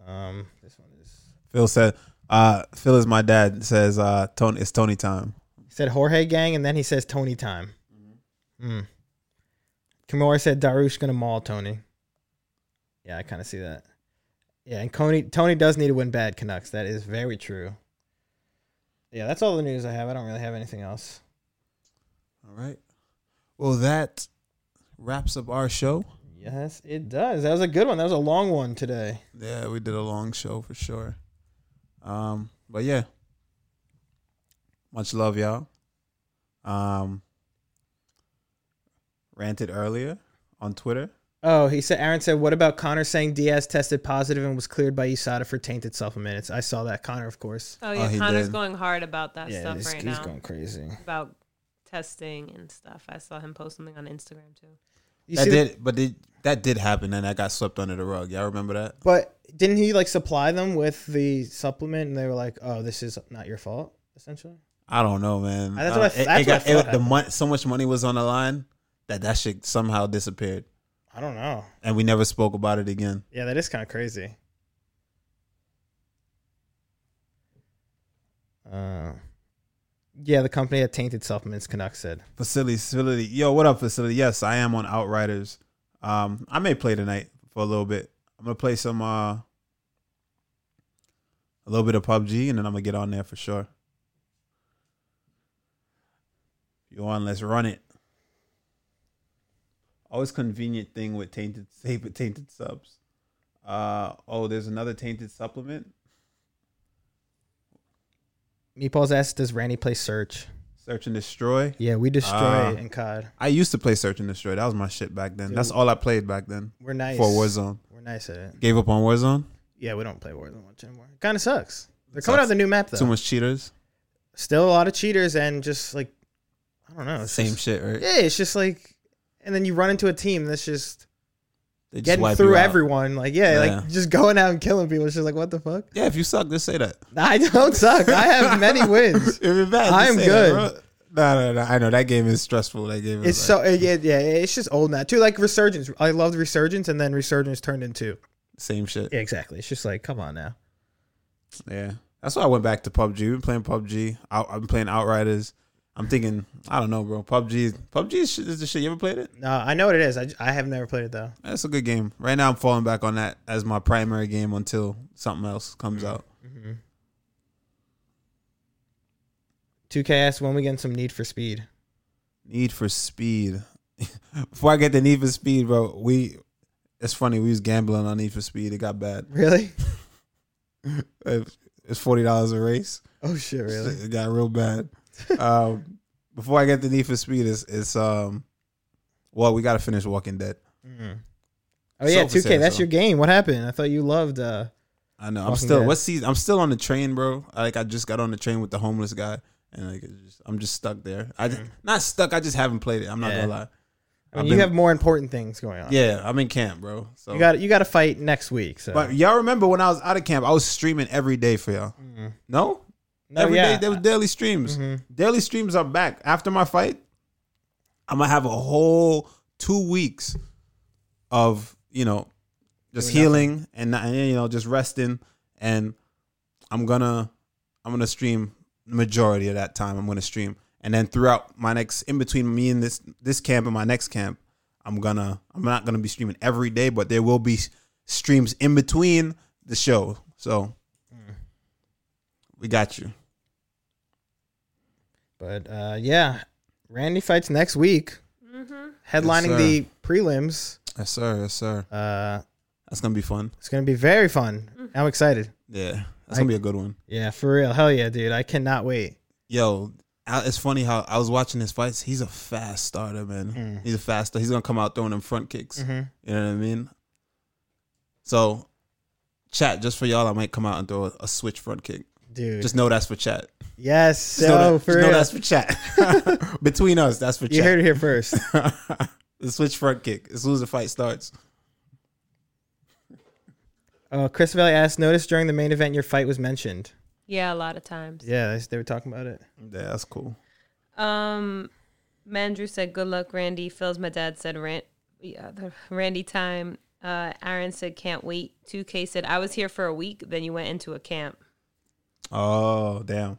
C: Um, this one is.
A: Phil said, uh, "Phil is my dad." Says, uh, "Tony, it's Tony time."
C: He said Jorge gang, and then he says Tony time. Mm. Kimura said Darush gonna maul Tony. Yeah, I kind of see that. Yeah, and Tony Tony does need to win bad Canucks. That is very true. Yeah, that's all the news I have. I don't really have anything else.
A: All right. Well, that wraps up our show.
C: Yes, it does. That was a good one. That was a long one today.
A: Yeah, we did a long show for sure. Um, but yeah. Much love, y'all. Um ranted earlier on Twitter.
C: Oh, he said Aaron said, "What about Connor saying Diaz tested positive and was cleared by USADA for tainted supplements?" I saw that Connor, of course.
B: Oh yeah,
A: he
B: Connor's
A: did.
B: going hard about that stuff
C: he's,
B: right
C: he's
B: now
C: going crazy.
B: about testing and stuff. I saw him post something on Instagram too.
C: You
A: that
C: see the-
A: did, but did, that did happen, and that got swept under the rug. Y'all remember that?
C: But didn't he like supply them with the supplement, and they were like, "Oh, this is not your fault," essentially.
A: I don't know, man.
C: That's
A: I-
C: what
A: it-
C: I- that's
A: it
C: what I
A: got- it-
C: thought
A: the
C: happened.
A: mon- so much money was on the line that that shit somehow disappeared,
C: I don't know.
A: and we never spoke about it again.
C: Yeah, that is kind of crazy. Uh, yeah, the company that tainted supplements, Canuck said.
A: Facility, facility. Yo, what up, facility? Yes, I am on Outriders. Um, I may play tonight for a little bit. I'm gonna play some uh, a little bit of PUBG, and then I'm gonna get on there for sure. You on? Let's run it. Always convenient thing with tainted, save with tainted subs. Uh oh, there's another tainted supplement.
C: Meatballs asked, "Does Randy play Search?"
A: Search and destroy.
C: Yeah, we destroy
A: Ah.
C: in COD.
A: I used to play Search and Destroy. That was my shit back then. That's all I played back then.
C: We're nice
A: For Warzone.
C: We're nice at it.
A: Gave up on Warzone.
C: Yeah, we don't play Warzone much anymore. Kind of sucks. They're coming out
A: Sucks.
C: with a new map though.
A: Too much cheaters.
C: Still a lot of cheaters and just like, I don't know. it's
A: Same
C: just-
A: shit, right?
C: Yeah, it's just like, and then you run into a team that's just
A: They just
C: getting
A: wipe
C: through
A: you out.
C: everyone. Like, yeah,
A: Yeah.
C: like just going out and killing people. It's just like, what the fuck?
A: Yeah, if you suck, just say
C: (laughs)
A: that.
C: I don't suck. I
A: (laughs)
C: have many wins.
A: If you're bad, just
C: I am
A: say that,
C: good.
A: bro. no, no, no. I know that game is stressful. That game is
C: It's so yeah, yeah. It's just old now too. Like Resurgence, I loved Resurgence, and then Resurgence turned into
A: same shit. Yeah.
C: yeah, exactly. It's just like, come on now.
A: that's why I went back to PUBG. We've been playing PUBG. Out, I've been playing Outriders. I'm thinking, I don't know, bro. PUBG, PUBG is, shit- is the shit. You ever played it?
C: No, I know what it is. I, j- I have never played it though.
A: That's a good game. Right now, I'm falling back on that as my primary game until something else
C: Mm.
A: comes out.
C: 2K asked when we getting some Need for Speed. (laughs)
A: Need for Speed. (laughs) Before I get the Need for Speed, bro, we. It's funny. We was gambling on Need for Speed. It got bad.
C: Really?
A: If it's forty dollars a race.
C: Oh shit!
A: (laughs)
C: Really?
A: It got real
C: (laughs)
A: bad. um, before I get the Need for Speed, it's, it's um, well, we got to finish Walking Dead.
C: Oh yeah,
A: Sofa
C: two K.
A: said
C: That's
A: so.
C: your game. What happened? I thought you loved. uh
A: I know. I'm
C: Walking
A: still
C: Dead.
A: what season? I'm still on the train, bro. Like I just got on the train with the homeless guy, and like it's just, I'm just stuck there. I just, not stuck. I just haven't played it. I'm not
C: Mm. Yeah.
A: gonna lie.
C: I
A: I've
C: mean, you
A: been-
C: have more important things going on.
A: Yeah, I'm in camp, bro. So
C: You got you got to fight next week. So
A: But y'all remember when I was out of camp, I was streaming every day for y'all. No?
C: No,
A: every day
C: yeah. Mm-hmm.
A: there was daily streams. Daily streams are back. After my fight, I'm gonna have a whole two weeks of, you know, just healing and not, and, you know, just resting. And I'm gonna I'm gonna stream the majority of that time. I'm gonna stream. And then throughout my next in between me and this this camp and my next camp, I'm gonna I'm not gonna be streaming every day, but there will be s- streams in between the show. So
C: Mm.
A: we got you.
C: But uh, yeah, Randy fights next week,
A: Yes,
C: headlining the prelims.
A: Yes, sir. Yes, sir.
C: Uh,
A: That's gonna be fun.
C: it's gonna be very fun. I'm excited.
A: Yeah, that's gonna be a good one.
C: Yeah, for real. Hell yeah, dude. I cannot wait.
A: Yo, I- it's funny how I was watching his fights. He's a fast starter, man. He's a fast. He's gonna come out throwing them front kicks. You know what I mean? So, chat just for y'all. I might come out and throw a, a switch front kick.
C: Dude.
A: Just know that's for chat.
C: yes.
A: Just
C: So
A: know, that-
C: for
A: just know
C: real.
A: that's for chat. (laughs) Between us, that's for
C: you
A: chat.
C: heard it here first. (laughs)
A: (laughs) the switch front kick. As soon as the fight starts,
C: uh, Chris Valley asked, notice during the main event your fight was mentioned.
B: Yeah, a lot of times.
C: Yeah, they- they were talking about it.
A: yeah, that's cool.
B: Um, Mandrew said, "Good luck, Randy." Phil's my dad said, "Rant, yeah, the Randy time." Uh, Aaron said, "Can't wait." Two K said, "I was here for a week, then you went into a camp."
A: Oh damn!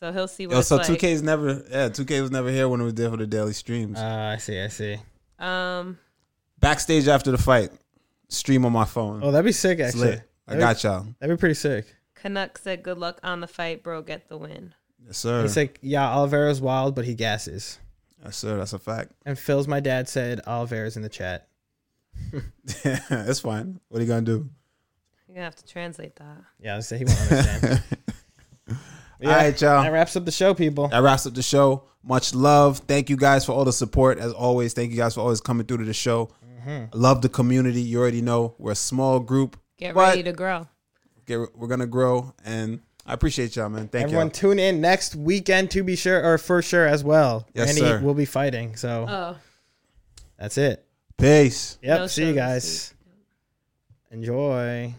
B: So he'll see what
A: Yo,
B: it's
A: so
B: like.
A: two K's never, yeah, two K was never here when it was there for the daily streams.
C: Uh, I see. I see.
B: Um,
A: Backstage after the fight, stream on my phone.
C: Oh, that'd be sick,
A: It's
C: actually.
A: lit. I got y'all.
C: That'd be pretty sick.
B: Canuck said, "Good luck on the fight, bro. Get the win."
A: Yes, sir.
C: It's like, yeah, Oliveira's wild, but he gasses.
A: yes, sir. That's a fact. (laughs)
C: And Phil's my dad said Oliveira's in the chat.
A: it's fine. What are you gonna do?
B: You're gonna have to translate that.
C: Yeah, I said he won't understand. Yeah.
A: All right, y'all.
C: That wraps up the show, people.
A: That wraps up the show. Much love. Thank you guys for all the support. As always, thank you guys for always coming through to the show.
C: Mm-hmm.
A: Love the community. You already know we're a small group.
B: Get
A: but
B: ready to grow.
A: get- we're gonna grow, and I appreciate y'all, man. Thank
C: Everyone
A: you.
C: tune in next weekend to be sure or for sure as well.
A: Yes,
C: Randy
A: sir.
C: will be fighting. So
B: Oh,
C: that's it.
A: Peace.
C: Yep.
B: No
C: see you
B: show this
C: guys. Enjoy.